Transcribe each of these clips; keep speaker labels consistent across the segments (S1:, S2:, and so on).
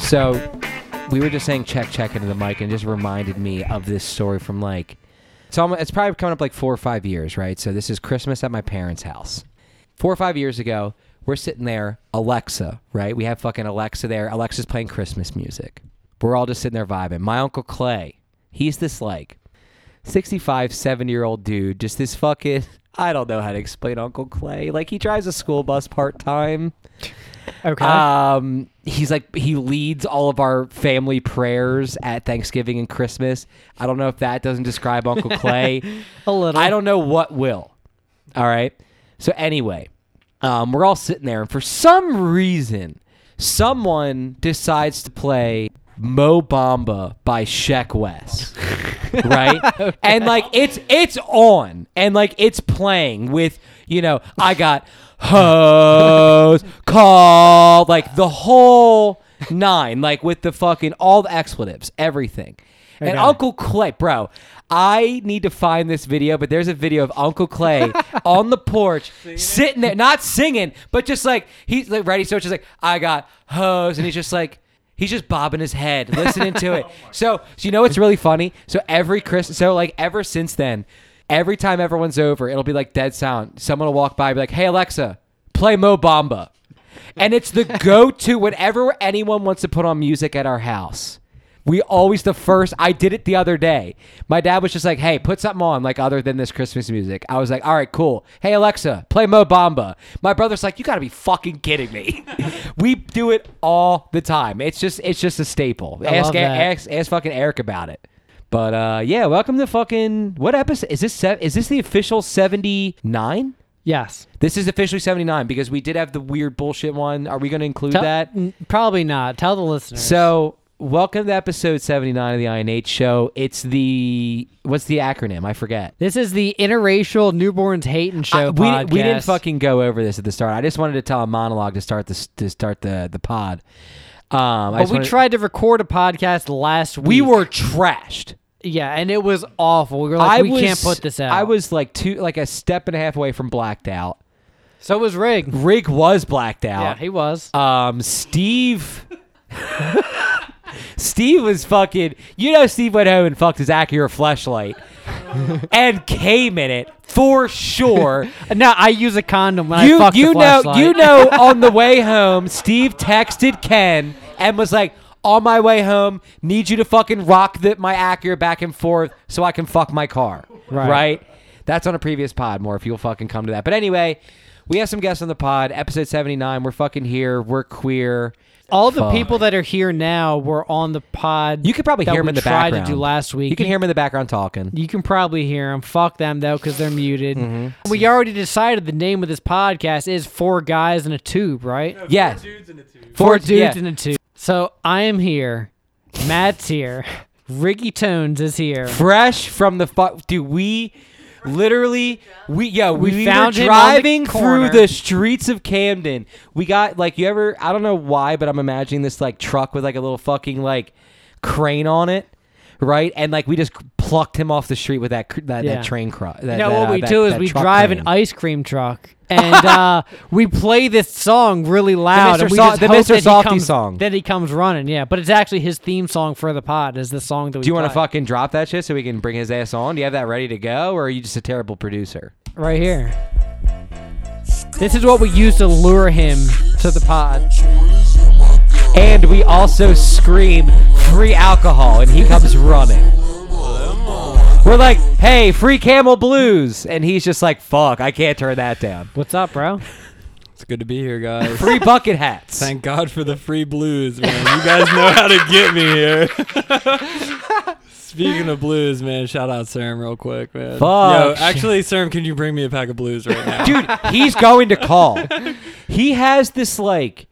S1: So we were just saying check check into the mic and it just reminded me of this story from like it's almost, it's probably coming up like four or five years, right? So this is Christmas at my parents' house. Four or five years ago, we're sitting there, Alexa, right? We have fucking Alexa there. Alexa's playing Christmas music. We're all just sitting there vibing. My uncle Clay, he's this like 65, 70 year old dude, just this fucking I don't know how to explain Uncle Clay. Like he drives a school bus part time.
S2: Okay.
S1: Um, he's like he leads all of our family prayers at Thanksgiving and Christmas. I don't know if that doesn't describe Uncle Clay.
S2: a little.
S1: I don't know what will. All right. So anyway, um, we're all sitting there, and for some reason, someone decides to play Mo Bamba by Sheck West. right? And like it's it's on and like it's playing with, you know, I got hose call like the whole nine, like with the fucking all the expletives, everything. And
S2: Okay.
S1: Uncle Clay, bro, I need to find this video, but there's a video of Uncle Clay on the porch, sitting there, not singing, but just like he's like ready. So it's just like I got hose, and he's just like he's just bobbing his head, listening to it. so, so you know what's really funny? So every Chris, so like ever since then, every time everyone's over, it'll be like dead sound. Someone will walk by, and be like, "Hey Alexa, play Mo Bamba," and it's the go-to whenever anyone wants to put on music at our house. We always the first. I did it the other day. My dad was just like, "Hey, put something on like other than this Christmas music." I was like, "All right, cool." Hey Alexa, play Mo Bamba. My brother's like, "You got to be fucking kidding me." we do it all the time. It's just it's just a staple. ask,
S2: love that.
S1: ask ask fucking Eric about it. But uh, yeah, welcome to fucking what episode is this? Se- is this the official seventy nine?
S2: Yes.
S1: This is officially seventy nine because we did have the weird bullshit one. Are we going to include
S2: Tell-
S1: that?
S2: n- probably not. Tell the listeners.
S1: So, welcome to episode 79 of the INH show. It's the what's the acronym? I forget.
S2: this is the interracial newborns hate and show.
S1: I- we,
S2: podcast.
S1: we didn't fucking go over this at the start. I just wanted to tell a monologue to start this to start the the pod. Um, I
S2: But
S1: just
S2: we
S1: wanted-
S2: tried to record a podcast last week.
S1: we were trashed.
S2: yeah, and it was awful. We were like,
S1: I
S2: we
S1: was,
S2: can't put this out.
S1: I was like two, like a step and a half away from blacked out.
S2: so it was rigged.
S1: Rig was blacked
S2: Yeah,
S1: out.
S2: he was.
S1: Um, Steve. Steve was fucking. You know, Steve went home and fucked his Acura flashlight, and came in it for sure.
S2: Uh, no, I use a condom when I
S1: you
S2: fuck the
S1: you know
S2: flashlight.
S1: you know. On the way home, Steve texted Ken and was like, "On my way home, need you to fucking rock the, my Acura back and forth so I can fuck my car."
S2: Right.
S1: right. That's on a previous pod. More if you'll fucking come to that. But anyway. We have some guests on the pod, episode 79. We're fucking here. We're queer.
S2: all the
S1: Fuck.
S2: people that are here now were on the pod.
S1: You could probably
S2: that
S1: hear him
S2: we
S1: in the
S2: tried
S1: background.
S2: to do last week.
S1: You can hear him in the background talking.
S2: You can probably hear them. Fuck them though, because they're muted.
S1: Mm-hmm.
S2: We already decided the name of this podcast is Four Guys in a Tube, right?
S1: Yes.
S2: Four,
S1: Four-
S2: dudes
S1: yeah.
S2: in a tube. So I am here. Matt's here. Ricky Tones is here.
S1: Fresh from the fuck, dude. We literally, we yeah, we,
S2: We
S1: were
S2: found him on the
S1: driving
S2: corner.
S1: through the streets of Camden. We got like you ever? I don't know why, but I'm imagining this like truck with like a little fucking like crane on it, right? And like we just plucked him off the street with that cr- that,
S2: Yeah.
S1: that train cro- that,
S2: You know
S1: that,
S2: what
S1: uh,
S2: we
S1: that-
S2: do is
S1: that
S2: we
S1: truck
S2: drive
S1: crane.
S2: an ice cream truck and uh, we play this song really
S1: Mr.
S2: loud. and we
S1: Sa-
S2: just
S1: the
S2: hope
S1: Mr.
S2: that he
S1: Softy
S2: comes-
S1: song.
S2: Then he comes running, yeah. But it's actually his theme song for the pod. Is the song that we
S1: Do you want to
S2: play.
S1: fucking drop that shit so we can bring his ass on? Do you have that ready to go, or are you just a terrible producer?
S2: right here? This is what we use to lure him to the pod.
S1: And we also scream free alcohol, and he comes running. We're like, hey, free camel blues. And he's just like, fuck, I can't turn that down.
S2: What's up, bro?
S3: It's good to be here, guys.
S1: Free bucket hats.
S3: Thank God for the free blues, man. You guys know how to get me here. Speaking of blues, man, shout out Serm real quick, man. Yo,
S1: Fuck.
S3: actually, Serm, can you bring me a pack of blues right now?
S1: Dude, he's going to call. He has this like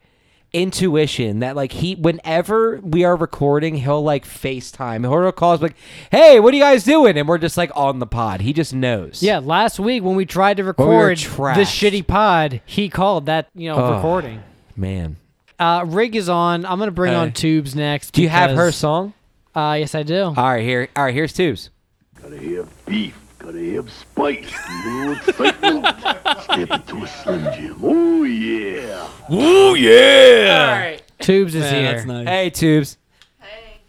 S1: intuition that like he whenever we are recording, he'll like FaceTime. He'll call us like, hey, what are you guys doing? And we're just like on the pod. He just knows.
S2: Yeah, last week when we tried to
S1: we were
S2: record this
S1: trashed.
S2: shitty pod, he called that you know
S1: Ugh.
S2: recording.
S1: Man.
S2: Uh, Rig is on. I'm gonna bring
S3: Hey.
S2: on Tubes next.
S1: Do you have her
S2: because
S1: song?
S2: Uh, yes, I do.
S1: All right, here. All right, here's tubes.
S4: Gotta have beef. Gotta have spice. A little excitement. Step into a Slim Jim. Oh, yeah.
S3: Ooh, yeah.
S2: Tubes is
S3: Man,
S2: here.
S3: that's nice.
S1: Hey, tubes.
S5: Hey,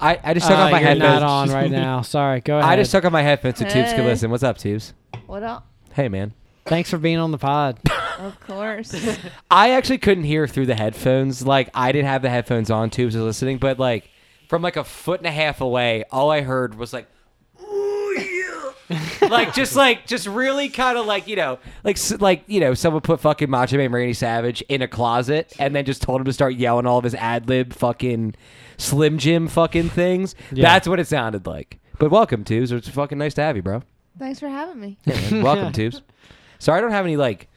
S1: I, I just took
S2: Uh,
S1: off my
S2: you're
S1: headphones.
S2: not on right now. Sorry. Go ahead.
S1: I just took off my headphones so tubes could
S5: Hey.
S1: listen. What's up, tubes?
S5: what up?
S1: Hey, man.
S2: Thanks for being on the pod.
S5: Of course.
S1: I actually couldn't hear through the headphones. Like I didn't have the headphones on. Tubes was listening, but like from like a foot and a half away, all I heard was like, "Ooh, yeah." like just like just really kind of like you know like s- like you know someone put fucking Macho Man Randy Savage in a closet and then just told him to start yelling all of his ad lib fucking Slim Jim fucking things. That's what it sounded like. But welcome, Tubes. It's fucking nice to have you, bro.
S5: Thanks for having me.
S1: Yeah, man. Welcome, Tubes. Sorry, I don't have any like.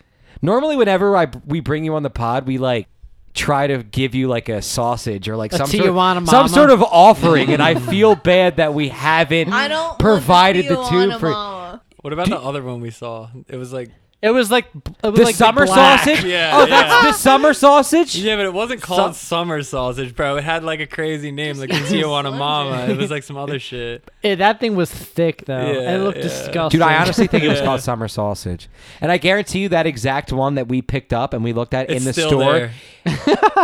S1: Normally, whenever I we bring you on the pod, we like try to give you like a sausage or like
S2: A
S1: some sort,
S2: Tijuana
S1: some
S2: mama.
S1: sort of offering, and I feel bad that we haven't
S5: I don't
S1: provided
S5: look
S1: the
S5: at you on
S1: tube
S5: a
S1: for
S5: mama.
S3: What about the other one we saw? It was like
S2: It was like it was
S1: the
S2: like
S1: summer
S2: black.
S1: sausage.
S3: Yeah,
S1: oh,
S3: yeah.
S1: that's the summer sausage.
S3: yeah, but it wasn't called summer sausage, bro. It had like a crazy name, like the Tijuana
S5: Slim
S3: Mama. It
S5: Jim.
S3: was like some other shit.
S2: It- that thing was thick though.
S3: Yeah,
S2: it looked
S3: yeah.
S2: disgusting.
S1: Dude, I honestly think it was
S3: Yeah.
S1: called summer sausage, and I guarantee you that exact one that we picked up and we looked at
S3: It's
S1: in the
S3: still
S1: store
S3: there.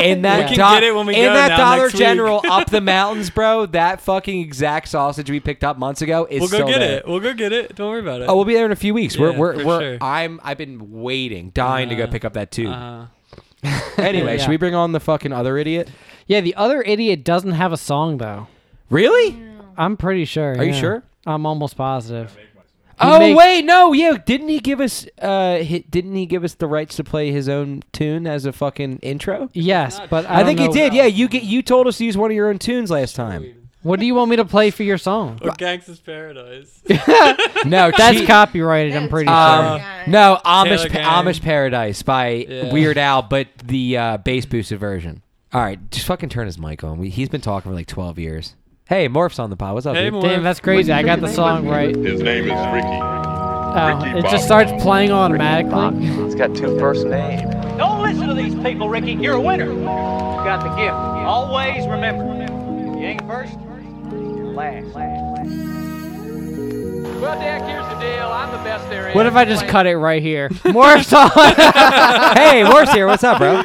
S1: in that
S3: We can
S1: do-
S3: get it when we
S1: in
S3: go
S1: that
S3: now
S1: Dollar
S3: next week.
S1: General up the mountains, bro. That fucking exact sausage we picked up months ago is
S3: We'll go
S1: still
S3: get
S1: there.
S3: it. We'll go get it. Don't worry about it.
S1: Oh, we'll be there in a few weeks. we're
S3: Yeah,
S1: we're,
S3: for
S1: we're
S3: sure.
S1: I'm I've been waiting, dying to go
S3: Uh-huh.
S1: pick up that tube.
S3: Uh,
S1: Anyway,
S2: Yeah.
S1: should we bring on the fucking other idiot?
S2: yeah, the other idiot doesn't have a song though.
S1: Really?
S2: I'm pretty sure.
S1: Are you
S2: yeah.
S1: sure?
S2: I'm almost positive.
S1: Oh
S2: make-
S1: wait, no, yeah. Didn't he give us uh hi didn't he give us the rights to play his own tune as a fucking intro?
S2: Yes, but I,
S1: I,
S2: don't
S1: think he
S2: know-
S1: did. Yeah, you get you told us to use one of your own tunes last time.
S2: What do you want me to play for your song?
S3: or Gangsta's Paradise.
S1: No,
S2: That's
S1: she-
S2: copyrighted. I'm
S5: That's
S2: pretty sure.
S1: um,
S5: Sorry.
S1: no Amish
S3: Taylor Gang.
S1: Amish Paradise by
S3: Yeah.
S1: Weird Al, but the uh, bass boosted version. All right, just fucking turn his mic on. We, he's been talking for like twelve years. Hey, Morph's on the pod. What's up?
S3: Hey,
S1: dude?
S3: Morph.
S2: Damn, that's crazy. I got the song right.
S6: His name is Ricky.
S2: Oh,
S6: Ricky
S2: it
S6: Bob.
S2: just starts playing automatically.
S7: It's got two first names.
S8: Don't listen to these people, Ricky. You're a winner. You got the gift. Always remember, you ain't first, you're last. Well, Dak, here's the deal. I'm the best there is.
S2: What if I just cut it right here? More song. I
S1: hey, Morph's here. What's up, bro?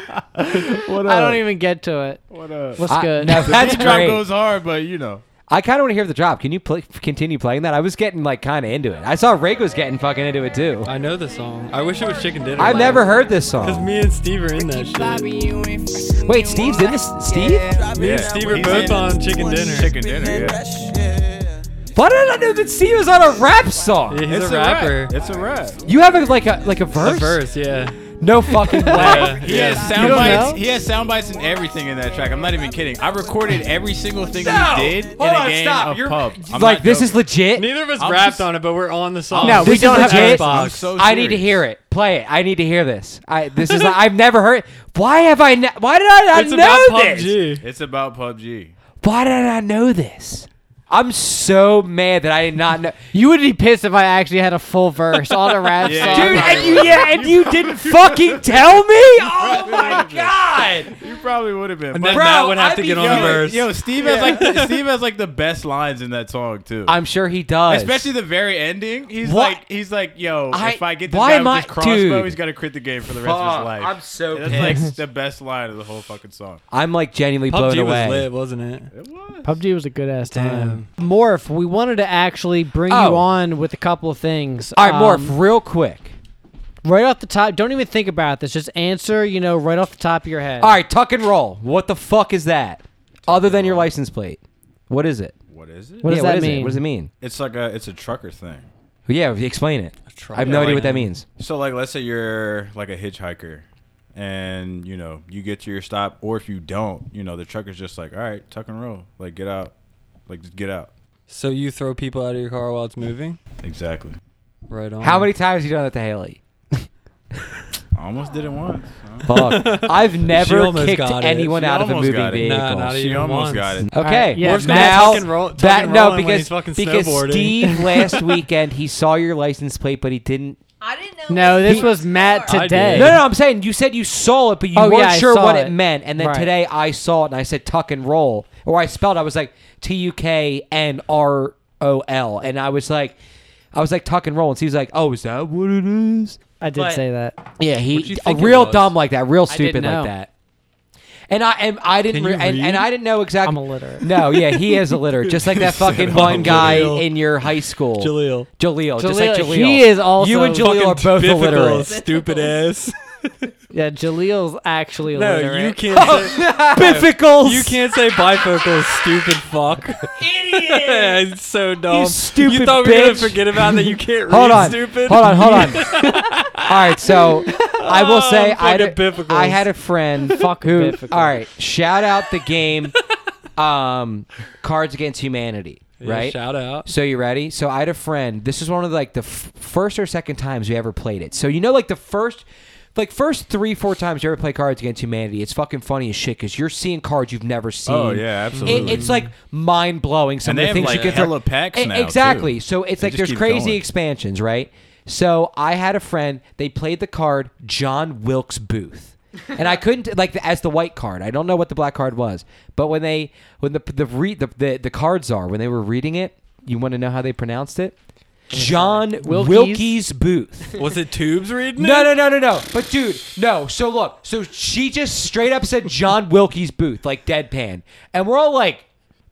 S2: don't even get to it.
S9: What up?
S2: What's
S1: I-
S2: good?
S1: no, that's
S9: Drum
S1: great.
S9: goes hard, but you know.
S1: I kind of want to hear the drop. Can you play, continue playing that? I was getting like kind of into it. I saw Rake was getting fucking into it too.
S3: I know the song. I wish it was Chicken Dinner.
S1: I've never heard this
S3: Because
S1: song.
S3: me and Steve are in that shit.
S1: Wait, Steve's in this. Steve?
S3: Me and Steve are both on Chicken Dinner.
S6: Chicken dinner, yeah.
S1: Why did I know that Steve was on a rap song?
S3: Yeah, he's
S9: it's
S3: a rapper.
S9: Rap. It's a rap.
S1: You have a, like a like a verse?
S3: A verse, yeah.
S1: No fucking
S3: Yeah,
S1: way.
S9: He
S3: yeah.
S9: has sound
S2: don't
S9: bites.
S2: know?
S9: He has sound bites and everything in that track. I'm not even kidding. I recorded every single thing
S1: No!
S9: we did
S1: Hold
S9: in a
S1: on,
S9: game
S1: stop.
S9: of
S1: You're-
S9: pub. I'm
S1: like
S9: not
S1: this is
S9: joking.
S1: legit.
S3: Neither of us
S9: I'm
S3: rapped
S9: just-
S3: on it, but we're on the song.
S1: No, we
S2: This
S1: don't
S2: is
S1: have it.
S2: legit.
S9: I'm
S3: Xbox.
S9: so
S1: I need to
S9: serious.
S1: hear it. Play it. I need to hear this. I this is I've never heard. Why have I? Ne- why did I not
S3: It's
S1: know
S3: about
S1: this?
S3: PUBG.
S9: It's about PUBG.
S1: Why did I know this? I'm so mad that I did not know,
S2: You would be pissed if I actually had a full verse on a rap
S9: Yeah.
S1: dude.
S2: song.
S1: And you yeah, and you didn't fucking tell me. Oh my god,
S9: You probably would have been.
S3: And then
S1: Bro,
S3: Matt would have
S1: I'd
S3: to
S1: be
S3: get on
S9: yo,
S3: the verse.
S9: yo, Steve has like the, Steve has like the best lines in that song too.
S1: I'm sure he does.
S9: Especially the very ending. He's
S1: What?
S9: like he's like, yo,
S1: I-
S9: if I get this
S1: why
S9: guy
S1: am
S9: with his
S1: I-
S9: crossbow,
S1: dude.
S9: he's gonna crit the game for the rest of
S1: Fuck,
S9: his life.
S1: I'm so
S9: That's like the best line of the whole fucking song.
S1: I'm like genuinely blown
S3: PUBG
S1: away.
S3: was lit, wasn't it?
S2: PUBG was a good ass time. Morph, we wanted to actually bring
S1: Oh.
S2: you on with a couple of things.
S1: All right,
S2: Um,
S1: morph real quick.
S2: Right off the top, don't even think about this. Just answer, you know, right off the top of your head.
S1: All right, tuck and roll. What the fuck is that? Other than your license plate, what is it?
S9: What is it?
S2: What does
S1: yeah,
S2: that
S1: what is
S2: mean?
S1: It? What does it mean?
S9: It's like a it's a trucker thing.
S1: Yeah, explain it. I have no idea what that means.
S9: So like let's say you're like a hitchhiker and you know, you get to your stop or if you don't, you know, the trucker's just like, All right, tuck and roll. Like get out. Like just get out.
S3: So you throw people out of your car while it's moving?
S9: Exactly.
S3: Right on.
S1: How many times have you done that to Haley?
S9: I almost did it once.
S1: Fuck. I've never
S3: almost
S1: kicked
S3: got it.
S1: anyone
S9: She
S1: out of a
S9: almost
S1: moving
S9: got it.
S1: vehicle.
S9: Nah, e-
S3: Nah, not
S9: She
S3: even
S9: almost
S3: once.
S9: got it.
S1: Okay.
S2: right, yeah,
S1: Morph's gonna
S2: Matt's
S1: now
S3: fucking roll-
S1: that
S3: fucking
S1: no
S3: rolling when
S1: because
S3: he's fucking
S1: because
S3: snowboarding.
S1: Steve last weekend he saw your license plate but he didn't
S5: I didn't
S2: No,
S5: know. it
S2: this
S5: a
S2: was Matt
S5: store.
S3: I
S2: today.
S3: did.
S1: No, no, I'm saying you said you saw it, but you
S2: Oh, yeah,
S1: weren't
S2: I
S1: sure
S2: saw
S1: what
S2: it.
S1: it. meant. And then
S2: Right.
S1: today I saw it and I said tuck and roll, or I spelled. I was like T U K N R O L, and I was like, I was like tuck and roll, and he was like, oh, is that what it is?
S2: I did
S1: But-
S2: say that.
S1: Yeah,
S3: What'd
S1: he
S3: you
S1: a
S3: think it
S1: real
S3: was?
S1: dumb like that, real
S2: I didn't
S1: stupid like
S2: know.
S1: that. And I and I didn't
S3: Can
S1: re-
S3: you
S1: and, and
S3: read?
S1: I didn't know exactly.
S2: I'm illiterate.
S1: No, yeah, he is illiterate, just like that fucking
S3: I'm
S1: one guy
S3: Jaleel.
S1: in your high school,
S3: Jaleel.
S1: Jaleel, just like
S2: Jaleel,
S1: Jaleel.
S2: he is also
S1: you and Jaleel are
S3: Fucking
S1: both
S3: difficult,
S1: illiterate.
S3: Stupid ass.
S2: Yeah, Jaleel's actually
S3: No,
S2: illiterate.
S3: you can't. Say,
S1: Bifficles.
S3: you can't say bifocal, stupid fuck. Idiot. it's so dumb.
S1: You stupid
S3: You thought we were gonna
S1: bitch.
S3: forget about that? You can't read.
S1: hold on,
S3: Stupid.
S1: hold on, hold on. All right, so I will say I had,
S3: Oh, fucking
S1: a,
S3: bifficles.
S1: I had a friend
S2: Fuck
S1: who.
S2: bifficles.
S1: All right, shout out the game, um, Cards Against Humanity.
S3: Yeah,
S1: Right.
S3: Shout out.
S1: So you ready? So I had a friend. This is one of like the f- first or second times we ever played it. So you know, like the first, like first three, four times you ever play Cards Against Humanity, it's fucking funny as shit because you're seeing cards you've never seen.
S9: Oh, yeah,
S1: It,
S9: absolutely.
S1: it's like mind blowing. Some
S9: And
S1: of
S9: they
S1: the
S9: have,
S1: things you
S9: like,
S1: get through.
S9: hella packs
S1: E-
S9: now, too.
S1: Exactly. So it's
S9: They
S1: like
S9: just
S1: there's
S9: keep
S1: crazy
S9: going.
S1: expansions, right? So I had a friend. They played the card John Wilkes Booth. and I couldn't like the, as the white card. I don't know what the black card was, but when they when the the re, the, the the cards are when they were reading it, you want to know how they pronounced it? John
S2: Wilkes?
S1: Wilkes, Booth.
S3: Was it tubes reading?
S1: No,
S3: it?
S1: no, no, no, no. But dude, no. So look, so she just straight up said John Wilkes Booth, like deadpan, and we're all like,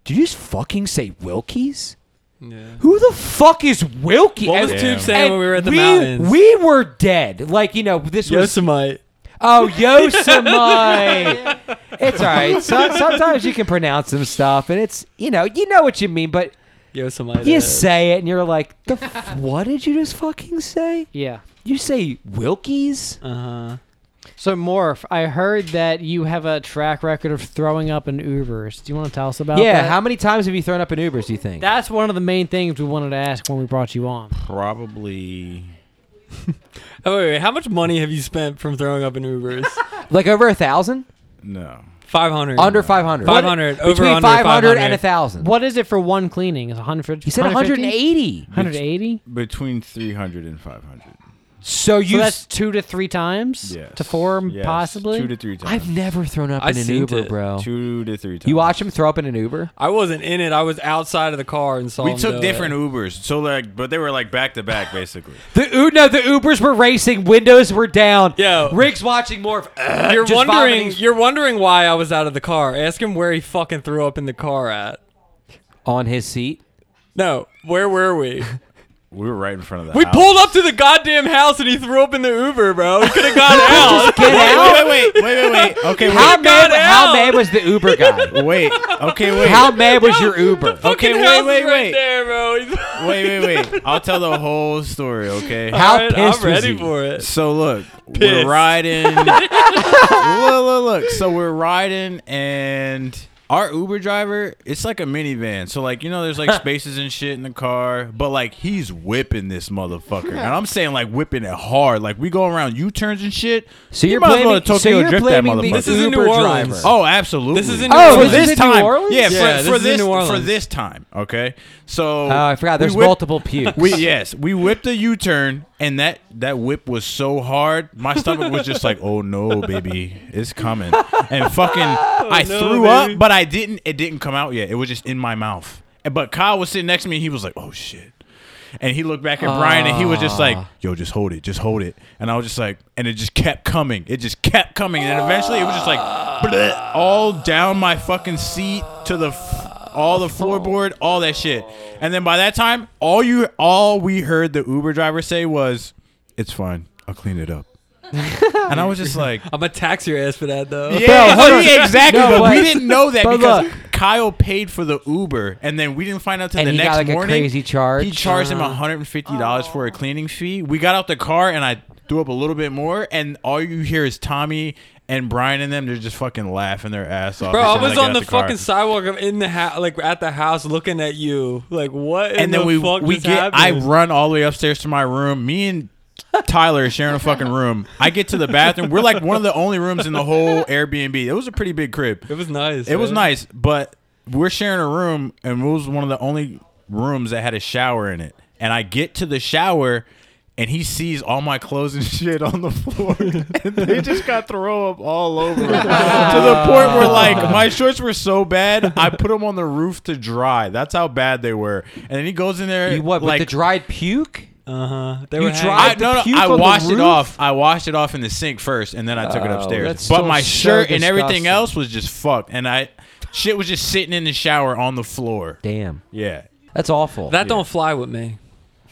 S1: "Did you just fucking say Wilkes?" Who the fuck is Wilkie?
S3: What was
S1: And-
S3: Tube saying
S1: and
S3: when we were at the mountains?
S1: We were dead. Like, you know, this was.
S3: Yosemite.
S1: Oh, Yosemite. it's all right. So, sometimes you can pronounce some stuff, and it's, you know, you know what you mean, but
S3: Yosemite.
S1: you say it, and you're like, the f- what did you just fucking say?
S2: yeah.
S1: You say Wilkies?
S3: Uh huh.
S2: So Morph, I heard that you have a track record of throwing up in Ubers. Do you want to tell us about
S1: yeah.
S2: that?
S1: How many times have you thrown up in Ubers, do you think?
S2: That's one of the main things we wanted to ask when we brought you on.
S9: Probably.
S3: Oh wait, wait, how much money have you spent from throwing up in Ubers?
S1: like over a thousand?
S9: No.
S3: Five hundred.
S1: Under 500.
S3: 500,
S1: What-
S3: over
S1: Between
S3: under
S1: 500 and
S3: 500.
S1: a thousand.
S2: What is it for one cleaning? Is 100?
S1: He said 180.
S2: 180?
S9: Between 300 and 500.
S1: So you
S2: So that's two to three times
S9: Yes.
S2: to four,
S9: Yes.
S2: possibly.
S9: Two to three times.
S1: I've never thrown up
S3: I
S1: in an
S3: seen
S1: Uber,
S3: it.
S1: bro.
S9: Two to three times.
S1: You watch him throw up in an Uber?
S3: I wasn't in it. I was outside of the car and saw.
S9: We
S3: him do
S9: took
S3: it.
S9: different Ubers, so like, but they were like back to back, basically.
S1: The U- no, the Ubers were racing, windows were down.
S3: Yo.
S1: Rick's watching more. of- uh,
S3: You're
S1: just
S3: wondering.
S1: vomiting
S3: You're wondering why I was out of the car. Ask him where he fucking threw up in the car at.
S1: on his seat.
S3: No, where were we?
S9: we were right in front of the.
S3: We
S9: house.
S3: pulled up to the goddamn house and he threw up in the Uber, bro. He could have got out.
S1: Get out!
S9: Wait, wait, wait, wait, wait. wait. Okay,
S1: How mad?
S9: wait,
S3: got
S1: How
S3: out.
S1: mad was the Uber guy?
S9: wait. Okay, wait.
S1: How mad was your Uber?
S9: okay,
S3: Fucking
S9: wait,
S3: house is
S9: wait,
S3: right
S9: wait.
S3: there, bro. He's-
S9: wait, wait, wait. I'll tell the whole story. Okay.
S1: How
S3: Alright,
S1: pissed
S3: I'm
S1: was
S3: ready
S1: he?
S3: for it.
S9: So look,
S3: Pissed.
S9: we're riding. look, look, look. So we're riding, and our Uber driver, it's like a minivan. So like you know, there's like spaces and shit in the car, but like he's whipping this motherfucker, and I'm saying like whipping it hard. Like we go around U turns and shit.
S1: So
S9: You
S1: you're
S9: might as well
S1: blaming.
S9: Tokyo
S1: so you're
S9: drift that
S1: blaming the
S9: motherfucker. This
S3: is in
S1: Uber
S3: New
S1: driver.
S3: Orleans.
S9: Oh, absolutely.
S3: This is in New
S1: Oh,
S9: for
S1: was
S3: Orleans.
S1: this
S9: this
S1: in New
S9: time.
S1: Orleans?
S3: Yeah,
S9: Yeah, for,
S3: this
S9: for
S3: is in
S9: this
S3: New
S9: for
S3: Orleans.
S9: this time. Okay, so
S1: Oh, I forgot. There's
S9: we whip-
S1: multiple pukes.
S9: We yes, we whipped a U-turn, and that that whip was so hard, my stomach was just like, "Oh no, baby, it's coming!" And fucking, I
S3: Oh, no,
S9: threw
S3: baby.
S9: up, but I didn't. It didn't come out yet. It was just in my mouth. And- But Kyle was sitting next to me, and he was like, "Oh shit." And he looked back at Brian and he was just like, yo, just hold it, just hold it. And I was just like, and it just kept coming. It just kept coming. And then eventually it was just like, bleh, all down my fucking seat to the, f- all the floorboard, all that shit. And then by that time, all you, all we heard the Uber driver say was, it's fine, I'll clean it up. and I was just like,
S3: I'm gonna tax your ass for that though.
S9: yeah, oh,
S1: hold on.
S9: yeah, exactly.
S1: No,
S9: but, we
S1: but-
S9: didn't know that
S1: but
S9: because
S1: look.
S9: Kyle paid for the Uber, and then we didn't find out till
S1: And
S9: the
S1: he got,
S9: next
S1: like, a
S9: morning.
S1: crazy charge. Uh-huh.
S9: He charged him him hundred and fifty dollars for a cleaning fee. We got out the car, and I threw up a little bit more, and all you hear is Tommy and Brian and them. They're just fucking laughing their ass off.
S3: Bro,
S9: as
S3: I
S9: soon as
S3: was
S9: get
S3: on
S9: out
S3: the,
S9: car.
S3: fucking sidewalk of in the house, like at the house, looking at you, like what? In
S9: And then
S3: the
S9: we
S3: fuck
S9: we
S3: just
S9: get. I
S3: happened?
S9: run all the way upstairs to my room. Me and. Tyler is sharing a fucking room. I get to the bathroom. We're like one of the only rooms in the whole Airbnb. It was a pretty big crib.
S3: It was nice.
S9: It was
S3: man.
S9: nice, but we're sharing a room, and it was one of the only rooms that had a shower in it. And I get to the shower, and he sees all my clothes and shit on the floor. and they just got throw up all over it. to the point where like my shorts were so bad, I put them on the roof to dry. That's how bad they were. And then he goes in there
S1: You what?
S9: like
S1: with the dried puke?
S3: Uh huh. They
S1: You
S3: were
S1: drive-
S9: I,
S1: the
S9: no,
S1: puke
S9: no, I
S1: on the
S9: washed it
S1: roof?
S9: off. I washed it off in the sink first, and then I took it
S1: Oh,
S9: upstairs.
S1: that's
S9: but
S1: so-
S9: my
S1: so
S9: shirt and everything
S1: disgusting.
S9: else was just fucked, and I shit was just sitting in the shower on the floor.
S1: Damn,
S9: Yeah,
S1: that's awful.
S3: That don't fly with me.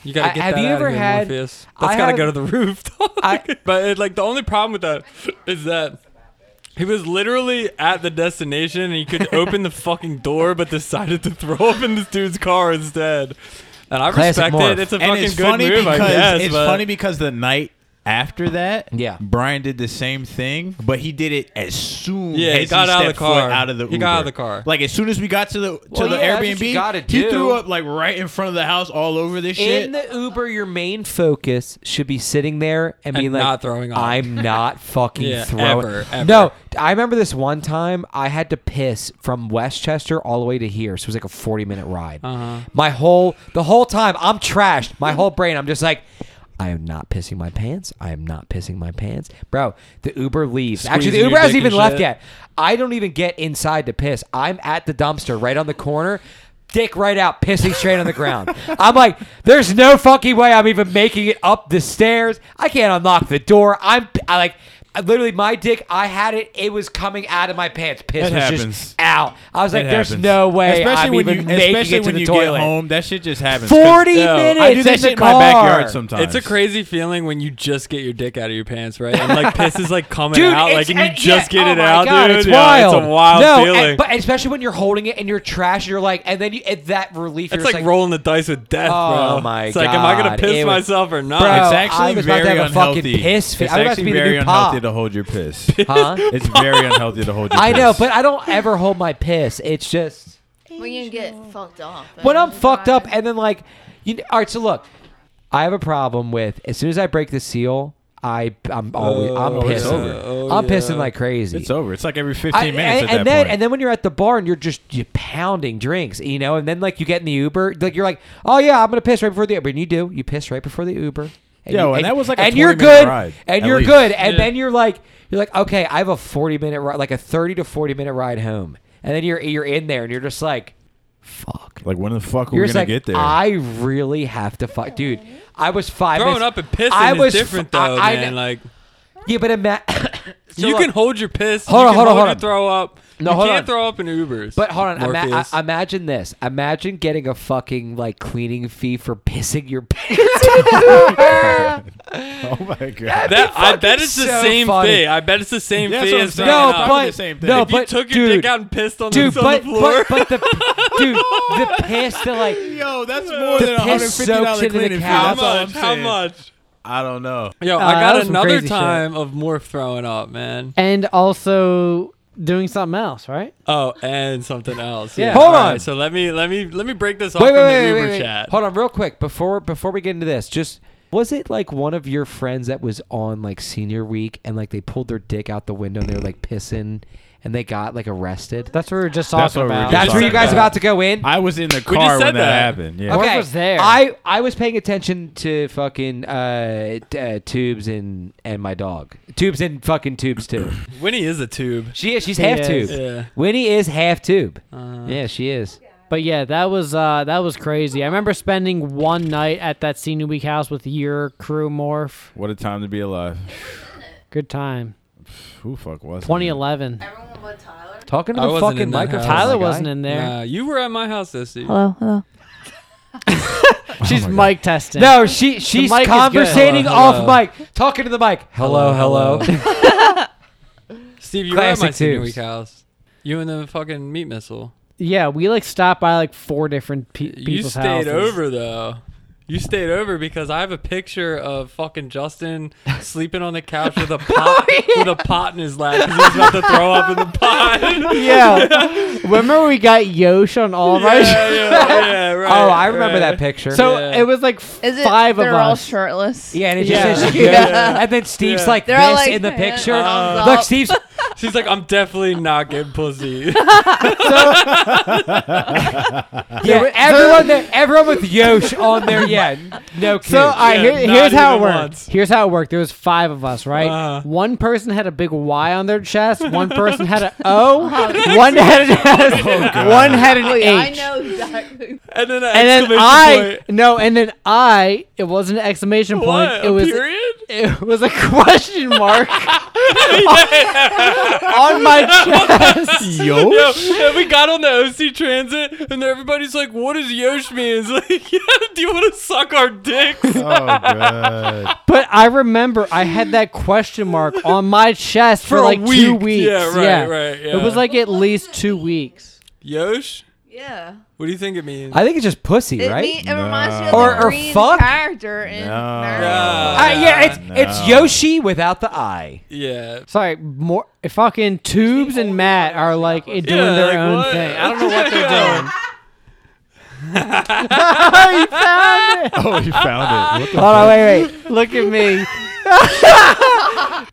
S3: You gotta
S1: I-
S3: get
S1: have
S3: that
S1: you
S3: out of
S1: ever
S3: here,
S1: had-
S3: Morpheus.
S1: I
S3: That's gotta
S1: have-
S3: go to the roof. dog.
S1: I-
S3: but it, like the only problem with that is that he was literally at the destination and he could open the fucking door, but decided to throw up in this dude's car instead. And I
S1: Classic
S3: respect
S1: Morph.
S3: it. It's a
S9: and
S3: fucking
S9: it's
S3: good
S9: funny
S3: move,
S9: because
S3: I guess.
S9: it's
S3: but
S9: funny because the night after that,
S1: Yeah.
S9: Brian did the same thing, but he did it as soon
S3: Yeah,
S9: as
S3: he got out of the
S9: stepped foot
S3: car.
S9: out of the
S3: He got out of
S9: Uber.
S3: the car.
S9: Like as soon as we got to the to
S1: Well,
S9: the
S1: yeah, that's what you
S9: Airbnb,
S1: gotta
S9: he
S1: do.
S9: threw up like right in front of the house, all over this shit.
S1: In the Uber, your main focus should be sitting there and being like,
S3: not throwing up.
S1: "I'm not fucking
S3: Yeah,
S1: throwing."
S3: ever, ever.
S1: No, I remember this one time I had to piss from Westchester all the way to here, so it was like a forty-minute ride.
S3: Uh-huh.
S1: My whole the whole time I'm trashed. My whole brain, I'm just like. I am not pissing my pants. I am not pissing my pants, bro. The Uber leaves. Actually, the
S3: Squeezing your
S1: Uber hasn't
S3: dick and
S1: even left
S3: shit.
S1: yet. I don't even get inside to piss. I'm at the dumpster right on the corner, dick right out, pissing straight on the ground. I'm like, there's no fucking way I'm even making it up the stairs. I can't unlock the door. I'm I like, I literally, my dick, I had it. It was coming out of my pants. Piss
S9: It
S1: was
S9: happens.
S1: just out. I was like,
S9: It
S1: there's
S9: happens.
S1: no way
S9: Especially
S1: I'm
S9: when
S1: even
S9: you,
S1: making
S9: especially
S1: it to
S9: when
S1: the
S9: you
S1: toilet.
S9: get home. That shit just happens. 'cause-
S1: 40
S3: Yo, I
S1: minutes
S9: I do that
S1: in the
S9: shit in my backyard
S1: car.
S9: sometimes.
S3: it's a crazy feeling when you just get your dick out of your pants, right? And like piss is like coming
S1: Dude,
S3: out,
S1: it's-
S3: like and you
S1: and-
S3: just
S1: yeah,
S3: get
S1: oh
S3: it
S1: my
S3: out,
S1: God,
S3: dude.
S1: It's
S3: Yeah,
S1: wild.
S3: it's a wild
S1: no, and-
S3: feeling.
S1: but especially when you're holding it and you're trash, you're like, and then you at that relief.
S3: it's
S1: you're
S3: like,
S1: just like
S3: rolling the dice with death,
S1: Oh
S3: bro.
S1: my
S3: it's like, am I gonna
S1: God,
S3: piss
S1: it was-
S3: myself or not?
S1: Bro,
S9: It's
S1: I
S9: actually
S1: was about to
S9: very
S1: have a fucking
S9: unhealthy.
S1: piss fit.
S9: It's
S1: I was about to
S9: actually
S1: be the
S9: very
S1: new Pop.
S9: unhealthy to hold your piss.
S1: Huh?
S9: it's very unhealthy to hold your
S1: I
S9: piss.
S1: know, but I don't ever hold my piss. It's just
S5: When you get fucked off.
S1: when I'm fucked up, and then like, you know, all right. So look, I have a problem with as soon as I break the seal, I I'm always I'm
S3: Oh,
S1: pissing.
S9: it's over.
S3: Oh,
S1: I'm
S3: yeah.
S1: pissing like crazy.
S9: it's over. It's like every 15
S1: I-
S9: minutes
S1: and,
S9: at that
S1: and then
S9: point.
S1: and then when you're at the bar and you're just you pounding drinks, you know, and then like you get in the Uber, like you're like, oh yeah, I'm gonna piss right before the Uber, and you do, you piss right before the Uber. And
S9: Yo,
S1: you-
S9: and that was like a
S1: and you're
S9: 20-minute
S1: good,
S9: ride,
S1: and
S9: at
S1: you're
S9: least.
S1: good, and
S3: Yeah.
S1: then you're like, you're like, okay, I have a 40 minute ride, like a 30 to 40 minute ride home, and then you're you're in there and you're just like, fuck,
S9: like, when the fuck are
S1: you're
S9: we
S1: just
S9: gonna
S1: like,
S9: get there?
S1: I really have to fuck, dude. I was five.
S3: Throwing
S1: minutes-
S3: up and pissing
S1: I was
S3: is different
S1: f-
S3: though,
S1: I- I
S3: man.
S1: kn-
S3: like
S1: yeah, but ima- So
S3: you
S1: look-
S3: can hold your piss.
S1: Hold
S3: you
S1: on,
S3: can
S1: hold on,
S3: hold
S1: hold
S3: your
S1: on.
S3: throw up.
S1: No,
S3: you
S1: hold
S3: can't
S1: on.
S3: throw up in Ubers.
S1: But hold on, ima-
S3: Morpheus.
S1: I- imagine this. Imagine getting a fucking like cleaning fee for pissing your pants.
S9: oh my god.
S3: that, I
S1: fucking
S3: bet it's the
S1: so
S3: same
S1: funny.
S3: thing. I bet it's the same
S9: Yeah, that's
S3: fee
S9: what I'm
S3: as
S9: saying.
S3: throwing
S1: no,
S9: Probably
S3: up.
S1: but
S9: the same thing.
S1: no,
S9: If
S3: you
S1: but
S3: took
S1: dude,
S3: your dick out and pissed on,
S1: dude,
S3: the, on
S1: but,
S3: the floor.
S1: but but the dude, the piss that like
S9: Yo, that's more
S1: The
S9: than
S1: piss
S9: $150
S1: soaks into the
S9: cleaning fee.
S1: cow.
S3: how
S9: That's all I'm
S3: much? How
S9: saying.
S3: much?
S9: I don't know.
S3: Yo,
S2: Uh,
S3: I
S2: that was
S3: got
S2: some
S3: another
S2: crazy shit.
S3: time of Morph throwing up, man.
S2: And also doing something else, right?
S3: Oh, and something else. Yeah.
S1: Hold
S3: All right,
S1: on.
S3: so let me let me let me break this off
S1: wait, wait,
S3: in the
S1: wait,
S3: Uber
S1: wait, wait,
S3: chat.
S1: Hold on, real quick before before we get into this, just. Was it like one of your friends that was on like senior week and like they pulled their dick out the window and they were like pissing and they got like arrested?
S2: That's what we were just talking
S9: That's what we were
S2: about.
S9: just
S1: That's where you guys about to go in?
S9: I was in the
S3: just
S9: car
S3: said
S9: when that,
S3: that.
S9: happened. Yeah.
S2: Mark
S1: Okay.
S2: was there.
S1: I, I was paying attention to fucking uh, t- uh, tubes and and my dog. Tubes and fucking tubes too.
S3: Winnie is a tube.
S1: she is. She's
S2: She
S1: half
S2: is.
S1: tube.
S3: Yeah. Uh-huh.
S1: Winnie is half tube. yeah, she is.
S2: But yeah, that was uh, that was crazy. I remember spending one night at that senior week house with your crew morph.
S9: What a time to be alive.
S2: Good time.
S9: Who fuck was it?
S2: 2011.
S5: Everyone but Tyler.
S1: Talking to
S3: I
S1: the
S3: wasn't
S1: fucking
S3: in that
S1: microphone.
S3: house.
S2: Tyler
S1: Oh my guy.
S2: wasn't in there.
S3: Nah, you were at my house this year.
S5: Hello, hello.
S2: She's
S9: my God.
S2: mic testing.
S1: No, she she's
S2: mic is good.
S1: conversating
S3: Hello,
S1: off
S3: hello.
S1: mic, talking to the mic. Hello, hello.
S3: Steve, you were at my
S1: Classic
S3: senior
S1: tubes.
S3: week house. You and the fucking meat missile.
S2: Yeah, we like stopped by like four different pe- people's
S3: You
S2: houses.
S3: stayed over though. You stayed over because I have a picture of fucking Justin sleeping on the couch with a pot with a pot in his lap because he was about to throw up in the pot. yeah,
S2: Yeah. Remember we got Yosh on all of our
S3: yeah, yeah, right.
S1: oh, I remember
S3: right.
S1: that picture.
S2: So
S3: Yeah.
S2: it was like
S5: Is it?
S2: five
S5: they're
S2: of
S5: all
S2: us.
S5: shirtless.
S1: yeah, and it
S2: Yeah.
S1: just says
S2: Yeah.
S1: and then Steve's
S3: Yeah.
S1: like
S5: They're all
S1: this
S5: like,
S1: in the
S5: yeah,
S1: picture.
S5: arms
S1: Look,
S5: up.
S1: Steve's
S3: She's like, I'm definitely not getting pussy.
S1: Yeah, everyone there, everyone with Yosh on there. Yeah, no kidding.
S2: So I
S3: Yeah,
S2: here,
S3: not
S2: here's how it
S3: even
S2: worked.
S3: once.
S2: Here's how it worked. There was five of us, right?
S3: Uh-huh.
S2: one person had a big Y on their chest. One person had an
S3: Oh,
S2: O. one had an S. one had an H.
S5: Oh, I know exactly.
S3: and then, an
S2: And then
S3: exclamation
S2: I
S3: point.
S2: no, and then I. It wasn't an exclamation point.
S3: What?
S2: It was
S3: a period?
S2: it was a question mark on my chest.
S9: Yo,
S3: Yo, and we got on the OC transit, and everybody's like, "What does Yosh mean?" It's like, "Yeah, do you want to suck our dicks?"
S9: oh god,
S2: But I remember I had that question mark on my chest for,
S3: For a
S2: like two
S3: week.
S2: weeks.
S3: Yeah, right, right, yeah.
S2: It was like at least two weeks.
S3: Yosh,
S5: Yeah.
S3: what do you think it means?
S1: I think it's just pussy,
S5: It,
S1: right?
S5: mean, it reminds me of
S1: No.
S5: or,
S1: Or-
S5: the
S1: or
S5: green
S1: fuck?
S5: character in
S9: No.
S5: Mario.
S1: Uh, yeah, it's
S9: No.
S1: it's Yoshi without the eye.
S3: yeah.
S2: Sorry, more fucking tubes and Matt are like doing
S3: Yeah,
S2: their
S3: like,
S2: own
S3: what?
S2: thing. I don't know what they're doing.
S9: oh he found it. What the
S1: Hold on, wait, wait.
S2: Look at me.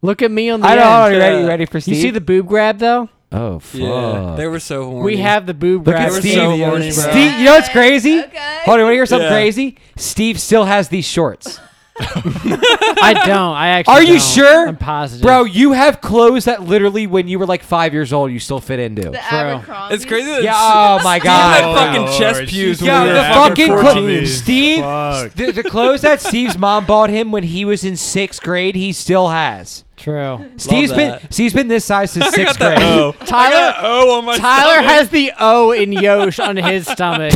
S2: Look at me on the
S1: I don't.
S2: end.
S1: Hold on, you ready? You ready for
S2: You
S1: Steve?
S2: see the boob grab though?
S1: oh fuck.
S3: Yeah, they were so horny.
S2: We have the boob
S1: Look
S2: grab.
S1: at
S3: were
S1: Steve.
S3: so horny, bro.
S1: Steve, you know what's crazy?
S5: Okay.
S1: Hold on, want to hear something
S3: Yeah.
S1: crazy? Steve still has these shorts.
S2: I don't. I actually.
S1: Are you
S2: don't.
S1: sure?
S2: I'm positive,
S1: Bro, you have clothes that literally when you were like five years old, you still fit into.
S5: The
S2: True.
S5: Abercrombie.
S3: It's crazy. That
S1: Yeah,
S3: Steve
S1: oh my
S3: had
S1: God.
S3: fucking
S9: Lord,
S3: chest
S9: she's
S3: pews. when
S1: Yeah,
S3: we were
S1: the
S3: fucking
S1: fucking clo-
S3: 14.
S1: Steve,
S9: Fuck.
S1: the, the clothes that Steve's mom bought him when he was in sixth grade, he still has.
S2: True.
S1: Steve's been
S3: that.
S1: Steve's been this size since
S3: I got
S1: sixth
S3: the
S1: grade.
S3: O. I
S2: Tyler-
S3: got a O on my
S2: Tyler
S3: stomach.
S2: has the O in Yosh on his stomach.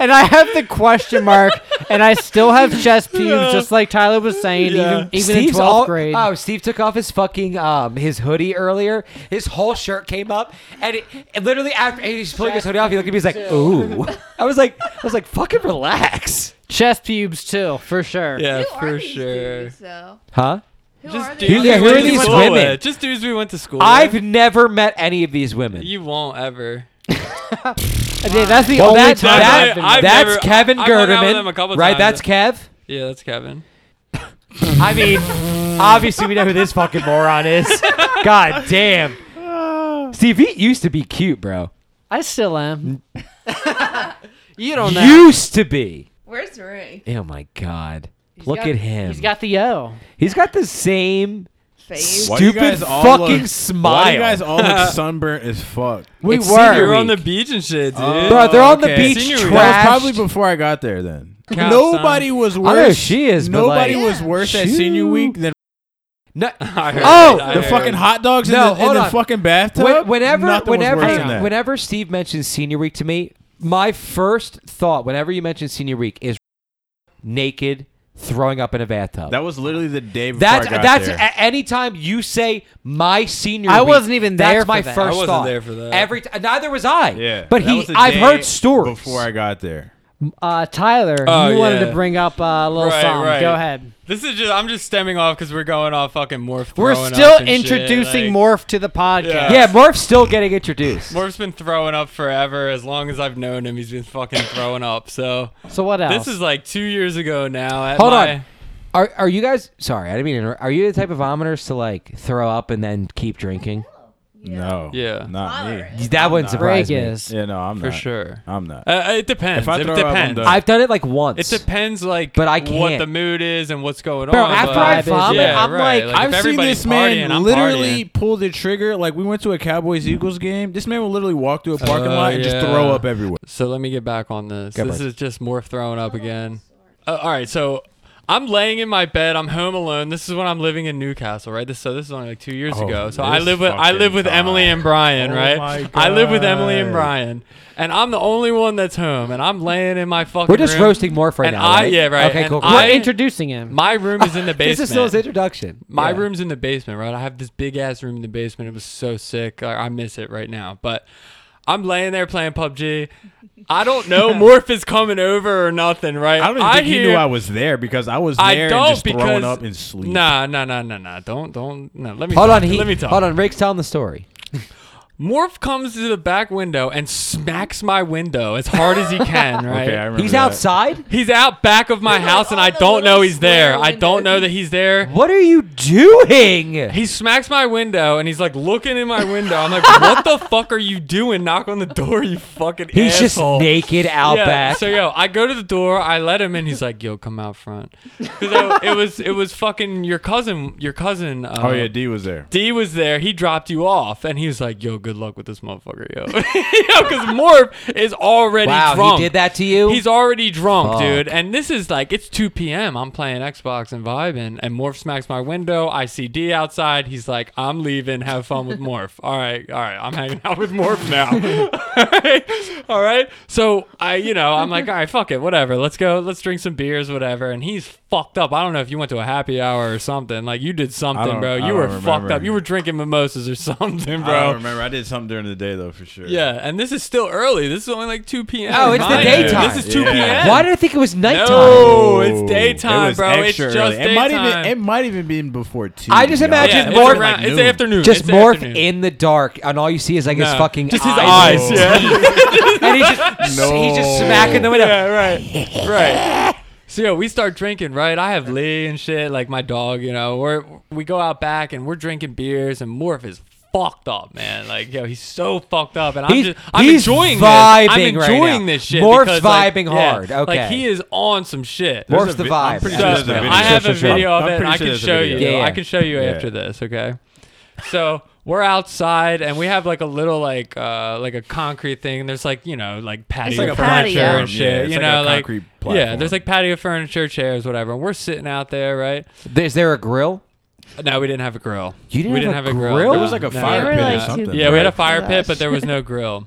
S2: and I have the question mark, and I still have chest pubes, just like Tyler was saying,
S3: Yeah.
S2: even, even in 12th
S1: all-
S2: grade.
S1: Oh, Steve took off his fucking um his hoodie earlier. His whole shirt came up, and it, and literally after and he's pulling his hoodie off, he looked at me. He's like, "Ooh." I was like, I was like, "Fucking relax."
S2: Chest pubes, too, for sure.
S3: Yeah,
S5: Who are
S3: for
S5: these
S3: sure.
S5: Dudes, though?
S1: Huh?
S5: Who are
S3: Just
S5: they?
S3: dudes.
S1: Yeah,
S3: we
S1: who are
S3: went to
S1: these
S3: school
S1: women?
S3: with. Just dudes we went to school. with.
S1: I've never met any of these women.
S3: You won't ever.
S2: Okay, that's the
S1: well,
S2: only
S1: that,
S2: time.
S1: that-
S2: I've been-
S3: I've
S1: that's
S3: never-
S1: Kevin
S3: I've hung out with
S1: Gerderman,
S3: him a couple
S1: right? That's
S3: times.
S1: Kev.
S3: Yeah, that's Kevin.
S1: I mean, obviously we know who this fucking moron is. God damn. Steve, he used to be cute, bro.
S2: I still am. you don't know.
S1: Used to be.
S5: Where's Ray?
S1: Oh my god.
S2: He's
S1: Look
S2: got-
S1: at him.
S2: He's got the O.
S1: He's got the same
S5: Face.
S9: Why do you
S1: Stupid
S9: guys all
S1: fucking
S9: look- Why
S1: smile.
S9: do you guys all look sunburnt as fuck?
S2: We
S1: It's
S2: were.
S1: senior
S3: You're on the
S1: week.
S3: beach and shit, dude.
S1: Bro, they're on
S9: okay.
S1: the beach
S3: Senior week.
S9: That was
S1: trashed.
S9: probably before I got there. Then
S3: Cow
S9: nobody was worse.
S1: know she is, but,
S9: Nobody
S1: like-
S9: was worse at
S1: Shoo.
S9: senior week than
S1: No-
S3: I heard
S1: Oh,
S3: it, I
S9: the
S3: heard
S9: fucking
S3: it.
S9: hot dogs
S1: No,
S9: in the, in
S1: hold
S9: the
S1: on.
S9: fucking bathtub.
S1: When- whenever,
S9: Nothing was worse than
S1: whenever,
S9: that.
S1: whenever Steve mentions senior week to me, my first thought, whenever you mention senior week, is naked throwing up in a bathtub.
S9: that was literally the day before
S1: That's
S9: I got
S1: that's
S9: there.
S1: a- anytime you say my senior.
S2: I
S1: week,
S2: wasn't even
S1: That's
S2: there for
S1: my
S2: that. I
S1: first
S3: wasn't
S1: thought.
S3: there for that.
S1: Every t- neither was I.
S9: yeah,
S1: but
S9: that
S1: he.
S9: was the
S1: I've
S9: day
S1: heard stories
S9: before I got there.
S2: Uh, Tyler,
S3: Oh,
S2: you wanted
S3: yeah.
S2: to bring up uh, a little
S3: Right,
S2: song.
S3: right.
S2: Go ahead.
S3: This is just. I'm just stemming off because we're going off fucking morph.
S2: We're
S3: throwing
S2: still
S3: up and shit,
S2: introducing
S3: like-
S2: Morph to the podcast.
S3: Yeah.
S1: yeah, Morph's still getting introduced.
S3: Morph's been throwing up forever. As long as I've known him, he's been fucking throwing up. So
S2: So what else?
S3: this is like two years ago now. At
S1: Hold
S3: my-
S1: on. Are are you guys? Sorry, I didn't mean. To, interrupt. are you the type of vomiters to like throw up and then keep drinking?
S9: No,
S3: Yeah.
S9: not me.
S1: That wouldn't surprise
S2: Greg
S1: me.
S2: is.
S9: Yeah, no, I'm
S3: for
S9: not.
S3: sure.
S9: I'm not.
S3: Uh, it depends.
S9: If I
S3: it
S9: throw up, I'm
S3: depends.
S9: done.
S1: I've done it like once.
S3: It depends, like,
S1: But I
S3: what
S1: can't.
S3: the mood is and what's going
S1: Bro,
S3: on.
S1: after
S3: but-
S1: I
S2: vomit,
S3: Yeah,
S1: I'm
S3: right.
S1: like-
S3: if
S9: I've seen
S3: everybody's
S9: this man
S3: partying, I'm
S9: literally
S3: partying.
S9: pull the trigger. Like we went to a Cowboys Eagles game. This man will literally walk through a parking
S3: Oh,
S9: lot and just
S3: yeah.
S9: throw up everywhere.
S3: So let me get back on this.
S1: Go
S3: this
S1: for it.
S3: is just Morph throwing up again. Uh, all right, so I'm laying in my bed. I'm home alone. This is when I'm living in Newcastle, right? This so this is only like two years
S9: Oh,
S3: ago. So I
S9: this
S3: live with I
S9: fucking
S3: live with
S9: guy.
S3: Emily and Brian,
S9: Oh
S3: right?
S9: my
S3: I live with Emily and
S9: God.
S3: Brian, and I'm the only one that's home. And I'm laying in my fucking.
S1: We're just
S3: room.
S1: roasting Morph right
S3: And
S1: now.
S3: I-
S1: right?
S3: yeah, right,
S1: Okay,
S3: and
S1: cool. cool.
S2: We're
S3: I-
S2: introducing him.
S3: My room is in the basement.
S1: this is still his introduction.
S3: My
S1: Yeah.
S3: room's in the basement, right? I have this big ass room in the basement. It was so sick. I, I miss it right now. But I'm laying there playing PUBG. I don't know. Morph is coming over or nothing, right?
S9: I don't even think he knew I was there because I was there
S3: I
S9: and
S3: don't
S9: just
S3: because
S9: throwing up and sleep.
S3: Nah, nah, nah, nah, nah. Don't, don't. No, let me
S1: Hold
S3: talk.
S1: on, he,
S3: let me talk.
S1: Hold on, Rick's telling the story.
S3: Morph comes to the back window and smacks my window as hard as he can, right?
S9: Okay, I remember
S1: He's
S9: that.
S1: outside.
S3: He's out back of my house and I
S5: "Oh, the
S3: don't know
S5: little
S3: he's there.
S5: square
S3: I don't
S5: window.
S3: know that he's there.
S1: What are you doing?
S3: He smacks my window and he's like looking in my window. I'm like, what the fuck are you doing? Knock on the door, you fucking
S1: He's just
S3: asshole."
S1: naked out
S3: yeah.
S1: back.
S3: So yo, I go to the door, I let him in. He's like, "Yo, come out front." 'Cause I- it was it was fucking your cousin. Your cousin. Uh,
S9: Oh yeah, D was there.
S3: D was there. He dropped you off, and he was like, "Yo, good luck with this motherfucker, yo." because Morph is already
S1: wow,
S3: drunk.
S1: he did that to you.
S3: He's already drunk,
S1: Fuck.
S3: dude. And this is like it's 2 p.m. I'm playing Xbox and vibing, and Morph smacks my window. I see D outside. He's like, "I'm leaving. Have fun with Morph." all right, all right. I'm hanging out with Morph now. all right, all right. So I, you know, I'm like, all right, fuck it, whatever. Let's go. Let's drink some beers, whatever. And he's fucked up. I don't know if you went to a happy hour or something. Like you did something,
S9: don't-
S3: bro.
S9: I
S3: You
S9: don't
S3: were fucked
S9: remember.
S3: up. You were drinking mimosas or something, bro.
S9: I don't remember. I did something during the day though for sure.
S3: Yeah, and this is still early. This is only like 2 p.m.
S1: Oh, it's the
S3: Mind you,
S1: daytime.
S3: This is 2
S9: Yeah.
S3: p.m.
S1: Why did I think it was nighttime?
S3: No, it's
S9: Oh,
S3: daytime,
S9: it was
S3: bro. It's
S9: extra
S3: just
S9: early. It might even
S3: daytime.
S9: it might even been before two.
S1: I just
S9: y'all.
S1: imagine
S3: yeah,
S1: Just
S3: it's,
S1: morph-
S3: around- it's
S9: noon.
S3: afternoon.
S1: Just
S3: it's
S1: morph
S3: afternoon.
S1: in the dark, and all you see is like his
S3: No.
S1: fucking
S3: just his
S1: eyes,
S3: eyes. Yeah,
S1: and he's just he's just smacking the window.
S3: yeah, right, right. So yeah, we start drinking, right? I have Lee and shit, like my dog. You know, we're we go out back and we're drinking beers, and Morph is fucked up, man. Like yo, he's so fucked up, and I'm
S1: He's-
S3: just I'm
S1: he's vibing
S3: enjoying this.
S1: right
S3: I'm
S1: now.
S3: enjoying this shit.
S1: Morph's
S3: because, like,
S1: vibing
S3: yeah,
S1: hard. Okay.
S3: like he is on some shit.
S1: Morph's
S9: a
S1: the
S9: vi-
S1: vibe.
S9: I'm pretty
S1: So,
S9: sure there's a
S3: So,
S9: video.
S3: I have a
S2: Sure, sure,
S3: video
S9: sure.
S3: of
S9: I'm
S3: it. and
S9: pretty
S3: I
S9: sure
S3: can
S9: there's a
S3: show you.
S9: video.
S1: Yeah, yeah.
S3: I can show you
S9: Yeah.
S3: after this. Okay. So we're outside and we have like a little like uh like a concrete thing. and There's like you know like patio
S5: like a
S3: furniture
S5: patio.
S3: and shit.
S9: Yeah, it's
S3: you
S9: like a
S3: know like
S9: concrete
S3: yeah.
S9: platform.
S3: There's like patio furniture, chairs, whatever. And we're sitting out there, right?
S1: Is there a grill?
S3: No, we didn't have a grill.
S1: You didn't have
S3: we didn't
S1: a
S3: have a grill.
S1: grill?
S9: There was like a
S3: No.
S9: fire
S5: were
S9: pit
S5: like
S9: or
S5: two
S9: something.
S3: Yeah, we had a
S9: right?
S3: fire pit,
S5: Gosh.
S3: but there was no grill.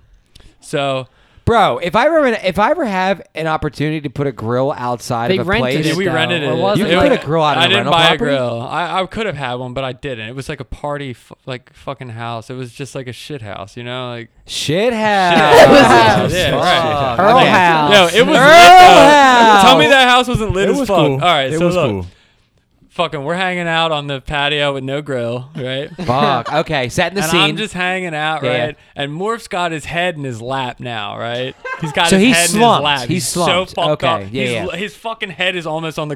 S3: So
S1: Bro, if I ever if I ever have an opportunity to put a grill outside
S2: They
S1: of a
S2: rented
S1: place,
S3: Yeah,
S2: it.
S3: we
S2: though.
S3: rented
S2: Or
S3: it.
S2: was
S1: You
S3: it
S1: could
S3: was-
S1: put a grill out of
S3: I
S1: a
S3: didn't
S1: rental
S3: buy
S1: property?
S3: a grill. I, I could have had one, but I didn't. It was like a party, f- like fucking house. It was just like a shit house, you know, like.
S1: shit
S3: Shit
S1: house.
S3: house. Yeah,
S1: Fuck.
S3: right.
S2: Earl
S1: Okay.
S2: House.
S3: Yo, it was lit,
S1: Earl
S3: though.
S1: house.
S3: Tell me that house wasn't lit
S9: It
S3: as
S9: was
S3: fuck.
S9: cool.
S3: All right,
S9: it
S3: so
S9: was
S3: look,
S9: cool.
S3: fucking, we're hanging out on the patio with no grill, right?
S1: Fuck. Okay, set in the
S3: and
S1: scene.
S3: I'm just hanging out,
S1: Yeah.
S3: right? And Morph's got his head in his lap now, right? He's got
S1: So
S3: his
S1: he's
S3: head
S1: slumped.
S3: in his lap.
S1: He's
S3: He's,
S1: slumped.
S3: so fucked
S1: Okay,
S3: up.
S1: yeah,
S3: He's-
S1: yeah.
S3: His fucking head is almost on the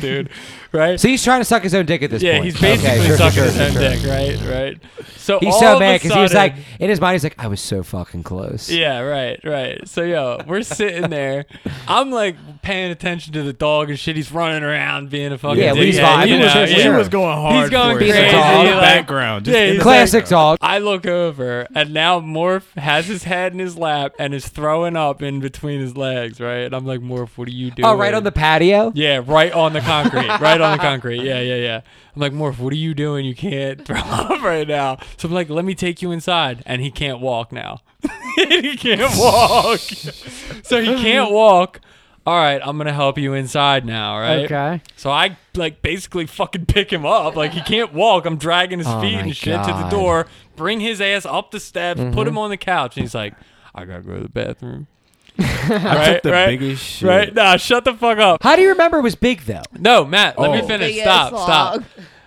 S3: dude. Right?
S1: so he's trying to suck his own dick at this
S3: Yeah,
S1: point.
S3: he's basically
S1: okay, sure,
S3: sucking
S1: sure,
S3: his
S1: sure,
S3: own
S1: sure.
S3: dick, right? Right. So
S1: He's
S3: all
S1: so
S3: of a
S1: mad because he was like
S3: sudden-
S1: in his mind, he's like, I was so fucking close.
S3: yeah, right, right. So yo, we're sitting there. I'm like paying attention to the dog and shit. He's running around being a fucking
S1: Yeah,
S3: dickhead,
S1: he's vibing.
S3: You
S1: He
S3: know,
S1: was-
S3: yeah.
S1: he
S9: He was going hard.
S3: He's going
S9: for it.
S1: crazy,
S9: It's all in the
S1: like-
S9: background. Just
S3: Yeah,
S9: in
S3: he's
S9: the
S3: like-
S1: Classic dog.
S3: I look over and now Morph has his head in his lap and is throwing up in between his legs, right? And I'm like, Morph, what are you doing?
S1: Oh, right on the patio.
S3: Yeah, right on the concrete. right on the concrete. Yeah, yeah, yeah. I'm like, Morph, what are you doing? You can't throw up right now. So I'm like, let me take you inside. And he can't walk now. he can't walk. so he can't walk. All right, I'm going to help you inside now, right?
S2: Okay.
S3: So I like basically fucking pick him up. Like he can't walk. I'm dragging his
S1: Oh
S3: feet
S1: my
S3: and shit to
S1: God.
S3: the door. Bring his ass up the steps. Put him on the couch. And he's like, I gotta go to the bathroom.
S9: I
S3: right,
S9: took the
S3: right,
S9: biggest shit.
S3: Right? Nah, shut the fuck up.
S1: How do you remember it was big though?
S3: No, Matt, let me
S9: Oh.
S3: finish.
S5: Big
S3: Stop,
S5: ass
S3: stop.
S5: log.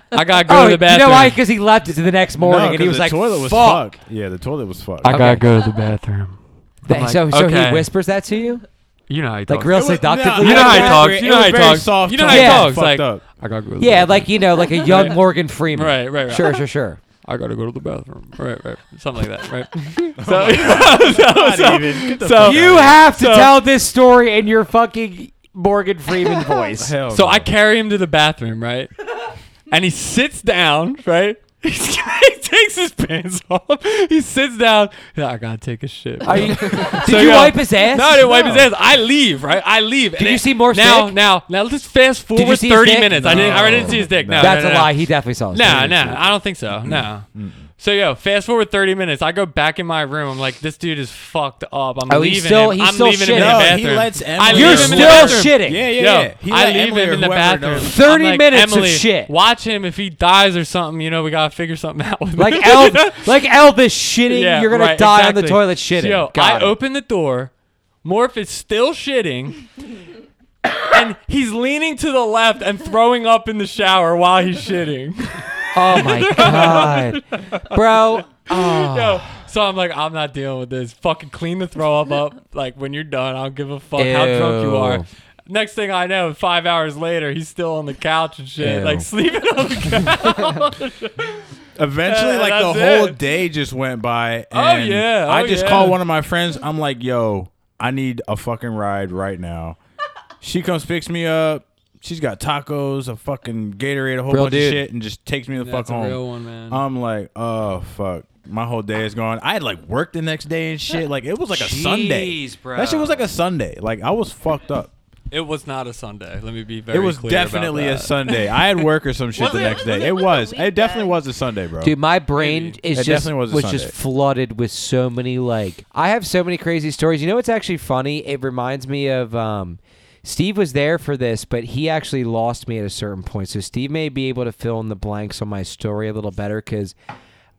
S3: I gotta go to the
S1: Oh, you
S3: bathroom.
S1: know why? Because he left it to the next morning,
S9: No,
S1: and he
S9: 'cause
S1: was
S9: the
S1: like,
S9: toilet was
S1: "Fuck."
S9: fucked. Yeah, the toilet was fucked.
S3: I gotta go to the bathroom.
S1: Th-
S3: like,
S1: so, so
S3: okay.
S1: he whispers that to you,
S3: You know how he talks.
S1: like real
S9: was-
S1: seductively.
S9: no,
S3: you know how he
S9: Yeah,
S3: talks.
S9: it
S3: You know
S9: was
S3: how he
S9: very
S3: talks.
S9: soft
S3: You know how
S1: tone.
S3: he
S1: Yeah.
S3: talks.
S9: Fucked
S3: Like,
S9: up.
S3: I gotta go to the
S1: yeah,
S3: bathroom.
S1: like you know, like a young Morgan Freeman.
S3: Right, right, right.
S1: Sure, sure, sure.
S3: I gotta go to the bathroom. Right, right. Something like that, right? so, so, so, so-
S1: You have to
S3: So-
S1: tell this story in your fucking Morgan Freeman voice.
S9: Hell
S3: So
S9: no.
S3: I carry him to the bathroom, right? And he sits down, right? he takes his pants off. He sits down. He's like, I gotta take a shit. bro."
S1: Are you, did
S3: So,
S1: you
S3: yo-
S1: wipe his ass?
S3: No, I didn't wipe his ass. I leave, right? I leave. Did
S1: you see Morph's
S3: Now,
S1: dick?
S3: now, now. Let's just fast
S1: you
S3: forward
S1: see his
S3: thirty
S1: dick?
S3: minutes. I didn't. I didn't
S9: No.
S3: see his dick. No,
S1: That's
S3: no,
S1: a
S3: no, no.
S1: lie. He definitely saw it.
S3: No, no, I don't think so. No. So yo, fast forward 30 minutes. I go back in my room. I'm like, this dude is fucked up. I'm
S1: Oh, he's
S3: leaving
S1: still-
S3: him.
S1: he's
S3: I'm
S1: still
S3: leaving him in the
S1: shitting.
S9: No, he
S3: bathroom.
S9: lets
S3: I
S9: Emily
S3: leave
S1: You're
S9: in
S3: him in
S1: still
S3: the bathroom.
S1: shitting.
S9: Yeah, yeah,
S3: Yo,
S9: yeah. He
S3: I
S9: let
S3: leave
S9: Emily
S3: him
S9: or
S3: in the
S9: whoever
S3: bathroom.
S9: knows.
S1: Thirty
S3: I'm like,
S1: minutes of
S3: Emily,
S1: shit.
S3: Watch him if he dies or something. You know, we gotta figure something out. With
S1: Like
S3: him.
S1: Elvis, like Elvis shitting.
S3: Yeah,
S1: You're gonna
S3: right,
S1: die on the
S3: exactly.
S1: toilet shitting.
S3: So, yo,
S1: Got
S3: I
S1: it.
S3: open the door. Morph is still shitting. and he's leaning to the left and throwing up in the shower while he's shitting.
S1: Oh my god, bro. Oh.
S3: Yo, So I'm like, I'm not dealing with this. Fucking clean the throw up up. Like when you're done, I don't give a fuck how drunk you
S1: Ew.
S3: are. Next thing I know, five hours later, he's still on the couch and shit,
S1: Ew.
S3: like sleeping on the couch.
S9: Eventually,
S3: Yeah,
S9: like the
S3: that's
S9: whole
S3: it.
S9: day just went by. And
S3: Oh, yeah. Oh,
S9: I just
S3: yeah.
S9: called one of my friends. I'm like, "Yo, I need a fucking ride right now." She comes, picks me up. She's got tacos, a fucking Gatorade, a whole
S1: Real
S9: bunch
S1: dude.
S9: of shit, and just takes me the fuck
S3: That's
S9: home.
S3: a real one, man.
S9: I'm like, "Oh fuck." My whole day is gone. I had like work the next day and shit. Like it was like a Sunday.
S1: Jeez, bro.
S9: That shit was like a Sunday. Like I was fucked up.
S3: it was not a Sunday. Let me be very.
S9: It was
S3: clear about
S9: definitely a
S3: that.
S9: Sunday. I had work or some shit
S5: Was
S9: the
S5: it-
S9: next
S5: was
S9: day.
S5: it-
S9: It
S5: was it
S9: was.
S5: a
S9: It definitely
S5: weekend?
S9: was a Sunday, bro.
S1: Dude, my brain is
S9: It
S1: just
S9: definitely was
S1: was,
S9: a
S1: just
S9: Sunday.
S1: flooded with so many like I have so many crazy stories. You know what's actually funny? It reminds me of um Steve was there for this, but he actually lost me at a certain point. So Steve may be able to fill in the blanks on my story a little better cuz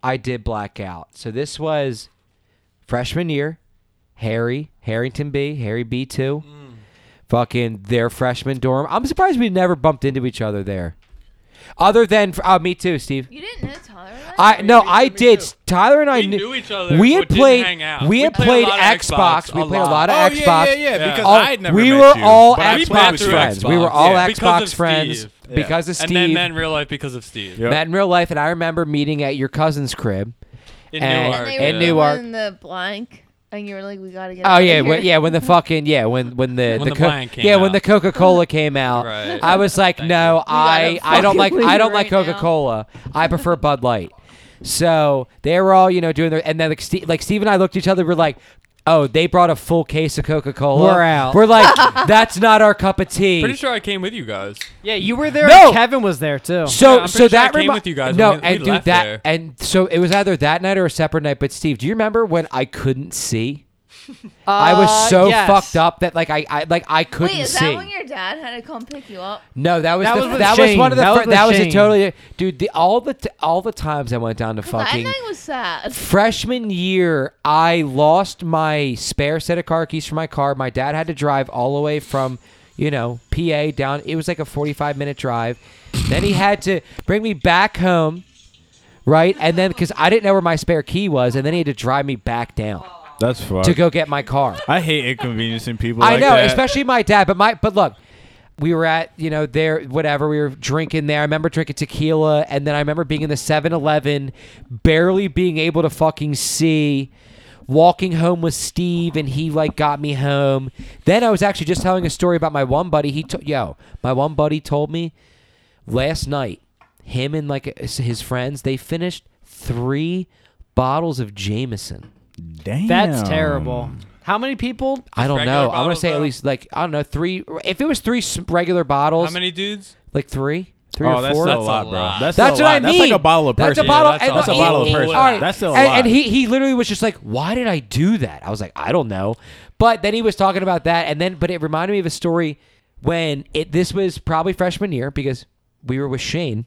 S1: I did black out. So this was freshman year, Harry, Harrington B, Harry B2. Fucking their freshman dorm. I'm surprised we never bumped into each other there. Other than, uh, me too, Steve.
S5: You didn't know Tyler? that?
S1: I no,
S3: me
S1: I
S3: too.
S1: did. Tyler and I
S3: We
S1: knew,
S3: knew each other,
S1: We
S3: but
S1: had
S3: didn't
S1: played.
S3: hang out.
S1: We
S3: We
S1: had
S3: played a
S1: played
S3: lot of
S1: Xbox.
S3: Xbox,
S1: We
S3: a
S1: played a
S3: lot.
S1: lot of
S9: Oh, yeah,
S1: Xbox.
S9: yeah, yeah,
S3: Yeah.
S9: because
S1: All-
S9: I had never
S1: we
S9: met
S1: were
S9: you,
S1: all
S9: but I
S3: We
S9: played
S3: met
S1: Xbox
S9: with you.
S3: through
S1: friends. We
S3: Xbox.
S1: were all
S3: Yeah, because
S1: Xbox
S3: of
S1: friends
S3: Steve.
S9: Yeah.
S1: because of Steve.
S3: And then met in real life because of Steve.
S9: Yep.
S1: Met in real life, and I remember meeting at your cousin's crib.
S3: In
S1: And-
S3: Newark.
S5: And
S1: in
S5: they were
S1: Newark.
S5: in the blank, and you were like, "We gotta get."
S1: Oh
S5: out of
S1: yeah,
S5: here.
S1: when, yeah. When the fucking yeah, when when the
S3: When the blank came
S1: yeah when
S3: out.
S1: the Coca Cola came out,
S3: Right.
S1: I was like, no, I
S5: gotta
S1: I don't
S5: fucking
S1: like I
S5: leave
S1: don't like
S5: right now.
S1: Coca Cola. I prefer Bud Light. So they were all you know doing their and then like Steve, like Steve and I looked at each other. We're like. Oh, they brought a full case of Coca Cola.
S2: We're out.
S1: We're like, that's not our cup of tea.
S3: Pretty sure I came with you guys.
S2: Yeah, you were there.
S1: No!
S2: and Kevin was there too.
S1: So
S3: Yeah, Oh, I'm
S1: so
S3: pretty sure I
S1: that
S3: came
S1: remi-
S3: with you guys
S1: No,
S3: when we-
S1: and
S3: we
S1: dude,
S3: left
S1: that
S3: there.
S1: and so it was either that night or a separate night. But Steve, do you remember when I couldn't see? I was so fucked up that like I, I like I couldn't
S5: Uh, Wait, is
S1: see.
S5: that when your dad had to come pick you up?
S1: no, that was
S2: That
S1: the,
S2: was with
S1: that was one of the
S2: Shane. That
S1: fir-
S2: was with
S1: that was a
S2: Shane.
S1: totally dude. The, all the t- all the times I went down to
S5: That
S1: fucking
S5: night was sad.
S1: freshman year, I lost my spare set of car keys for my car. My dad had to drive all the way from, you know, PA down. It was like a 45 minute drive. then he had to bring me back home, right? And then because I didn't know where my spare key was, and then he had to drive me back down
S9: That's fucked.
S1: to go get my car.
S9: I hate inconveniencing people.
S1: I
S9: like
S1: know,
S9: that.
S1: especially my dad. But my but look, we were at you know there whatever we were drinking there. I remember drinking tequila, and then I remember being in the 7-Eleven, barely being able to fucking see. Walking home with Steve, and he like got me home. Then I was actually just telling a story about my one buddy. He told yo, my one buddy told me last night, him and like his friends, they finished three bottles of Jameson.
S9: Damn.
S2: That's terrible. How many people?
S1: I don't
S3: regular
S1: know. I'm gonna
S3: bottles,
S1: say at
S3: though?
S1: least like I don't know three. If it was three s- regular bottles,
S3: How many dudes?
S1: like three, three
S9: Oh,
S1: or
S9: that's
S1: four.
S9: still a
S3: That's a
S9: lot, bro.
S3: lot.
S9: That's,
S1: That's
S9: still
S1: what
S9: a lot.
S1: I mean.
S9: That's like a bottle of person.
S1: That's a bottle.
S3: that's
S1: and-
S3: also
S9: a bottle of
S1: and-
S9: person.
S1: all right.
S9: That's still a
S1: and,
S9: lot.
S1: And he he literally was just like, "Why did I do that?" I was like, "I don't know," but then he was talking about that, and then but it reminded me of a story when it this was probably freshman year because we were with Shane.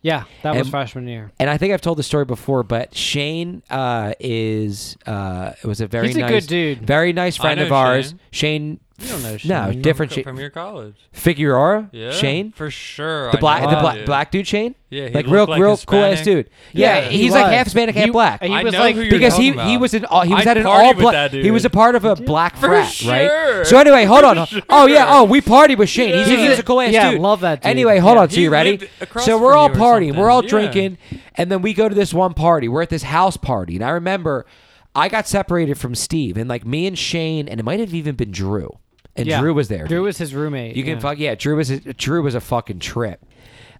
S2: Yeah, that was
S1: And-
S2: freshman year.
S1: And I think I've told the story before, but Shane uh, is uh, was a very
S2: He's a
S1: nice
S2: good dude.
S1: very nice friend
S3: know
S1: of ours.
S3: Shane.
S1: Shane,
S2: You don't know
S1: no,
S2: Shane. You
S1: different Shane.
S3: From your college.
S1: Figueroa,
S3: Yeah.
S1: Shane,
S3: For sure.
S1: the
S3: I
S1: black,
S3: know
S1: the
S3: that
S1: black,
S3: dude.
S1: black dude Shane.
S3: Yeah, he
S1: like
S3: looked
S1: real,
S3: like
S1: real cool ass
S3: Hispanic.
S1: dude. Yeah,
S2: Yeah, he
S1: he's like
S2: was.
S1: half Hispanic, half
S2: He-
S1: black.
S2: he
S3: I
S2: was
S3: know
S2: like-
S3: who you're
S1: because he,
S3: talking
S1: he
S3: about.
S1: was an all, he was
S3: I
S1: at an
S3: partied
S1: all
S3: with
S1: black
S3: that
S1: he
S3: dude.
S1: was a part of a black frat right
S3: sure.
S1: so anyway hold on
S3: For
S1: oh yeah
S3: sure.
S1: oh we party with Shane he's,
S2: Yeah.
S1: he was a cool ass
S2: Yeah,
S1: dude
S2: love that dude.
S1: anyway hold
S2: Yeah,
S1: on so
S3: he
S1: you ready
S3: lived across
S1: so
S3: from
S1: we're all
S3: you or
S1: partying we're all
S3: something. Yeah.
S1: drinking and then we go to this one party. We're at this house party, and I remember I got separated from Steve, and like me and Shane, and it might have even been Drew, and
S2: Yeah.
S1: Drew was there.
S2: Drew was his roommate.
S1: you can
S2: yeah.
S1: fuck yeah. Drew was a, Drew was a fucking trip.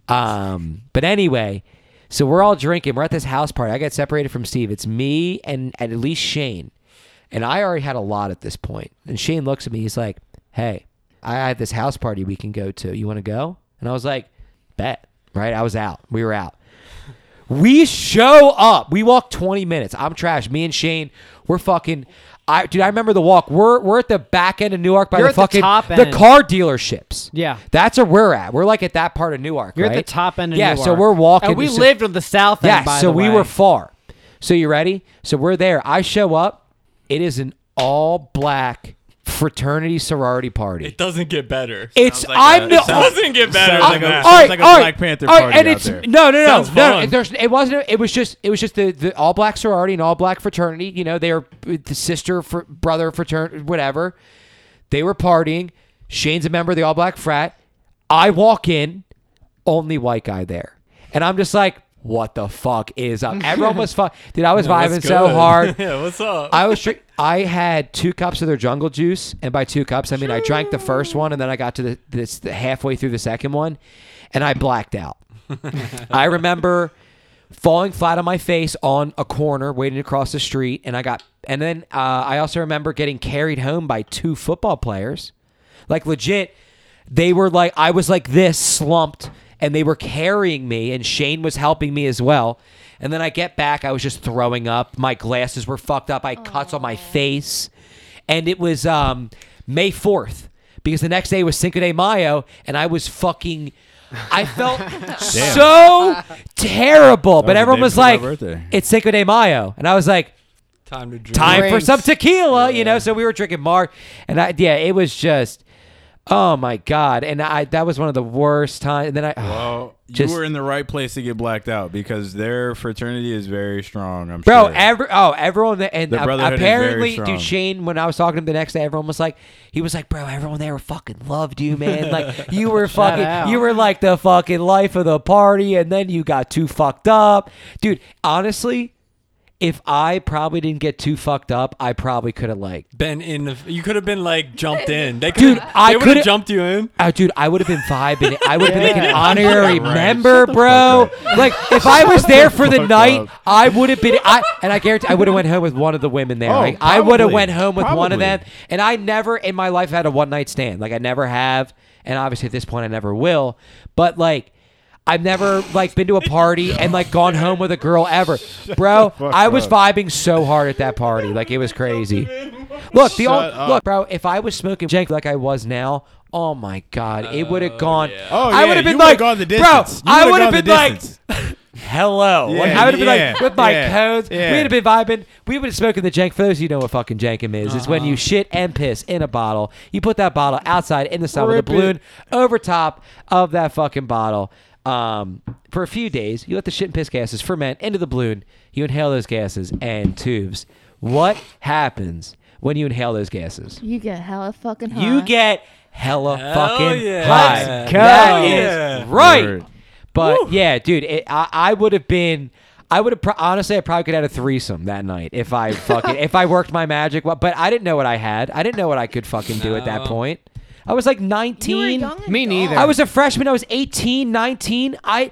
S1: Um, but anyway, so we're all drinking. We're at this house party. I got separated from Steve. It's me and, and at least Shane, and I already had a lot at this point. And Shane looks at me. He's like, "Hey, I had this house party we can go to. You want to go?" And I was like, "Bet." Right? I was out. We were out. We show up. We walk 20 minutes. I'm trash. Me and Shane, we're fucking. I dude, I remember the walk. We're we're at the back end of Newark by the
S2: You're at the
S1: fucking
S2: top
S1: the
S2: end.
S1: car dealerships.
S2: Yeah.
S1: that's where we're at. We're like at that part of Newark.
S2: You're
S1: right?
S2: at the top end. Of
S1: yeah. So
S2: Newark.
S1: we're walking.
S2: And we
S1: so-
S2: lived on the south end.
S1: Yeah.
S2: by
S1: so
S2: the
S1: we
S2: way.
S1: were far. So you ready? So we're there. I show up. It is an all black fraternity sorority
S3: It
S1: party.
S3: doesn't get better. It
S1: It's
S9: Sounds like
S1: I'm
S9: a-
S1: the
S9: it sounds
S3: doesn't get better.
S9: Sounds
S3: than
S9: like a-
S3: that.
S1: Uh, all right,
S9: like
S1: all right,
S9: Black Panther
S1: all right,
S9: party
S1: and
S9: out
S1: it's
S9: there.
S1: no, no, no,
S3: Sounds
S1: no.
S3: fun.
S1: There's, it wasn't. It was just. It was just the, the all black sorority and all black fraternity. You know, they were the sister, fr- brother, fraternity, whatever. They were partying. Shane's a member of the all black frat. I walk in, only white guy there, and I'm just like, what the fuck is up? Everyone was fuck. Dude, I was
S3: That's
S1: vibing so
S3: good.
S1: hard.
S3: yeah, what's up?
S1: I was drink- I had two cups of their jungle juice, and by two cups, I mean I drank the first one, and then I got to the, this the halfway through the second one, and I blacked out. I remember falling flat on my face on a corner, waiting to cross the street, and I got. And then uh, I also remember getting carried home by two football players, like legit. They were like I was like this slumped, and they were carrying me, and Shane was helping me as well. And then I get back, I was just throwing up. My glasses were fucked up. I had cuts on my face, and it was um, May fourth because the next day was Cinco de Mayo, and I was fucking. I felt so terrible, but
S9: was the
S1: everyone
S9: day
S1: was
S9: before my
S1: like,
S9: birthday.
S1: "It's Cinco de Mayo," and I was like,
S3: time to drink.
S1: "Time for
S2: Drinks.
S1: some tequila," you know. So we were drinking Mark, and I, yeah, it was just, oh my god, and I that was one of the worst times. And then I,
S9: Oh, you
S1: Just-
S9: were in the right place to get blacked out because their fraternity is very strong. I'm
S1: Bro,
S9: sure.
S1: every oh everyone th- and
S9: The
S1: a-
S9: brotherhood is very
S1: apparently,
S9: strong.
S1: dude, Shane. When I was talking to him the next day, everyone was like, he was like, bro, everyone there fucking loved you, man. Like you were
S2: out.
S1: fucking, you were like the fucking life of the party, and then you got too fucked up, dude. Honestly, if I probably didn't get too fucked up, I probably could have like,
S3: Been in the. You could have been like jumped in. They
S1: Dude,
S3: could.
S1: I
S3: They would have
S1: coulda-
S3: jumped you in.
S1: oh, dude, I would have been vibing. it. I would have been like an
S2: Yeah.
S1: honorary
S9: Right.
S1: member, bro. Like if I was there for the
S9: fuck
S1: night,
S9: up.
S1: I would have been. I and I guarantee I would have went home with one of the women there.
S9: Oh,
S1: like I would have
S9: probably.
S1: went home with one of
S9: Probably.
S1: them. And I never in my life had a one night stand. Like I never have, and obviously at this point I never will. But like. I've never like been to a party and like gone home with a girl ever, bro. I was vibing so hard at that party, like it was crazy. Look, the old,
S9: uh,
S1: look, bro. If I was smoking jank like I was now, oh my god, it would have gone.
S9: Oh,
S1: I
S9: yeah,
S1: would have
S9: you
S1: been
S9: would've
S1: like,
S9: gone the
S1: bro,
S9: distance. You
S1: I
S9: would've
S1: would have
S9: gone the
S1: been like,
S9: distance.
S1: hello. Like,
S9: Yeah,
S1: I would have been
S9: yeah,
S1: like, with my
S9: yeah,
S1: codes,
S9: yeah.
S1: we'd have been vibing. We would have smoking the jank. For those of you who know what fucking jankum is, it's
S9: Uh-huh.
S1: when you shit and piss in a bottle. You put that bottle outside in the sun with a
S9: Rip it.
S1: balloon over top of that fucking bottle. Um, for a few days, you let the shit and piss gases ferment into the balloon. You inhale those gases and tubes. What happens when you inhale those gases?
S5: You get hella fucking high.
S1: You get hella
S3: Hell
S1: fucking
S3: yeah.
S1: high.
S3: Let's
S1: That
S2: go.
S1: is
S3: Yeah.
S1: right.
S9: Word.
S1: But yeah, dude, it, I, I would have been. I would have pro- honestly, I probably could have had a threesome that night if I fucking if I worked my magic. Well, But I didn't know what I had. I didn't know what I could fucking do at that
S3: No.
S1: point. I was like
S5: You were
S1: 19.
S5: young and
S2: Me neither.
S5: dumb.
S1: I was a freshman. I was 18, 19. I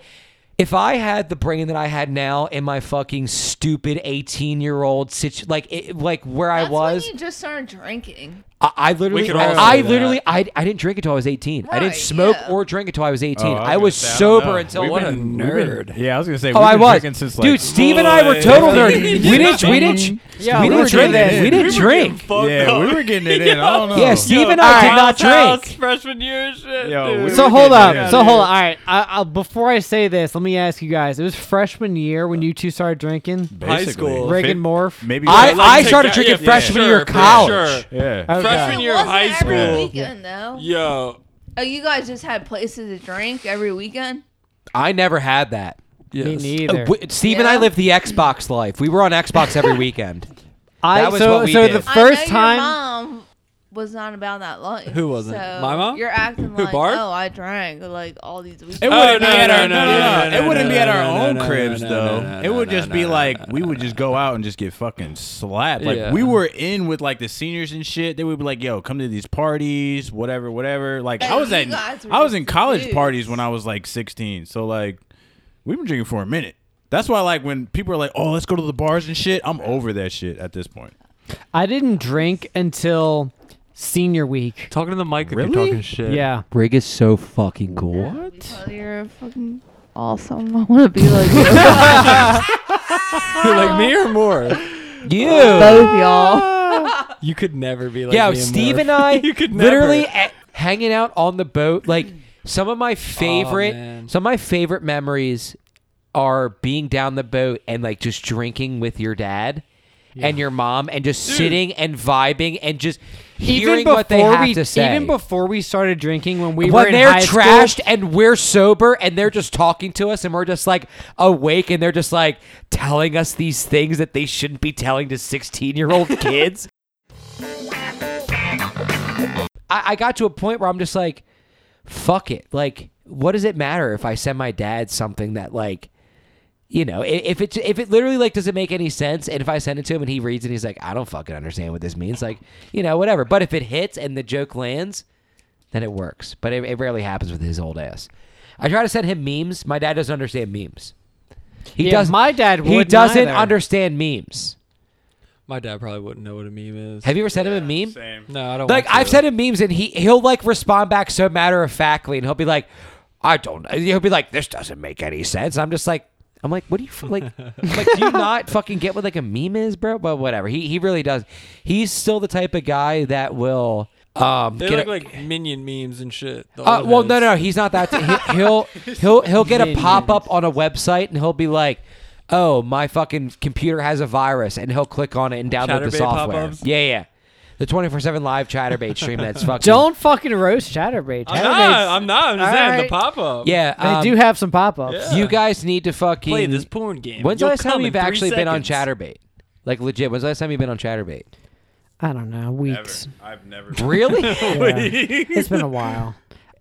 S1: if I had the brain that I had now in my fucking stupid 18 year old situ- like it, like where
S5: That's
S1: I was,
S5: When you just started drinking.
S1: I, I literally,
S3: could all
S1: I, I
S3: say that.
S1: literally, I, I didn't drink until I was 18. I didn't
S5: Right,
S1: smoke
S5: yeah.
S1: or drink until I was 18.
S9: Oh,
S1: I,
S9: was gonna
S1: was
S9: say, I don't
S1: sober
S9: know.
S1: until
S9: We've
S1: what
S9: been-
S1: a
S9: we've been- Yeah, I was gonna say.
S1: Oh,
S9: we've
S1: I
S9: been
S1: was,
S9: drinking since,
S1: dude.
S9: like-
S1: Steve and I were
S3: Boy.
S1: total nerds. We
S3: Yeah.
S1: didn't, we didn't,
S2: Yeah,
S1: we
S2: we
S1: didn't
S2: were
S1: drink.
S2: getting it
S1: We didn't
S9: in.
S3: We were getting
S1: drink.
S3: fucked
S9: Yeah,
S3: up.
S9: we were getting it in. I don't know.
S1: Yeah, Steve and
S3: Yo,
S1: I
S3: all
S1: did
S3: right.
S1: not
S3: House,
S1: drink.
S3: Freshman year shit.
S9: Yo,
S3: dude.
S9: we
S2: So
S9: were
S2: hold
S9: getting
S2: up.
S9: it in.
S2: so hold on. All right. I, I, before I say this, let me ask you guys. It was freshman year when you two started drinking.
S3: High
S9: Basically.
S3: school.
S2: Rick and
S9: Fit-
S2: Morph.
S9: Maybe.
S1: I,
S3: Like,
S1: I
S3: take
S1: started
S3: that-
S1: drinking
S3: yeah, for
S1: freshman
S3: sure,
S1: year of
S3: for
S1: college.
S3: sure.
S9: yeah.
S3: Freshman year of
S5: Wasn't
S3: high
S5: every
S3: school.
S5: weekend though.
S3: Yo.
S5: Oh, you guys just had places to drink every weekend.
S1: I never had that.
S3: Yes.
S2: Me neither.
S1: Uh, w- Steve and I
S5: Yeah.
S1: lived the Xbox life. We were on Xbox every weekend.
S2: I,
S1: That was
S2: so,
S1: what we
S2: so
S1: did.
S2: the
S1: I
S2: first
S5: I know
S2: time.
S5: your mom was not about that life.
S3: Who wasn't?
S5: So
S3: My mom?
S5: You're acting
S3: Who,
S5: like
S3: Barb?
S5: oh, I drank like all these weekends.
S9: It
S3: Oh,
S9: wouldn't
S3: no,
S9: be at
S3: no,
S9: our
S3: no,
S9: no,
S3: no,
S9: no,
S3: no,
S9: no. It wouldn't
S3: no,
S9: be at
S3: no,
S9: our
S3: no,
S9: own
S3: no,
S9: cribs
S3: no, no, no,
S9: though. It
S3: no,
S9: would
S3: no,
S9: just
S3: no,
S9: be
S3: no,
S9: like
S3: no,
S9: we would just go out and just get fucking slapped.
S3: Yeah.
S9: Like we were in with like the seniors and shit. They would be like, "Yo, come to these parties, whatever, whatever." Like I
S5: And
S9: was
S5: you
S9: at
S5: guys were
S9: I was
S5: just
S9: in college
S5: dudes.
S9: parties when I was like 16. So like we've been drinking for a minute. That's why like when people are like, "Oh, let's go to the bars and shit," I'm over that shit at this point.
S2: I didn't drink until senior week.
S3: Talking to the mic if
S9: Really?
S3: you're talking shit.
S2: Yeah.
S1: Brig is so fucking cool.
S5: Because You're fucking awesome. I want to be like you.
S3: like me or more?
S1: You.
S5: both y'all.
S3: You could never be like
S1: Yeah,
S3: me
S1: Steve
S3: Murph.
S1: and I
S3: you could
S1: literally
S3: never.
S1: a- hanging out on the boat. Like some of my favorite,
S3: man.
S1: some of my favorite memories are being down the boat and like just drinking with your dad and your mom and just sitting and vibing and just hearing what they have
S2: we,
S1: to say.
S2: Even before we started drinking, when we were
S1: when
S2: in
S1: they're
S2: high school-
S1: trashed and we're sober and they're just talking to us and we're just like awake and they're just like telling us these things that they shouldn't be telling to 16 year old kids. I, I got to a point where I'm just like, fuck it. Like, what does it matter if I send my dad something that like you know, i- if it if it literally like doesn't make any sense, and if I send it to him and he reads it, he's like, I don't fucking understand what this means. Like, you know, whatever. But if it hits and the joke lands, then it works. But it, it rarely happens with his old ass. I try to send him memes. My dad doesn't understand memes. He
S2: Yeah,
S1: does.
S2: my dad
S1: He
S2: wouldn't
S1: doesn't
S2: either.
S1: understand memes.
S3: My dad probably wouldn't know what a meme is.
S1: Have you ever sent him a meme?
S3: no, I don't.
S1: Like
S3: want to.
S1: I've sent him memes, and he he'll like respond back so matter of factly, and he'll be like, "I don't." He'll be like, "This doesn't make any sense." I'm just like, I'm like, "What do you f- like? like, do you not fucking get what like a meme is, bro?" But whatever. He he really does. He's still the type of guy that will. Um,
S3: They
S1: get
S3: look
S1: a-
S3: like minion memes and shit. the
S1: uh,
S3: old
S1: well, no,
S3: heads.
S1: no, no, he's not that. he, he'll he'll he'll get a pop up on a website, and he'll be like. Oh, my fucking computer has a virus, and he'll click on it and download the
S3: Chatterbait
S1: software.
S3: pop-ups?
S1: Yeah, yeah, the twenty four seven live chatterbait stream. That's fucking
S2: Don't fucking roast Chatterbait.
S3: I'm
S2: Chatterbait's-
S3: not. I'm not. I'm just
S2: All
S3: saying the
S2: right.
S3: pop up.
S1: Yeah,
S2: They
S1: um,
S2: do have some pop-ups.
S1: You guys need to fucking
S3: uh, Play this porn game.
S1: When's the
S3: You'll
S1: last time
S3: come in
S1: you've
S3: three
S1: actually been on
S3: seconds.
S1: ChatterBait? Like legit, when's the last time you've been on ChatterBait?
S2: I don't know. Weeks.
S9: I've never.
S1: Really?
S2: Yeah. it's been a while.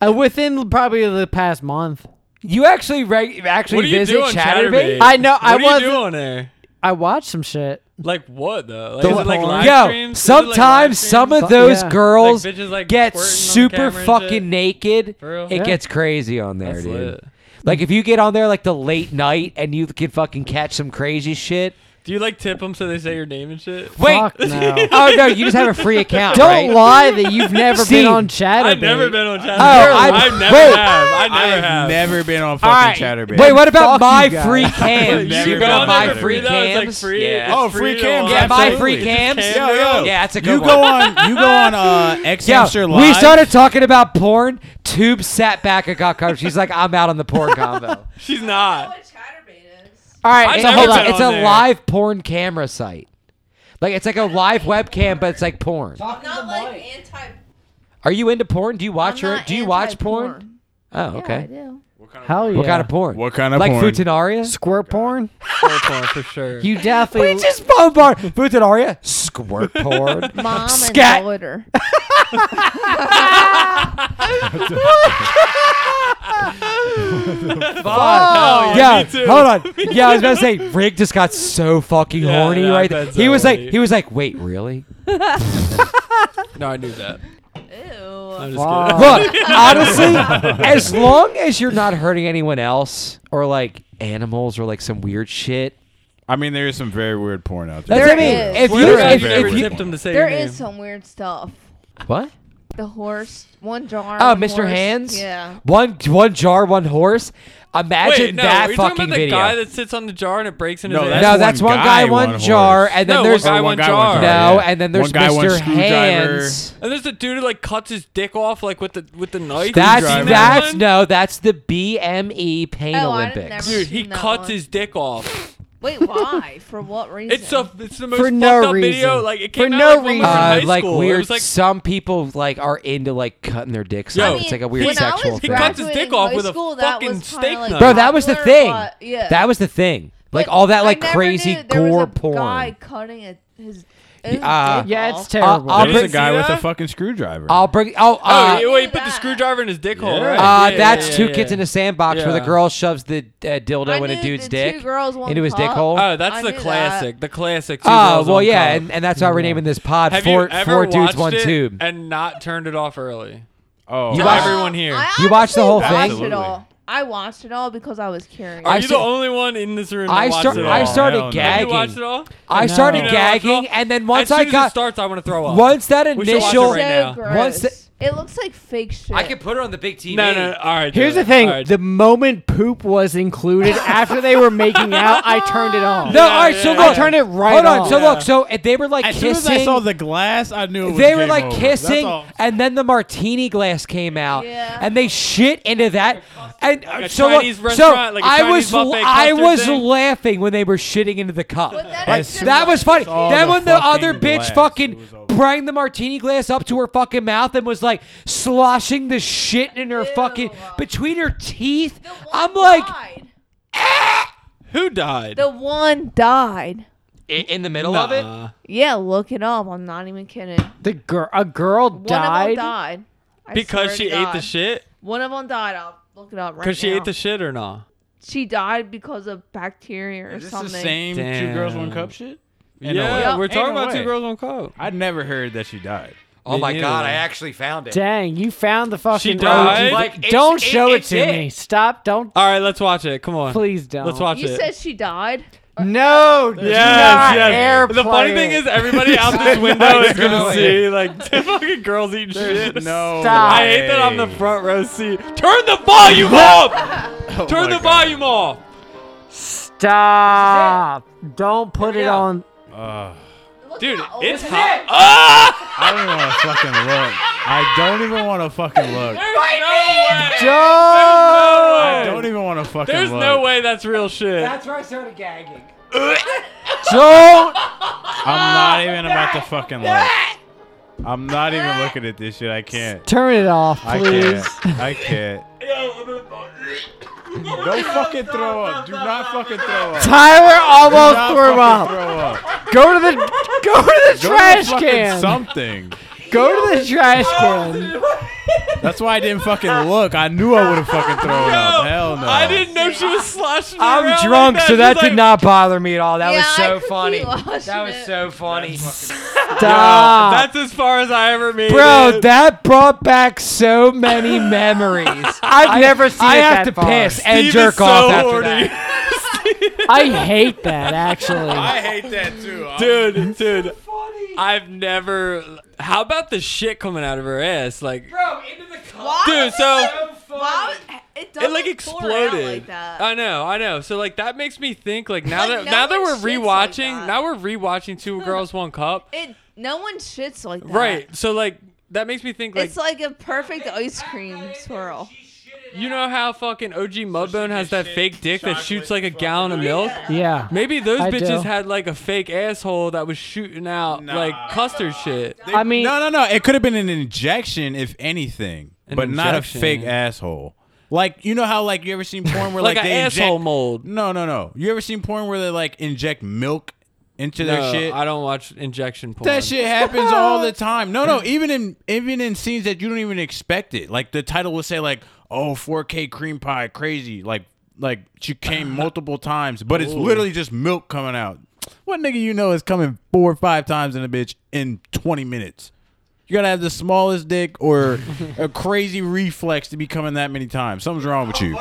S2: Uh, within probably the past month.
S1: you actually reg- actually
S3: What do you
S1: visit
S3: do on
S1: ChatterBait?
S3: ChatterBait?
S2: I know,
S3: What
S2: I
S3: do you do
S2: wasn't-
S3: on there?
S2: I watched some shit.
S3: Like what though? Like,
S1: The
S3: is it like
S2: porn.
S3: live
S1: Yo,
S3: streams? Is it, like, live
S1: sometimes some
S3: streams?
S1: of
S2: Fu-
S1: those
S2: yeah.
S1: girls
S3: Like, bitches, like,
S1: get
S3: squirting on
S1: super
S3: camera and shit?
S1: fucking naked.
S3: For real?
S1: It
S3: Yeah.
S1: gets crazy on there,
S3: That's
S1: dude.
S3: lit.
S1: Like if you get on there like the late night and you can fucking catch some crazy shit.
S3: Do you like tip them so they say your name and shit?
S1: Wait.
S2: Fuck no.
S1: Oh no, you just have a free account.
S2: Don't
S1: right?
S2: lie that you've never
S1: Steve,
S2: been on Chatterbait.
S3: I've never been on ChatterBait.
S1: Oh, I-
S3: I, never
S1: wait.
S3: have. I never
S9: I've
S3: have.
S9: never been on fucking
S2: right.
S9: Chatterbait.
S1: Wait, what about
S2: Fuck you
S1: my
S2: guys.
S1: free cams?
S9: Never
S1: you go
S9: been
S1: to
S9: on
S1: my
S9: there.
S1: free
S9: That
S3: was, like,
S1: cams?
S3: free-
S1: yeah.
S3: it's
S9: Oh, free
S3: to
S9: cams,
S3: watch.
S1: Yeah, buy free
S9: Absolutely.
S1: cams.
S3: Just
S9: Yo, yo.
S1: Yeah, that's a good
S9: You
S1: one.
S9: go on. You go on uh, X
S1: Yeah,
S9: Hamster Live.
S1: we started talking about porn. Tube sat back and got covered. She's like, "I'm out on the porn combo."
S3: She's not.
S2: All
S3: I've
S2: right, so
S3: never
S2: hold
S3: been
S2: on.
S1: It's
S3: on
S1: a
S3: there.
S1: live porn camera site. Like it's like a live webcam, but it's like porn.
S5: Not like anti.
S1: Are you into porn? Do you watch your? Do you watch porn? Oh,
S5: Yeah, I
S1: okay.
S5: do.
S2: Hell yeah.
S1: What kind of porn?
S9: What kind of
S1: like
S9: porn?
S1: Futanaria?
S2: squirt porn?
S3: Squirt porn for sure.
S2: You definitely.
S1: We just bombard Futanaria. Squirt porn.
S5: Mom
S1: Scat.
S5: and daughter.
S1: Oh,
S3: yeah,
S1: yeah,
S3: me too.
S1: hold on. Yeah, I was about to say, Rig just got so fucking
S3: Yeah,
S1: horny
S3: yeah, I
S1: right there.
S3: bet
S1: He
S3: so,
S1: was like,
S3: buddy.
S1: he was like, wait, really?
S3: No, I knew that.
S5: Ew.
S3: I'm just
S2: Wow.
S3: kidding.
S1: Look, honestly, as long as you're not hurting anyone else or like animals or like some weird shit,
S9: I mean, there is some very weird porn out there.
S1: that's what I
S5: There
S1: mean.
S5: is.
S1: If
S5: Where
S1: you,
S5: have
S1: if,
S5: you
S1: if
S9: ever
S1: you,
S9: tipped 'em
S3: to say
S5: There is some weird stuff.
S1: what?
S5: The horse, one jar.
S1: Oh,
S5: one
S1: Mr.
S5: horse.
S1: Hands.
S5: Yeah.
S1: One one jar, one horse. Imagine
S3: Wait, no,
S1: that
S3: are you talking
S1: fucking
S3: about the
S1: video.
S3: guy that sits on the jar and it breaks into
S9: No,
S3: his
S9: that's
S1: no,
S3: ass?
S1: that's
S9: one
S1: one guy,
S9: guy,
S1: one,
S9: one
S1: jar,
S9: horse.
S1: and then
S3: No,
S1: there's
S3: one guy, one jar.
S1: no,
S9: yeah.
S1: and then there's
S9: One guy, one
S1: Mr.
S9: screwdriver.
S1: Hands.
S3: And there's a dude who like cuts his dick off like with the with the knife.
S1: That's
S9: Screwdriver.
S1: that's
S3: One?
S1: no, that's the BME Pain
S5: Oh, I've
S1: Olympics.
S5: never-
S3: Dude, he
S5: Seen that
S3: cuts
S5: one.
S3: his dick off.
S5: Wait, why? For what reason?
S3: It's a it's the most
S2: For
S3: fucked
S2: no
S3: up video.
S2: reason.
S3: Like it
S2: For
S3: came out
S2: no
S3: like, when we were in
S2: reason.
S3: high
S1: Uh,
S3: school.
S1: like
S3: It
S1: weird.
S3: was like
S1: some people like are into like cutting their dicks
S3: Yo,
S1: off.
S3: I
S1: it's
S5: mean,
S1: like a weird
S5: when I
S1: sexual
S5: was
S3: He
S1: thing.
S3: cuts his
S5: graduating
S3: dick off
S5: high
S3: with a
S5: school, that
S3: fucking
S5: was kinda,
S3: steak
S5: like,
S3: knife.
S1: Bro, that was the
S5: popular,
S1: thing.
S5: but- yeah.
S1: That was the thing. Like
S5: But
S1: all that
S5: I
S1: like
S5: never
S1: crazy
S5: knew there was
S1: gore
S5: a
S1: porn.
S5: Guy cutting a, his. his
S1: Uh,
S5: dick
S2: yeah,
S5: off.
S2: it's terrible.
S1: I'll
S9: There was
S1: bring-
S9: a guy
S3: See
S9: with a
S3: that?
S9: fucking screwdriver.
S1: I'll bring. Oh, uh,
S3: oh, yeah, well, he put the
S5: that.
S3: screwdriver in his dick hole.
S9: Yeah.
S3: Right?
S1: uh,
S3: Yeah,
S1: that's
S3: yeah,
S1: two
S3: yeah,
S1: kids
S3: yeah.
S1: in a sandbox where the
S3: Yeah.
S1: girl shoves the uh, dildo
S5: I
S1: in a
S5: knew
S1: dude's
S5: the
S1: dick
S5: Two girls, one
S1: into his dick
S5: cup.
S1: hole.
S3: Oh, that's
S5: I
S3: the
S5: knew
S3: classic. The classic. two
S1: Oh
S3: girls,
S1: well,
S3: one
S1: yeah,
S3: cup.
S1: and, and that's why we're naming this pod
S3: Have
S1: four
S3: you ever
S1: four dudes
S3: watched
S1: one
S3: it
S1: tube.
S3: and not turned it off early?
S9: oh,
S1: You
S5: Uh,
S1: watch-
S3: everyone here.
S5: I
S1: You watched the
S5: honestly
S1: whole
S5: watched
S1: thing?
S5: It
S9: Absolutely.
S5: all. I watched it all because I was curious.
S3: Are
S1: I
S3: you
S1: sta-
S3: the only one in this room? that
S1: I
S3: watched
S1: start,
S3: It
S1: I
S3: all?
S1: started
S9: Hell no.
S3: Have you watched
S1: gagging.
S3: it all?
S1: I
S2: No.
S1: started
S3: You never watched it all?
S1: gagging, and then once
S3: as
S1: I
S3: soon As it
S1: got
S3: starts, I want to throw up.
S1: once that
S3: We should watch it
S1: initial,
S3: right now.
S5: so gross.
S1: Once
S5: it looks like fake shit.
S1: put it on the big TV.
S3: No, no, no. All right. do
S2: Here's
S3: it.
S2: the thing:
S3: All right.
S2: the moment poop was included after they were making out, I turned it off.
S1: No,
S3: Yeah,
S1: all right. So
S3: yeah,
S1: look,
S2: I turned it right
S1: Hold on.
S2: off.
S1: So
S3: Yeah.
S1: look, so uh, they were like
S9: as soon
S1: kissing.
S9: as I saw the glass, I knew it was
S1: they were
S9: game
S1: like
S9: over. That's
S1: kissing,
S9: all.
S1: and then the martini glass came out,
S5: Yeah.
S1: and they shit into that. And uh,
S3: a
S1: so,
S3: Chinese
S1: look, so
S3: restaurant, like a
S1: I
S3: Chinese
S1: was,
S3: buffet
S1: I
S3: custard
S1: was
S3: thing.
S1: laughing when they were shitting into the cup.
S5: But that
S1: Like,
S5: is just
S1: that was funny.
S9: all
S1: Then
S9: the
S1: when the
S9: fucking
S1: other bitch
S9: glass. It
S1: fucking
S9: was over.
S1: bring the martini glass up to her fucking mouth and was like sloshing the shit in her fucking between her teeth. I'm like
S5: died.
S3: Who died?
S5: the one died.
S1: i- in the middle of it.
S3: Nah.
S5: Yeah, look it up. I'm not even kidding.
S2: The girl, a girl
S5: One of them
S2: died.
S5: died I
S3: Because
S5: swear
S3: she
S5: to
S3: ate the
S5: God.
S3: shit?
S5: One of them died. I'll look it up right now.
S3: Because she ate the shit or not?
S5: she died because of bacteria or
S9: Is this
S5: something.
S9: the same two
S3: Damn.
S9: girls one cup shit? Ain't no
S3: yeah,
S9: way.
S3: we're
S9: Ain't
S3: talking
S9: no
S3: about
S9: way.
S3: two girls on coke.
S9: I never heard that she died.
S1: Oh my
S3: neither.
S1: god, I actually found it.
S2: Dang, you found the fucking.
S3: died?
S2: OG.
S1: Like, it's-
S2: don't
S1: it-
S2: show it,
S1: it's
S2: to
S1: it.
S2: me. Stop. Don't.
S3: All right, let's watch it. Come on.
S2: Please don't.
S3: Let's watch
S5: You
S3: it.
S5: said she died.
S2: No. do
S3: Yes,
S2: not
S3: yes.
S2: air
S3: the funny
S2: play
S3: thing
S2: it.
S3: is, everybody out this window is gonna
S1: Exactly.
S3: see like two fucking girls eating shit.
S9: No.
S2: Stop.
S3: I hate that I'm the
S9: Oh
S3: front row seat. Turn the volume
S1: Oh
S3: up. Turn the volume off.
S2: Stop. Don't put it
S1: go.
S2: on.
S3: Dude, it's
S5: it
S3: hot. Ah!
S9: I don't even want to fucking look. I don't even want to fucking look.
S3: There's no way.
S9: I
S2: Don't.
S9: don't even want to fucking
S3: There's
S9: look.
S3: no way that's real shit.
S1: where I started gagging.
S2: Don't.
S9: I'm
S3: Ah!
S9: not even about to fucking look. I'm not even looking at this shit. I can't.
S2: Turn it off,
S9: I
S2: please.
S9: can't. I can't. Don't fucking throw up. Do not fucking throw up.
S2: Tyler
S9: Do
S2: almost
S9: not
S2: threw
S9: fucking
S2: up.
S9: Throw up.
S2: Go to the go to the
S9: Go to
S2: trash
S9: fucking
S2: can.
S9: Something.
S2: Go to the trash can.
S9: That's why I didn't fucking look. I knew I would have fucking thrown up. Hell no.
S3: I didn't know she was sloshing around like
S1: I'm drunk, so
S3: She's
S1: that
S3: like-
S1: did not bother me at all. That
S5: yeah,
S1: was
S5: I
S1: so
S5: could be
S1: funny.
S5: watching
S1: That was
S5: it.
S1: so funny.
S2: Stop.
S3: That's as far as I ever made
S1: Bro,
S3: it.
S1: that brought back so many memories.
S2: I've never seen
S1: I
S2: it
S1: have
S2: that
S1: to
S2: far.
S1: piss
S3: Steve
S1: and
S3: is
S1: jerk
S3: so
S1: off after
S3: horny.
S1: that.
S2: I hate that actually.
S9: hate that too.
S3: dude, dude. I've never. How about the shit coming out of her ass? Like,
S1: Bro, into the
S5: Why
S3: dude,
S5: would
S3: so
S5: it- why would- it doesn't
S3: it like
S5: pour out
S3: exploded. Uh,
S5: like that.
S3: I know, I know. So like that makes me think. Like now that
S5: Like, no
S3: now that
S5: one
S3: we're
S5: shits like
S3: rewatching,
S5: that.
S3: now we're rewatching Two Girls One Cup.
S5: It no one shits like that.
S3: Right. So like that makes me think. Like,
S5: it's like a perfect ice cream swirl.
S3: you know how fucking OG Mudbone has that fake dick that shoots like a gallon of milk.
S5: Oh,
S2: Yeah.
S3: Maybe those
S2: I
S3: bitches
S2: do.
S3: had like a fake asshole that was shooting out like custard shit.
S2: I mean,
S9: no, no, no. It could have been an injection, if anything,
S3: An
S9: but not a
S3: injection.
S9: fake asshole. Like you know how like you ever seen porn where
S3: Like
S9: like,
S3: an
S9: they
S3: asshole
S9: inject-
S3: mold.
S9: No, no, no. You ever seen porn where they like inject milk into their
S3: No,
S9: shit?
S3: I don't watch injection porn.
S9: that shit happens all the time. No, no. Even in even in scenes that you don't even expect it. Like the title will say like, "Oh, 4K cream pie, crazy." Like like she came multiple times, but it's literally just milk coming out. What nigga you know is coming four or five times in a bitch in 20 minutes? You gotta have the smallest dick or a crazy reflex to be coming that many times. Something's wrong with you.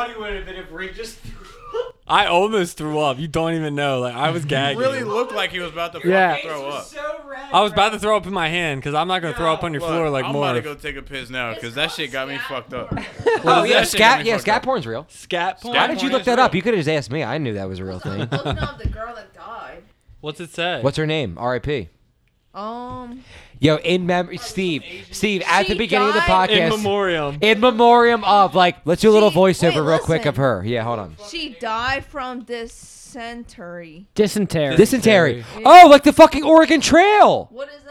S3: I almost threw up. You don't even know. Like I was gagging.
S9: looked like he was about to
S2: Yeah.
S3: I was about to throw up in my hand because I'm not gonna throw up on your floor like more.
S9: take a piss now because that shit got me fucked up.
S1: Oh, yeah,
S9: that shit got
S1: scat,
S9: me
S1: yeah,
S9: fucked
S1: scat
S9: up.
S1: porn's real.
S3: Scat porn.
S1: Why did you look that up? You could have just asked me. I knew that was a real thing.
S5: Looking up the girl that died.
S3: What's it say?
S1: What's her name? R.I.P.
S5: Um,
S1: Yo, in memory, Steve, Steve, at the
S5: She
S1: beginning of the podcast,
S5: died-
S3: in memoriam?
S1: in memoriam of like, let's do a little
S5: She-
S1: voiceover
S5: wait,
S1: real quick
S5: listen.
S1: of her. Yeah, hold on.
S5: she died from dysentery.
S2: dysentery.
S1: Dysentery.
S3: Dysentery.
S1: Oh, like the fucking Oregon Trail.
S5: What is that?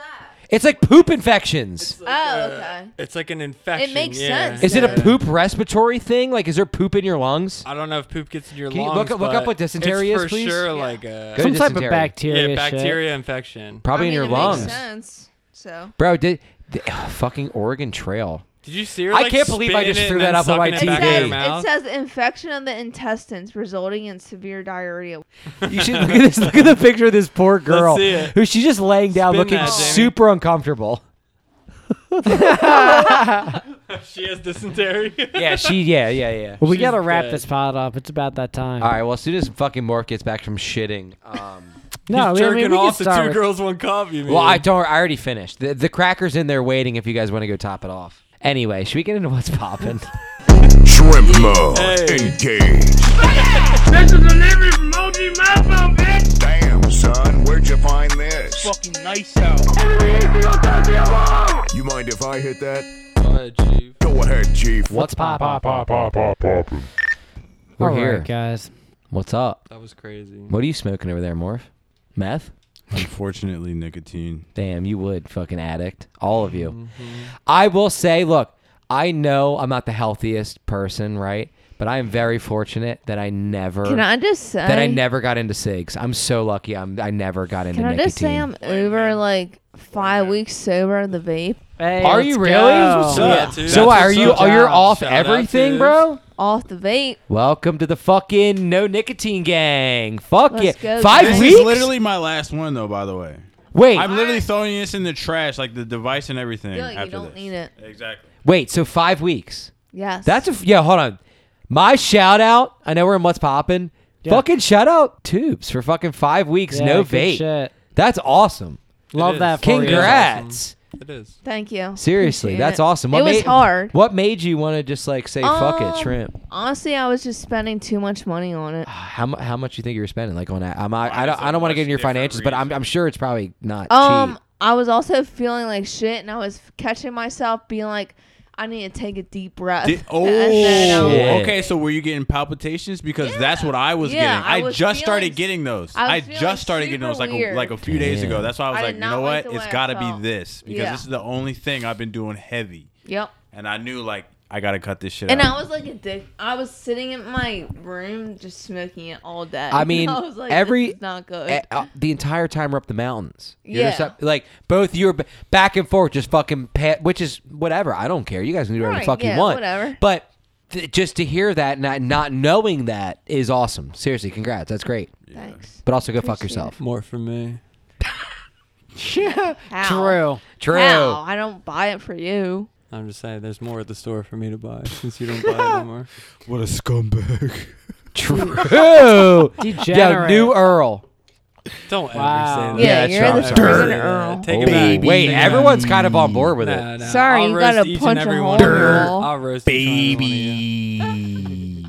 S1: It's like poop infections.
S5: Oh, okay.
S3: It's like an infection.
S5: makes
S3: yeah.
S5: sense.
S1: Is it a poop respiratory thing? Like, is there poop in your lungs?
S3: I don't know if poop gets in your
S1: Can you
S3: lungs.
S1: look up- look up
S3: but
S1: what dysentery
S3: it's
S1: is,
S3: for
S1: please?
S3: sure like a
S1: Good.
S2: Some type of
S1: dysentery.
S2: bacteria.
S3: yeah
S2: shit.
S3: bacteria infection.
S1: Probably
S5: I
S1: in
S5: mean,
S1: your
S5: it
S1: lungs,
S5: Makes sense. So
S1: bro. Did, did ugh, fucking Oregon Trail?
S3: Did you see her?
S1: I
S3: like,
S1: can't believe I
S3: spitting
S1: just
S3: it
S1: threw
S3: and then
S1: that up on my
S3: sucking it back
S1: TV.
S3: in her
S1: It
S5: it
S3: mouth?
S5: says infection of the intestines resulting in severe diarrhea.
S1: You should look at this. Look at the picture of this poor girl
S3: see it.
S1: who she's just laying down,
S3: Spin
S1: looking
S3: that, Jamie.
S1: super uncomfortable.
S3: She has dysentery.
S1: Yeah, she. Yeah, yeah, yeah.
S2: Well, we
S3: She's
S2: gotta wrap
S3: dead.
S2: this pod up. It's about that time.
S1: All right. Well, as soon as fucking Mark gets back from shitting, um,
S2: No,
S3: He's
S2: we- I mean,
S3: jerking
S2: we can
S3: off the
S2: start
S3: two
S2: with-
S3: girls, one cup. You mean?
S1: well, I don't. I already finished. The, the crackers in there waiting. If you guys want to go top it off. Anyway, should we get into what's popping?
S6: Shrimp mode.
S3: Hey.
S6: Engage.
S4: This is a living emoji mouthful, bitch!
S6: Damn, son, where'd you find this?
S4: Fucking nice out.
S6: You mind if I hit that?
S3: don't.
S6: Go ahead, chief.
S1: What's pop?
S2: pop, pop, pop.
S1: We're
S2: All right,
S1: here.
S2: guys.
S1: What's up?
S3: That was crazy.
S1: What are you smoking over there, Morph? Meth?
S9: Unfortunately, nicotine.
S1: Damn, you would, fucking addict. All of you. I will say, look, I know I'm not the healthiest person, right? But I am very fortunate that I never
S5: Can I just say
S1: that I never got into cigs. I'm so lucky. I'm I never got into
S5: Can I
S1: nicotine.
S5: just say I'm over like five weeks sober of the vape?
S2: Hey,
S1: Are
S2: let's
S1: you
S2: go.
S1: really? What's
S3: up? Yeah, dude.
S1: so
S3: That's
S1: are
S3: what's
S1: you
S3: up.
S1: are you
S3: Shout
S1: off
S3: out,
S1: everything,
S3: dude.
S1: bro?
S5: Off the vape.
S1: Welcome to the fucking no nicotine gang. Fuck
S5: Let's
S1: yeah.
S5: go,
S1: Five
S5: gang.
S9: This
S1: weeks.
S9: is literally my last one, though. By the way,
S1: wait,
S9: I'm literally throwing this in the trash, like the device and everything.
S5: Good, you
S9: after
S5: don't
S9: this.
S5: need it.
S9: Exactly.
S1: wait. So five weeks.
S5: Yes.
S1: That's a f- yeah. Hold on. My shout out. I know we're in what's poppin'. Fucking shout out tubes for fucking five weeks.
S2: Yeah,
S1: no
S2: good
S1: vape.
S2: shit.
S1: That's awesome.
S3: is.
S2: Love that. for you.
S1: Congrats.
S3: It is.
S5: Thank you.
S1: Seriously,
S5: Appreciate
S1: that's
S5: it.
S1: awesome.
S5: it was
S1: made,
S5: hard.
S1: What made you want to just like say fuck it,
S5: Um,
S1: shrimp?
S5: Honestly, I was just spending too much money on it.
S1: How, mu- how much you think you were spending? Like on that? I'm, I, I
S9: Why is
S1: don't
S9: it
S1: I don't want to
S9: much
S1: get in your
S9: different
S1: financials, but I'm,
S9: reason?
S1: I'm sure it's probably not
S5: Um,
S1: cheap.
S5: I was also feeling like shit, and I was catching myself being like, I need to take a deep breath.
S9: Did, oh,
S5: And then I was-
S1: Shit.
S9: okay. So were you getting palpitations? Because that's what I was
S5: Yeah,
S9: getting.
S5: I
S9: I,
S5: was
S9: just started
S5: feeling-
S9: getting those.
S5: I was
S9: I,
S5: feeling
S9: just started getting
S5: super
S9: those like a,
S5: weird.
S9: like a few days
S1: Damn.
S9: ago. That's why I was
S5: I
S9: like,
S5: did
S9: you
S5: not
S9: know
S5: like
S9: what?
S5: the
S9: It's
S5: way I
S9: got to be
S5: felt.
S9: this because
S5: Yeah.
S9: this is the only thing I've been doing heavy,
S5: Yep.
S9: and I knew like I gotta cut this shit
S5: And
S9: out.
S5: I was like a dick. I was sitting in my room just smoking it all day.
S1: I mean,
S5: was like,
S1: every-
S5: this is not good.
S1: Eh, uh, the entire time we're up the mountains. You're just
S5: Yeah.
S1: up, like both you were b- back and forth, just fucking pat, which is whatever. I don't care. You guys can do whatever the
S5: Right,
S1: fuck
S5: yeah,
S1: you want.
S5: whatever.
S1: But th- just to hear that, not not knowing that, is awesome. Seriously, congrats. That's great.
S5: Thanks.
S1: But also go fuck
S5: Appreciate
S1: yourself.
S3: More for me.
S5: How?
S2: True.
S1: True.
S5: How? I don't buy it for you.
S3: I'm just saying, there's more at the store for me to buy since you don't buy it anymore.
S9: what a scumbag.
S1: True. Yo,
S2: Degenerate.
S1: new Earl.
S3: Don't
S2: Wow.
S3: ever say that.
S5: Yeah,
S9: Yeah,
S5: you're the
S9: Charlie.
S5: friggin'
S9: Dirty.
S5: Earl.
S3: Take it back.
S9: Baby.
S1: Wait, everyone's kind of on board with
S3: Nah,
S1: it.
S3: nah.
S5: Sorry,
S3: I'll
S5: you
S3: roast
S5: gotta
S3: each and
S5: punch a
S3: every
S5: hole
S3: one of
S5: in the
S3: you.
S5: wall.
S3: I'll roast Baby.
S9: Baby.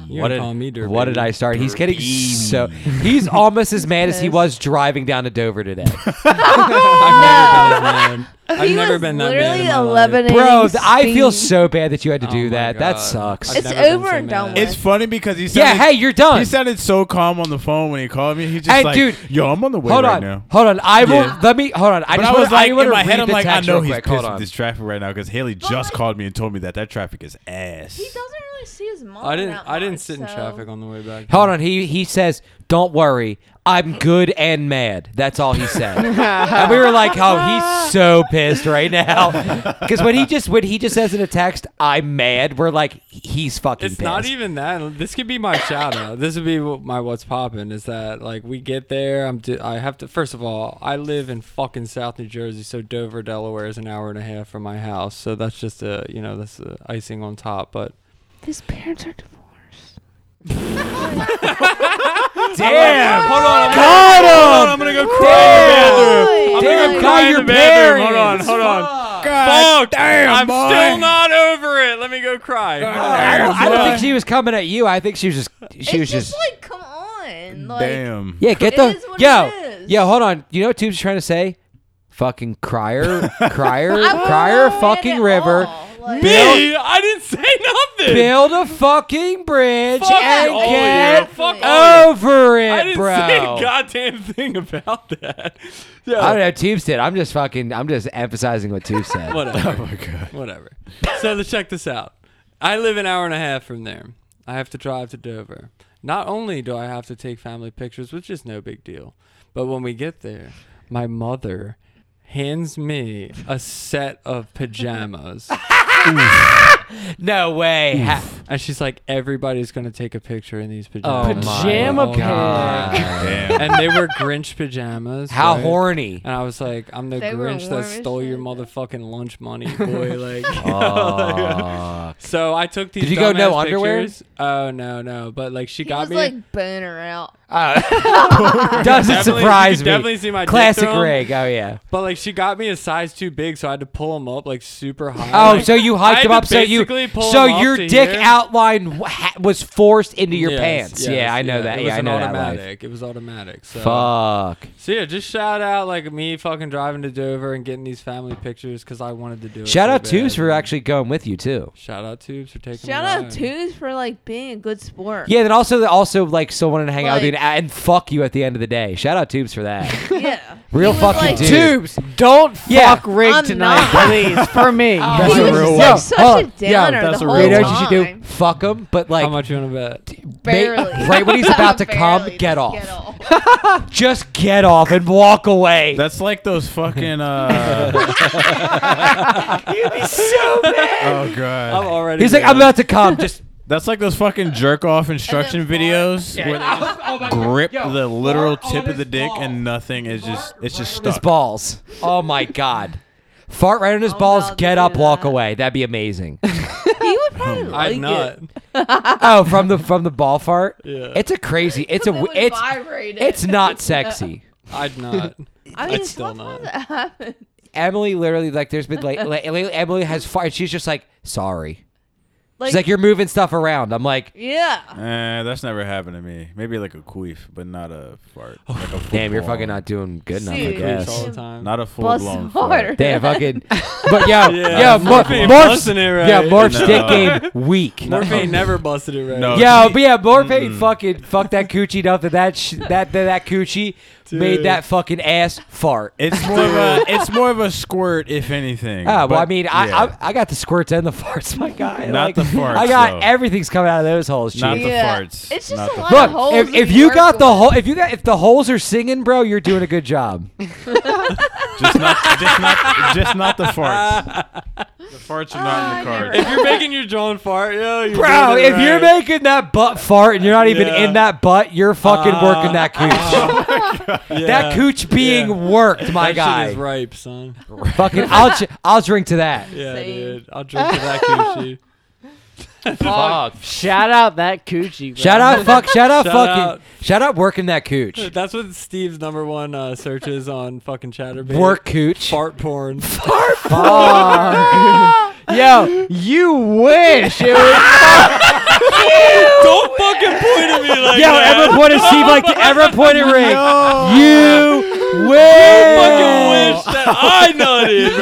S3: You
S1: What
S3: what
S1: did,
S3: call me dirt
S1: what
S3: baby.
S1: did I start? He's getting
S9: Baby.
S1: so. He's almost as mad as he
S5: Pissed.
S1: was driving down to Dover today.
S3: I've never been that mad. I've
S5: he
S3: never
S5: was
S3: been that mad. in
S5: literally
S3: my life.
S5: eleven.
S1: Bro, th- I feel
S5: Steve.
S1: so bad that you had to
S3: Oh
S1: do
S3: my
S1: that. That
S3: God.
S1: sucks.
S3: I've
S5: It's
S3: never been
S5: over
S3: so
S5: and done
S3: mad.
S5: with.
S9: It's funny because he
S1: yeah,
S9: sounded,
S1: hey, you're done.
S9: he sounded so calm on the phone when he called me. He just
S1: Hey,
S9: like,
S1: dude.
S9: yo, I'm on the way
S1: hold
S9: right
S1: on,
S9: now.
S1: hold on. I will.
S9: Yeah.
S1: Let me hold on. I
S9: But
S1: just
S9: I
S1: wanna-
S9: was like,
S1: wanna
S9: in my
S1: read
S9: head,
S1: the
S9: I'm like, I
S1: text
S9: know
S1: real
S9: he's
S1: quick.
S9: pissed
S1: Hold
S9: at
S1: on.
S9: this traffic right now because Haley just
S5: like-
S9: called me and told me that that traffic is ass.
S5: He doesn't really see his mom.
S3: I didn't.
S5: that
S3: I didn't
S5: much,
S3: sit in
S5: so-
S3: traffic on the way back.
S1: Hold on. He he says, "Don't worry, I'm good and mad." That's all he said. and we were like, "Oh, he's so pissed right now," because when he just when he just says in a text, "I'm mad," we're like, "He's fucking
S3: It's
S1: pissed."
S3: not even that. This could be my shout out. This would be what my what's popping is that like we get there. I'm. Do- I have to. First of all, I live in fucking South New Jersey, so Dover, Delaware is an hour and a half from my house. So that's just a you know that's the icing on top. But
S5: His parents are divorced.
S1: Damn.
S3: hold on. I'm gonna-
S1: Got him.
S3: I'm gonna go
S5: Boy.
S3: cry in the bathroom.
S1: Damn,
S3: I'm gonna
S1: call
S3: go cry in
S1: your
S3: the bathroom. Hold on.
S1: parents.
S3: Hold on.
S9: God
S3: Fuck. I'm still not over it. Let me go cry.
S1: I don't, I don't think she was coming at you. I think she was just she was
S5: it's just, like, come on, like.
S9: Damn.
S1: Yeah, get
S5: It
S1: the
S5: is what
S1: yo,
S5: it is.
S1: yo. Hold on. You know what Tube's trying to say? Fucking crier, crier,
S5: I wouldn't
S1: crier,
S5: say it
S1: fucking
S5: at
S1: river.
S5: all, like-
S3: Me? I didn't say nothing.
S1: Build a fucking bridge
S3: Fuck
S1: and
S3: all of you.
S1: get
S3: Fuck all of you.
S1: over it,
S3: I didn't
S1: bro.
S3: say a goddamn thing about that. Yeah.
S1: I don't know. Tube said. I'm just fucking. I'm just emphasizing what Tube said.
S3: Whatever.
S9: Oh my god.
S3: Whatever. So let's check this out. I live an hour and a half from there. I have to drive to Dover. Not only do I have to take family pictures, which is no big deal, but when we get there, my mother hands me a set of pajamas.
S1: No way. Ha-
S3: and she's like, everybody's going to take a picture in these
S1: Oh
S3: pajamas.
S1: my
S2: Pajama
S1: God.
S9: Damn.
S3: and they were Grinch pajamas.
S1: How
S3: right?
S1: horny.
S3: And I was like, I'm the
S5: They were
S3: Grinch
S5: warm
S3: that
S5: as
S3: stole your
S5: shit.
S3: motherfucking lunch money, boy. Like,
S1: Fuck.
S3: so I took these.
S1: Did you go no
S3: dumbass
S1: underwear?
S3: pictures. Oh no, no. But like, she
S5: He
S3: got
S5: was
S3: me. Oh,
S5: like boner out.
S1: Doesn't
S3: Definitely-
S1: surprise
S3: you
S1: me.
S3: could definitely see my dick
S1: Classic
S3: through 'em.
S1: rig. Oh yeah.
S3: but like, she got me a size too big, so I had to pull them up like super high.
S1: Oh,
S3: Like,
S1: so you
S3: I
S1: hiked them
S3: had to
S1: up, so you,
S3: basically pull
S1: so
S3: 'em up
S1: your
S3: to
S1: dick
S3: here.
S1: outline w- ha- was forced into your
S3: Yes,
S1: pants.
S3: yes,
S1: yeah, I know that.
S3: It
S1: Yeah,
S3: was
S1: I
S3: an
S1: know that.
S3: automatic. uh,
S1: life.
S3: It was automatic. So.
S1: Fuck.
S3: so yeah, just shout out like me fucking driving to Dover and getting these family pictures because I wanted to do it.
S1: Shout
S3: so
S1: out Tubes
S3: bad.
S1: for actually going with you too.
S3: Shout out Tubes for taking.
S5: Shout
S3: me
S5: out
S3: out.
S5: Tubes for like being a good sport.
S1: Yeah, then also also like still wanted to hang out with you and,
S5: Like-
S1: and fuck you at the end of the day. Shout out Tubes for that.
S5: yeah.
S1: Real
S5: He was
S1: fucking
S5: like,
S1: dude.
S2: Tubes, don't
S1: Yeah.
S2: fuck rig
S5: I'm
S2: tonight,
S5: not.
S2: please. For me.
S5: He
S9: That's
S5: was
S9: a
S5: just,
S9: real
S5: like,
S9: one.
S5: such
S2: Hold
S5: a
S2: on.
S5: downer
S9: that's
S5: the
S9: a
S5: whole
S2: You
S5: time.
S9: real
S2: know what you should do?
S1: Fuck him, but like
S3: How much you want to bet?
S5: Barely.
S1: right when he's about to come,
S5: Barely
S1: get
S5: just
S1: off. just get off and walk away.
S9: That's like those fucking. Uh,
S1: You'd be so mad.
S9: oh god.
S3: I'm already.
S1: He's like,
S3: good.
S1: I'm about to come. Just
S9: That's like those fucking jerk off instruction
S5: And then
S9: videos where they just
S1: Oh
S9: grip the literal tip of the dick and nothing is just it's just
S1: his
S9: stuck.
S1: balls. Oh my god. Fart right on his
S5: I'm
S1: balls,
S5: about to
S1: get
S5: Oh, do
S1: up, walk
S5: that.
S1: away. That'd be amazing.
S5: He would probably like
S3: I'm not.
S5: it.
S1: oh, from the from the ball fart.
S3: Yeah.
S1: It's a crazy. It's a
S5: It would
S1: it's
S5: vibrate it.
S1: it's not sexy.
S3: I'd not.
S5: I mean,
S3: It's still
S5: sometimes
S3: not.
S5: it happens.
S1: Emily literally like there's been like, like lately Emily has fart. She's just like sorry.
S5: Like,
S1: She's like you're moving stuff around. I'm like
S5: yeah.
S9: Eh, that's never happened to me. Maybe like a queef, but not a fart. Like a
S1: Oh, damn, you're
S9: full-blown-
S1: fucking not doing good enough. I
S5: Dude.
S1: guess.
S3: all the time.
S9: not a full
S5: Plus
S9: blown
S5: harder.
S9: fart.
S1: Damn, fucking. But yo,
S3: Yeah,
S1: yo, Mor- Morph's,
S3: fucking busting it right.
S1: yeah, Morph's
S9: No.
S1: dick game weak.
S3: Morphine never busted it right.
S9: No.
S1: Yo, but yeah,
S3: Mm-hmm.
S1: Morphine fucking fucked that coochie enough that that sh- that, that that coochie made that fucking ass fart.
S9: It's more of a it's more of a squirt, if anything.
S1: Ah, well,
S9: but-
S1: I mean, I,
S9: yeah.
S1: I I got the squirts and the farts, my guy.
S9: Not
S1: Like,
S9: the farts,
S1: I got
S9: though.
S1: everything's coming out of those holes. Chief.
S9: Not the
S5: yeah.
S9: farts.
S5: It's just
S9: Not
S5: a
S9: the
S5: lot of holes.
S1: Look, if,
S5: we
S1: if you
S5: work
S1: got the
S5: with.
S1: hole, if you got if the holes are singing, bro, you're doing a good job.
S9: just not just not just not the farts. The farts are not in the cards.
S3: If you're making your John fart, yo, you're
S1: Bro,
S3: doing it
S1: if you're
S3: right.
S1: making that butt fart and you're not even
S3: Yeah. Ah.
S1: in that butt, you're fucking working that cooch. that
S3: Yeah.
S1: cooch being
S3: Yeah.
S1: worked, my
S3: that
S1: guy.
S3: shit is ripe, son.
S1: Fucking, I'll ch- I'll drink to that.
S3: Yeah,
S5: Same.
S3: dude. I'll drink to that coochie.
S1: Fuck.
S2: Shout out that coochie. Bro.
S1: Shout out, fuck, shout out,
S3: Shout
S1: fucking,
S3: out.
S1: shout out, working that cooch.
S3: That's what Steve's number one uh, search is on fucking Chatterbait.
S1: Work cooch.
S3: Fart porn.
S2: Yo, you wish. It was,
S3: Don't fucking point at me like
S1: Yo,
S3: that.
S1: ever pointed Steve like the ever pointed ring. You win.
S3: fucking wish that I nutted,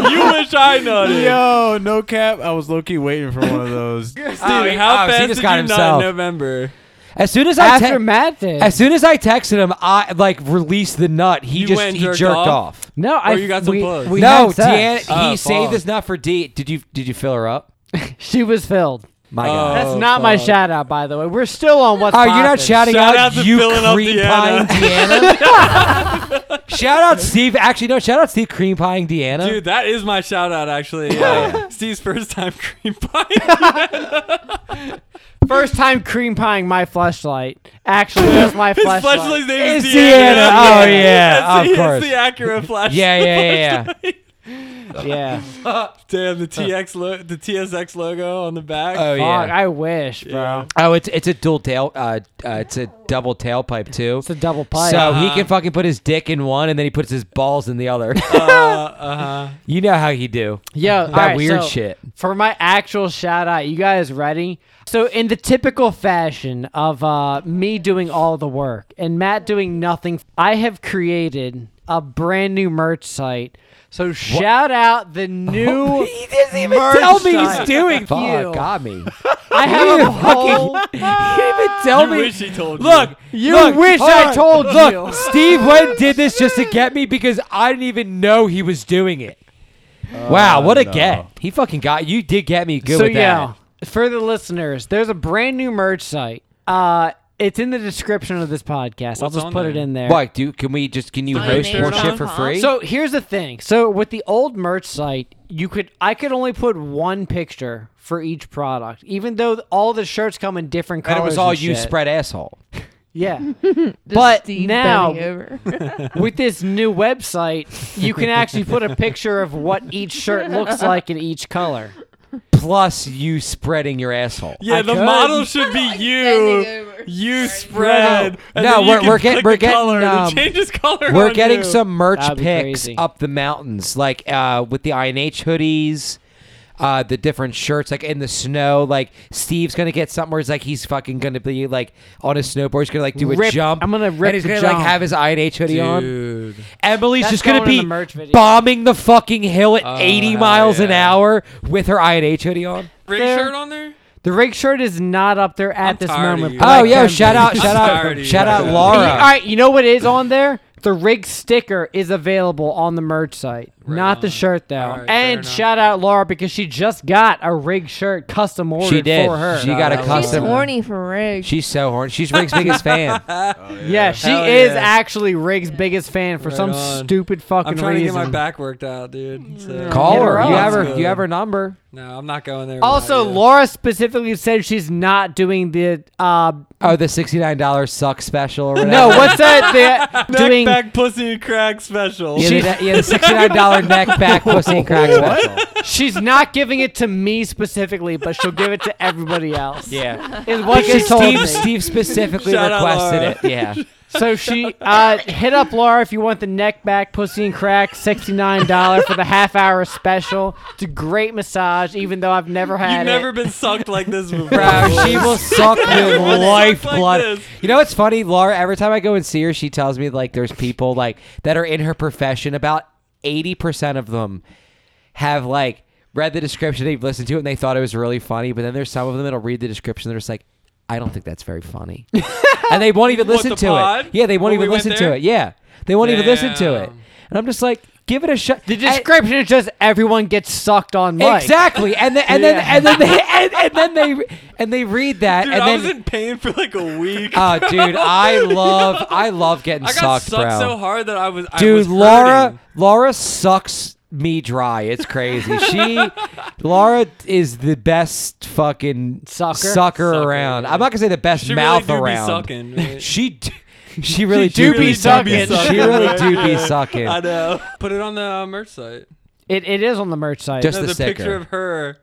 S3: bro. You wish I nutted.
S9: Yo, no cap. I was low key waiting for one of those.
S3: Steve,
S1: Oh, he-
S3: how
S1: oh, he
S3: fast
S1: just
S3: did
S1: got
S3: you nut in
S1: himself.
S3: November?
S1: As soon as I te-
S2: after Matt did.
S1: as soon as I texted him, I like released the nut. He
S3: You
S1: just
S3: went and
S1: he jerked,
S3: jerked off?
S1: off.
S2: no, I.
S3: you got some
S2: we,
S3: puss.
S2: we
S1: no,
S2: had sex.
S1: Deanna, uh,
S3: Oh,
S1: he
S3: fuck.
S1: saved this nut for D. Did you did you fill her up?
S2: She was filled.
S1: My
S3: Oh,
S1: God.
S2: That's not my
S3: fuck.
S2: shout out, by the way. We're still on what's.
S1: Oh, you're not
S2: poppin'.
S1: shouting
S3: Shout
S1: out,
S3: out to
S1: you
S3: filling up
S1: cream pieing
S3: Deanna.
S1: Deanna. shout out Steve. Actually, no. Shout out Steve cream pieing Deanna.
S3: Dude, that is my shout out actually. Uh, Steve's first time cream pie.
S2: First time cream pieing my flashlight. Actually, that's my
S3: His
S2: flashlight.
S3: flashlight's name is
S1: It's
S3: Deanna.
S1: Deanna. Oh, yeah, of
S3: it's, the-
S1: course.
S3: It's the Acura flashlight.
S1: yeah, yeah, yeah, yeah.
S2: Yeah.
S3: Damn the TX lo- the TSX logo on the back.
S1: Oh yeah.
S2: Fuck, I wish, bro.
S3: Yeah.
S1: Oh, it's it's a dual tail. Uh, uh, it's a double tailpipe too.
S2: It's a double pipe.
S1: So he
S3: Uh-huh.
S1: can fucking put his dick in one, and then he puts his balls in the other.
S3: Uh, huh
S1: you know how he do
S2: Yo,
S1: that
S2: alright,
S1: weird
S2: so
S1: shit.
S2: For my actual shout out, you guys ready? So in the typical fashion of uh, me doing all the work and Matt doing nothing, I have created a brand new merch site. So shout out the new.
S1: He doesn't even
S2: merch
S1: tell me he's
S2: site.
S1: doing.
S2: Fuck
S1: Fuck,
S2: you.
S1: got me.
S2: I have a whole.
S1: He didn't even tell
S3: You
S1: me.
S3: wish he told you.
S1: look,
S2: You
S1: look,
S2: wish
S1: hold
S2: I
S1: on.
S2: told
S1: look,
S2: you.
S1: Steve went did this just to get me because I didn't even know he was doing it. wow, what a
S9: no.
S1: get! He fucking got you. Did get me good
S2: so
S1: with
S2: yeah,
S1: that.
S2: for the listeners, there's a brand new merch site. Uh, it's in the description of this podcast. I'll
S3: What's
S2: just
S3: on
S2: put
S3: there?
S2: it in there.
S1: What, dude? Can we just? Can you
S5: My
S1: host
S5: name
S1: more
S5: is
S1: shit
S5: on
S1: for
S5: top.
S1: free?
S2: So here's the thing. So with the old merch site, you could I could only put one picture for each product, even though all the shirts come in different colors.
S1: and it was all you
S2: shit.
S1: spread asshole.
S2: Yeah.
S5: Just
S2: But
S5: Steve
S2: now-
S5: bending over.
S2: with this new website, you can actually put a picture of what each shirt looks like in each color.
S1: plus you spreading your asshole.
S3: Yeah,
S2: I
S3: the
S2: could.
S3: model should be
S5: bending
S3: you.
S5: over.
S3: You
S5: Sorry.
S3: spread. and
S1: No,
S3: then you
S1: we're-
S3: can
S1: we're get-
S3: click
S1: we're
S3: the
S1: getting,
S3: color and it
S1: um,
S3: changes color.
S1: We're
S3: on
S1: getting
S3: you.
S1: some merch
S2: That'd be
S1: picks
S2: crazy.
S1: up the mountains, like uh, with the INH hoodies, uh, the different shirts, like in the snow. Like Steve's gonna get something where it's like he's fucking gonna be like on his snowboard. He's gonna like do a
S2: Rip-
S1: jump.
S2: I'm gonna rip
S1: And he's
S2: the
S1: gonna
S2: jump.
S1: like have his INH hoodie on.
S3: Dude.
S1: Emily's
S2: That's
S1: just gonna
S2: going in
S1: be
S2: the merch video.
S1: bombing the fucking hill at 80
S3: Oh, hell
S1: miles an
S3: yeah.
S1: hour with her INH hoodie on.
S2: up
S3: rig
S2: there.
S3: shirt on there?
S2: The rig shirt is not up there at
S3: I'm
S2: this
S3: tired of
S2: moment.
S3: you.
S2: but I
S1: Oh, yeah.
S2: can
S1: Shout
S2: be.
S1: out,
S3: I'm
S1: shout
S3: tired
S1: out,
S3: of
S1: shout
S3: you.
S1: out,
S2: You- all
S1: Laura.
S2: right, you know what is on there? The rig sticker is available on the merch site, not the
S3: on.
S2: shirt though.
S3: All right, fair
S2: and
S3: enough.
S2: shout out Laura because she just got a rig shirt custom ordered
S1: She did.
S2: for her.
S1: She got a
S3: She's
S5: She's
S1: custom.
S5: horny for rigs.
S1: She's so horny. She's Rick's biggest fan.
S2: yeah, she
S3: Hell
S2: is
S3: yeah.
S2: actually Rig's biggest fan for
S3: Right
S2: some
S3: on.
S2: stupid fucking
S3: I'm trying
S2: reason.
S3: to get my back worked out, dude. So-
S1: Call
S2: Hit
S1: her.
S2: her up.
S1: You have
S2: That's
S1: her.
S3: Good.
S1: You have her number.
S3: No, I'm not going there. with uh,
S2: also,
S3: that yet.
S2: Laura specifically said she's not doing the uh
S1: Oh, the sixty-nine dollars sucks special or whatever.
S2: no, what's that? The,
S3: Neck
S2: doing
S3: back pussy crack special.
S1: Yeah, the, yeah, the sixty-nine dollar neck back pussy and crack special.
S2: she's not giving it to me specifically, but she'll give it to everybody else.
S1: Yeah,
S2: Is what she
S1: because
S2: told me.
S1: Steve, Steve specifically
S3: Shout out
S1: requested
S3: Laura.
S1: it. Yeah,
S2: So she uh, hit up Laura if you want the neck back pussy and crack sixty nine dollar for the half hour special. It's a great massage, even though I've never had
S3: You've
S2: it.
S3: never been sucked like this before.
S1: bro, she will suck your
S3: Everyone sucks like
S1: lifeblood.
S3: this.
S1: you know what's funny, Laura? Every time I go and see her, she tells me like there's people like that are in her profession. About eighty percent of them have like read the description, they've listened to it, and they thought it was really funny. But then there's some of them that'll read the description, they're just like, I don't think that's very funny, and they won't even
S3: What,
S1: listen
S3: the
S1: to
S3: pod?
S1: it. Yeah, they won't
S3: When we
S1: even
S3: went
S1: listen
S3: there?
S1: to it. Yeah, they won't even listen to it.
S3: Damn.
S1: And I'm just like, give it a shot.
S2: The description is just everyone gets sucked on mic.
S1: Exactly, and then and
S2: Yeah.
S1: then and then they and, and then they and they read that,
S3: Dude,
S1: and
S3: I
S1: then
S3: was in pain for like a week.
S1: Oh, dude, I love I love getting
S3: I got
S1: sucked,
S3: sucked
S1: bro.
S3: so hard that I was. I
S1: dude,
S3: was
S1: Laura
S3: hurting.
S1: Laura sucks me dry. It's crazy. She Laura is the best fucking
S2: Sucker?
S3: Sucker,
S1: around.
S3: yeah.
S1: I'm not gonna say the best
S3: She really
S1: mouth
S3: do be
S1: around.
S3: sucking, right?
S1: she d- she really
S3: She
S1: do
S3: really
S1: be
S3: do
S1: sucking. She really
S3: right?
S1: do be
S3: Yeah.
S1: sucking.
S3: I know. Put it on the uh, merch site.
S2: It, it is on the merch site.
S1: Just- It's
S3: No,
S1: the
S3: the
S1: sticker.
S3: picture of her.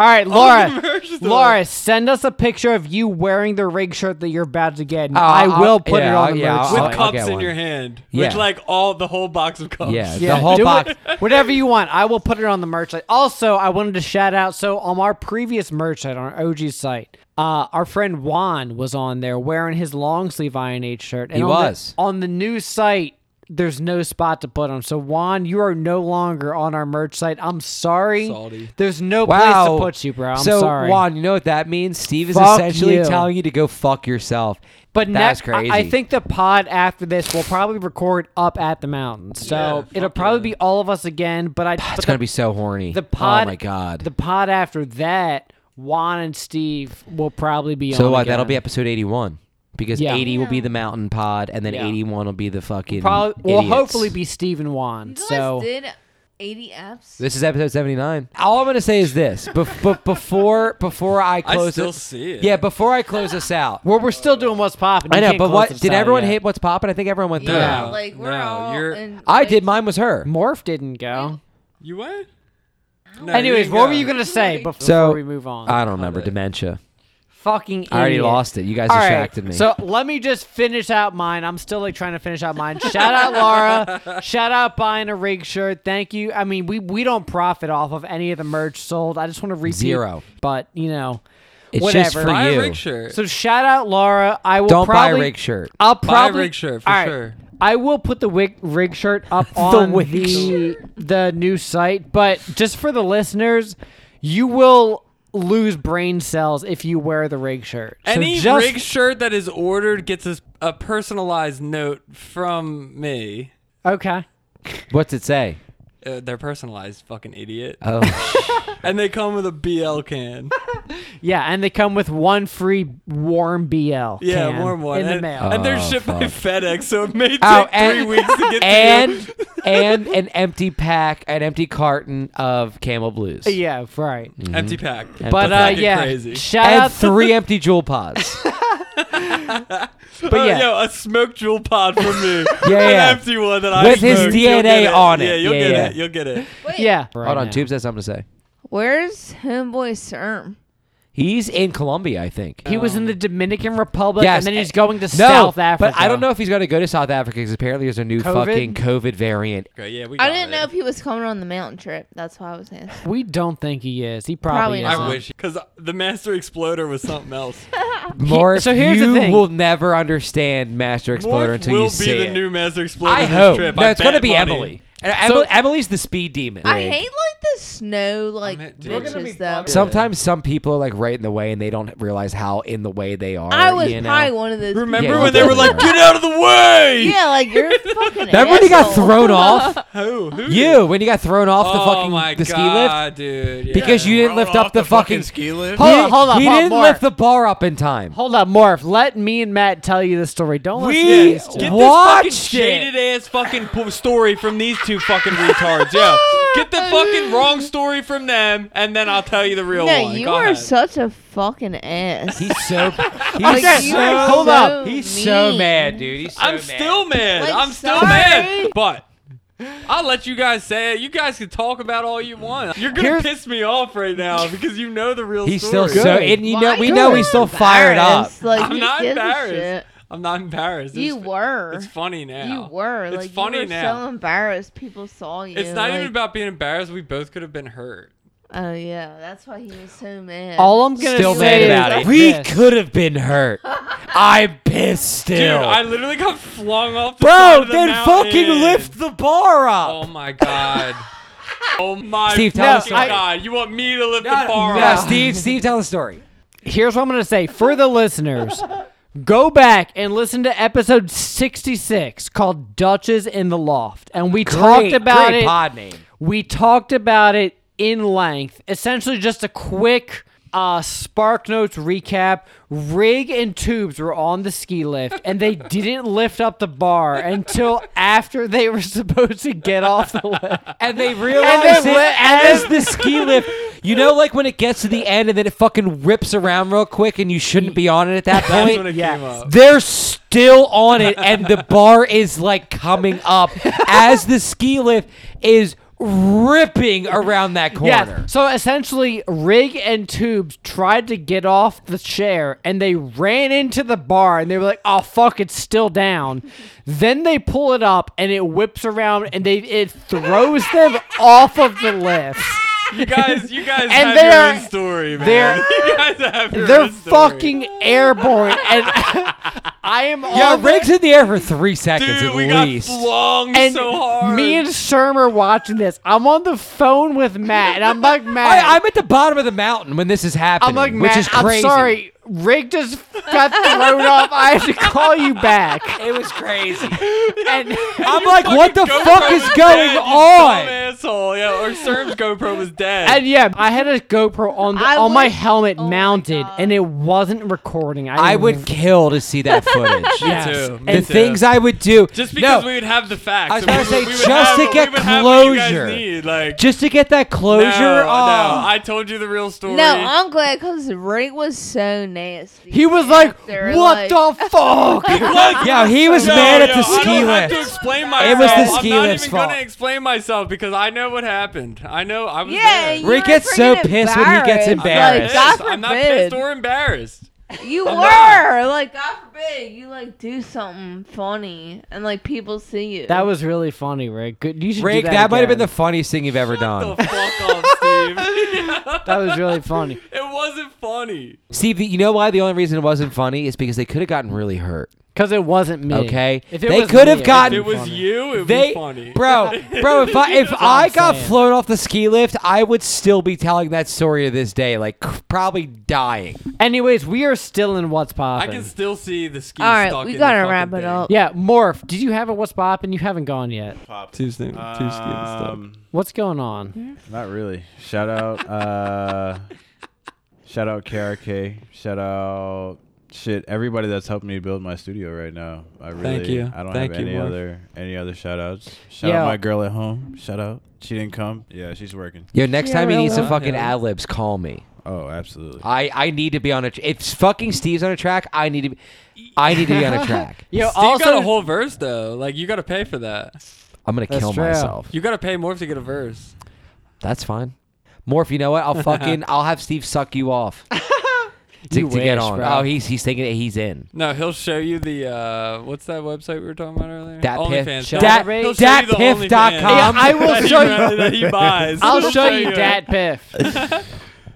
S2: All right,
S3: the
S2: Laura.
S3: merch store.
S2: Laura, send us a picture of you wearing the rig shirt that you're about to get. and
S1: Oh,
S2: I
S1: I'll-
S2: will put
S1: yeah,
S2: it on
S1: I'll-
S2: the
S1: yeah,
S2: merch
S1: I'll-
S3: with
S1: I'll
S2: site.
S1: get
S3: cups in
S1: one.
S3: your hand.
S1: Yeah.
S3: With like all the whole box of cups.
S1: Yeah,
S2: Yeah,
S1: the whole
S2: do
S1: box.
S2: it- whatever you want. I will put it on the merch site. Also, I wanted to shout out. So on our previous merch site, on our OG site, uh, our friend Juan was on there wearing his long sleeve Iron Age shirt. And
S1: He
S2: on
S1: was.
S2: the, on the new site. There's no spot to put him. So Juan, you are no longer on our merch site. I'm sorry.
S3: Salty.
S2: There's no
S1: Wow.
S2: place to put you, bro. I'm
S1: so,
S2: sorry.
S1: Juan, you know what that means? Steve is
S2: Fuck
S1: essentially
S2: you.
S1: telling you to go fuck yourself.
S2: But
S1: that's
S2: next, I-
S1: crazy.
S2: I, think the pod after this will probably record up at the mountain. So
S3: Yeah,
S2: it'll
S3: fuck
S2: probably
S3: yeah.
S2: be all of us again. But I
S1: it's
S2: but
S1: gonna
S2: the-
S1: be so horny.
S2: the pod.
S1: Oh my god.
S2: The pod after that, Juan and Steve will probably be on.
S1: So what?
S2: again.
S1: That'll be episode eighty-one because
S2: Yeah.
S1: eighty will be the mountain pod, and then
S2: Yeah.
S1: eighty-one will be the fucking.
S2: Probably will
S1: idiots.
S2: hopefully be Steve and Juan.
S5: You guys
S2: So
S5: did 80 apps?
S1: This is episode seventy-nine. All I'm gonna say is this: bef- but before before I
S3: I
S1: close,
S3: still
S1: it-
S3: see it.
S1: Yeah, before I close this out.
S2: well, we're still doing what's popping.
S1: I
S2: You
S1: know,
S2: can't
S1: but
S2: close
S1: what
S2: this
S1: did
S2: out
S1: everyone
S2: yet.
S1: hit? What's popping? I think everyone went through.
S3: Yeah.
S5: Yeah, like we're
S3: no,
S5: all.
S3: you're-
S5: in-
S1: I
S5: like,
S1: did. Mine was her.
S2: Morph didn't go.
S3: You what? No,
S2: Anyways,
S3: you
S2: what were
S3: go.
S2: you gonna say before
S1: So-
S2: we move on?
S1: I don't remember dementia.
S2: Fucking.
S1: I already
S2: idiot.
S1: lost it. You guys
S2: All right,
S1: distracted me.
S2: So let me just finish out mine. I'm still like trying to finish out mine. Shout out Laura. Shout out buying a rig shirt. Thank you. I mean, we we don't profit off of any of the merch sold. I just want to repeat.
S1: Zero.
S2: But you know,
S1: it's just
S2: whatever.
S1: for
S3: Buy
S1: you.
S3: a rig shirt.
S2: so shout out Laura. I will
S1: Don't buy
S2: probably,
S1: a rig shirt.
S2: I'll
S3: a
S2: probably
S3: rig shirt, for
S2: all right,
S3: sure.
S2: I will put the wig, rig shirt up on the,
S1: wig
S2: the new site, but just for the listeners, you will lose brain cells if you wear the rig shirt. So
S3: Any
S2: just
S3: rig shirt that is ordered gets a, a personalized note from me.
S2: okay.
S1: What's it say?
S3: Uh, they're personalized, fucking idiot.
S1: Oh,
S3: and they come with a BL can.
S2: Yeah, and they come with one free warm BL.
S3: Yeah,
S2: can
S3: warm one.
S2: in the
S3: and, uh,
S2: mail.
S3: and they're
S1: Oh,
S3: shipped by FedEx, so it may take
S1: Oh,
S3: three weeks to get to you.
S1: and and an empty pack, an empty carton of Camel Blues.
S2: yeah, right.
S1: Mm-hmm.
S3: empty pack.
S2: But
S3: That's
S2: uh,
S3: fucking
S2: yeah,
S3: crazy.
S2: shout out
S1: And
S2: to-
S1: three empty jewel pods.
S2: but
S3: Oh,
S2: yeah.
S3: yo, a smoked jewel pod for me.
S1: Yeah,
S3: An
S1: yeah.
S3: empty one that I
S1: With his
S3: smoked.
S1: DNA
S3: You'll get
S1: on it.
S3: Yeah, you'll
S1: Yeah,
S3: get
S1: yeah.
S3: it. You'll get it.
S2: yeah. Right
S1: Hold on,
S2: now.
S1: Tubes has something to say.
S5: Where's Homeboy Serm?
S1: He's in Colombia, I think.
S2: He was in the Dominican Republic,
S1: Yes,
S2: and then he's
S1: eh,
S2: going to
S1: no,
S2: South Africa.
S1: but I don't know if he's going to go to South Africa because apparently there's a new
S2: COVID?
S1: fucking COVID variant.
S3: Okay, yeah, we
S5: I
S3: got
S5: didn't
S3: it.
S5: know if he was coming on the mountain trip. That's why I was asking.
S2: We don't think he is. He probably,
S5: Probably
S2: is.
S5: not.
S3: I wish because the Master Exploder was something else.
S1: More,
S2: so here's the
S1: you
S2: thing.
S1: will never understand Master Exploder
S3: Morph
S1: until
S3: will
S1: you
S3: be
S1: see
S3: the
S1: it.
S3: new Master Exploder.
S1: I
S3: this
S1: hope.
S3: Trip.
S1: No,
S3: I
S1: it's going to
S3: bet
S1: be
S3: money.
S1: Emily. And
S3: So-
S1: Emily, Emily's the speed demon.
S5: I hate like the snow like
S3: I'm it, dude. We're gonna
S5: bitches though.
S1: Sometimes some people are like right in the way and they don't realize how in the way they are.
S5: I was
S1: you know?
S5: probably one of those.
S3: Remember
S1: Yeah,
S5: people.
S3: when they were like,
S1: definitely
S3: "Get out of the way"?
S5: Yeah, like you're a fucking.
S1: Remember when you got
S5: asshole.
S1: thrown off?
S3: Who? Who?
S1: You when you got thrown off
S3: Oh
S1: the fucking
S3: my
S1: the ski lift
S3: God, dude. Yeah.
S1: because you didn't
S9: Rolled
S1: lift up
S9: off
S1: the, fucking.
S9: ski lift.
S2: Hold
S1: He-
S2: on, hold on,
S1: He
S2: hold on,
S1: didn't
S2: Mark.
S1: lift the bar up in time.
S2: Hold up, Morph. Let me and Matt tell you the story. Don't listen
S1: We-
S2: to these two.
S3: Get this
S1: Watch
S3: fucking jaded ass fucking po- story from these two fucking retards, yo. Get the fucking wrong story from them, and then I'll tell you the real
S5: No,
S3: one.
S5: you
S3: Go
S5: are
S3: ahead.
S5: such a fucking ass.
S1: He's so. He's
S5: Like, you
S1: so.
S5: are
S1: Hold
S5: so
S1: up. He's so
S5: mean.
S1: mad, dude. He's so
S3: I'm
S1: mad.
S3: still mad.
S5: Like,
S3: I'm still
S5: sorry.
S3: mad. But I'll let you guys say it. You guys can talk about all you want. You're gonna
S1: Here's-
S3: piss me off right now because you know the real
S1: He's still
S3: story.
S1: so. And you know,
S5: Why
S1: we
S5: you
S1: know
S5: were
S1: he's still fired up.
S5: embarrassed? Like,
S3: I'm
S5: who
S3: not
S5: gives a
S3: embarrassed.
S5: shit?
S3: I'm not embarrassed.
S5: You
S3: It's-
S5: were.
S3: It's funny now.
S5: You were.
S3: It's
S5: like,
S3: funny
S5: you were
S3: now.
S5: so embarrassed people saw you.
S3: It's not even
S5: like-
S3: about being embarrassed. We both could have been hurt.
S5: Oh, yeah. That's why he was so mad.
S2: All I'm gonna
S1: Still mad
S2: say
S1: about it.
S2: is
S1: We
S2: this.
S1: could have been hurt. I'm pissed still.
S3: Dude, I literally got flung off the side
S1: Bro,
S3: of the
S1: then fucking
S3: mountain.
S1: lift the bar up.
S3: Oh my god. oh my
S1: Steve, tell us
S3: fucking
S1: something.
S3: god. You want me to lift the bar
S1: no,
S3: up?
S1: Steve, Steve, tell the story.
S2: Here's what I'm gonna say for the listeners. Go back and listen to episode 66 called Duchess in the Loft. And we talked
S1: Great-
S2: about
S1: great
S2: it.
S1: pod name.
S2: We talked about it in length. Essentially, just a quick uh, Spark Notes recap. Rig and Tubes were on the ski lift, and they didn't lift up the bar until after they were supposed to get off the lift.
S1: And they realize
S2: they
S1: it
S2: let-
S1: as the ski lift. You know, like when it gets to the end and then it fucking rips around real quick and you shouldn't be on it at that
S3: That's when
S1: point?
S3: it came
S2: yeah.
S3: up.
S1: They're still on it and the bar is like coming up as the ski lift is ripping around that corner.
S2: Yeah. So essentially, Rig and Tubes tried to get off the chair and they ran into the bar and they were like, oh, fuck, it's still down. then they pull it up and it whips around and they it throws them off of the lift.
S3: You guys, you guys
S2: And
S3: have your
S2: they're-
S3: own story, man.
S2: they're-
S3: you guys have your
S2: They're
S3: own story.
S2: fucking airborne. And I am
S1: Yeah,
S2: alre-
S1: Riggs in the air for three seconds
S3: Dude,
S1: at
S3: we
S1: least.
S3: got flung
S2: And
S3: so hard.
S2: me and Sherm are watching this. I'm on the phone with Matt, and I'm like, Matt,
S1: I, I'm at the bottom of the mountain when this is happening,
S2: I'm like,
S1: which
S2: Matt,
S1: is crazy.
S2: I'm sorry. Rig just got thrown off. I have to call you back.
S1: It was crazy.
S2: And
S1: I'm like,
S3: Fucking
S1: what the
S3: GoPro
S1: fuck is
S3: was dead,
S1: going
S3: you
S1: on?
S3: Dumb asshole. Yeah, or Serm's GoPro was dead.
S2: and yeah, I had a GoPro on the,
S5: I
S2: on my
S5: wish-
S2: helmet
S5: oh my
S2: mounted,
S5: God.
S2: and it wasn't recording.
S1: I
S2: didn't
S1: would
S2: even-
S1: kill to see that footage.
S3: me
S2: yes.
S3: too. Me
S1: The
S3: too.
S1: things I would do.
S3: just because
S1: no,
S3: we would have the facts.
S1: I was
S3: and
S1: about to
S3: we
S1: say,
S3: would- we would
S1: just
S3: have-
S1: to get
S3: we would have what you guys
S1: closure.
S3: need, like
S1: just to get that closure.
S3: No, no,
S1: oh.
S3: I told you the real story.
S5: No, I'm glad because Rick was so nasty.
S2: He was like,
S5: They're
S2: "What
S5: like-
S2: the fuck?"
S3: Like,
S1: yeah, he was
S3: No,
S1: mad at
S3: yo,
S1: the
S3: I
S1: ski
S3: don't have to
S1: lift.
S3: explain
S1: It
S3: myself.
S1: was the ski
S3: I'm not
S1: lift's
S3: even
S1: fault.
S3: gonna explain myself because I know what happened. I know I was
S5: Yeah,
S3: there.
S5: you
S1: Rick
S5: were
S1: gets so
S5: freaking
S1: pissed when he gets
S5: Like,
S1: embarrassed.
S5: God
S3: Yes,
S5: forbid.
S3: I'm not pissed or embarrassed.
S5: you
S3: I'm
S5: were. Like, God forbid you, like, do something funny and, like, people see you.
S2: that was really funny, Rig. Good, you should do
S1: Rick, that,
S2: that,
S1: might have been the
S2: again.
S1: funniest thing you've ever
S3: The
S1: done.
S3: fuck off, Steve.
S2: that was really funny.
S3: it wasn't funny.
S1: Steve, you know why the only reason it wasn't funny is because they could have gotten really hurt.
S2: Cause it wasn't me.
S1: Okay.
S2: If it
S1: They
S2: was
S1: could
S2: me,
S1: have
S2: it
S1: gotten-
S3: If
S2: would've
S3: it
S2: been
S3: was
S2: funny.
S3: you, it
S1: they,
S3: was funny.
S1: bro, bro. If I if I
S2: I'm
S1: got
S2: saying.
S1: flown off the ski lift, I would still be telling that story to this day, like c- probably dying.
S2: Anyways, we are still in what's
S3: I
S2: popping.
S3: can still see the ski
S5: All
S3: stuck
S5: right, we
S3: in
S5: gotta
S3: the
S5: wrap
S3: fucking
S5: it
S3: thing.
S5: up.
S2: yeah, Morph. Did you have a what's popping? You haven't gone yet.
S3: Tuesday, Tuesday
S9: Um,
S2: What's going on?
S7: Not really. Shout out, uh, shout out Karake. Shout out, shit, everybody that's helping me build my studio right now. I really,
S3: Thank you.
S7: I don't
S3: Thank
S7: have
S3: you,
S7: any
S3: Marv.
S7: other any other shout outs. Shout
S2: Yeah.
S7: out my girl at home. Shout out, she didn't come. Yeah, she's working.
S1: Yo, next time you need some
S3: Yeah.
S1: fucking ad libs, call me.
S7: Oh, absolutely.
S1: I I need to be on a. Tr- if fucking Steve's on a track, I need to. Be, I need to be on a track.
S2: Yo,
S3: Steve got a whole verse though. Like you got to pay for that.
S1: I'm gonna
S2: That's
S1: kill
S2: true.
S1: myself.
S3: You got to pay more to get a verse.
S1: That's fine. Morph, you know what? I'll fucking I'll have Steve suck you off. To,
S2: You
S1: to get
S2: wish,
S1: on.
S2: bro.
S1: Oh, he's he's thinking that he's in.
S3: No, he'll show you the uh what's that website we were talking about earlier?
S1: Dat Piff.
S3: OnlyFans.
S1: Dat-
S3: He'll show you the
S1: datpiff
S3: OnlyFans.
S1: dot com.
S2: Yeah, I will
S3: That he
S2: show
S3: run- that he buys.
S2: I'll
S3: He'll
S2: show you
S3: it.
S2: Dat Piff.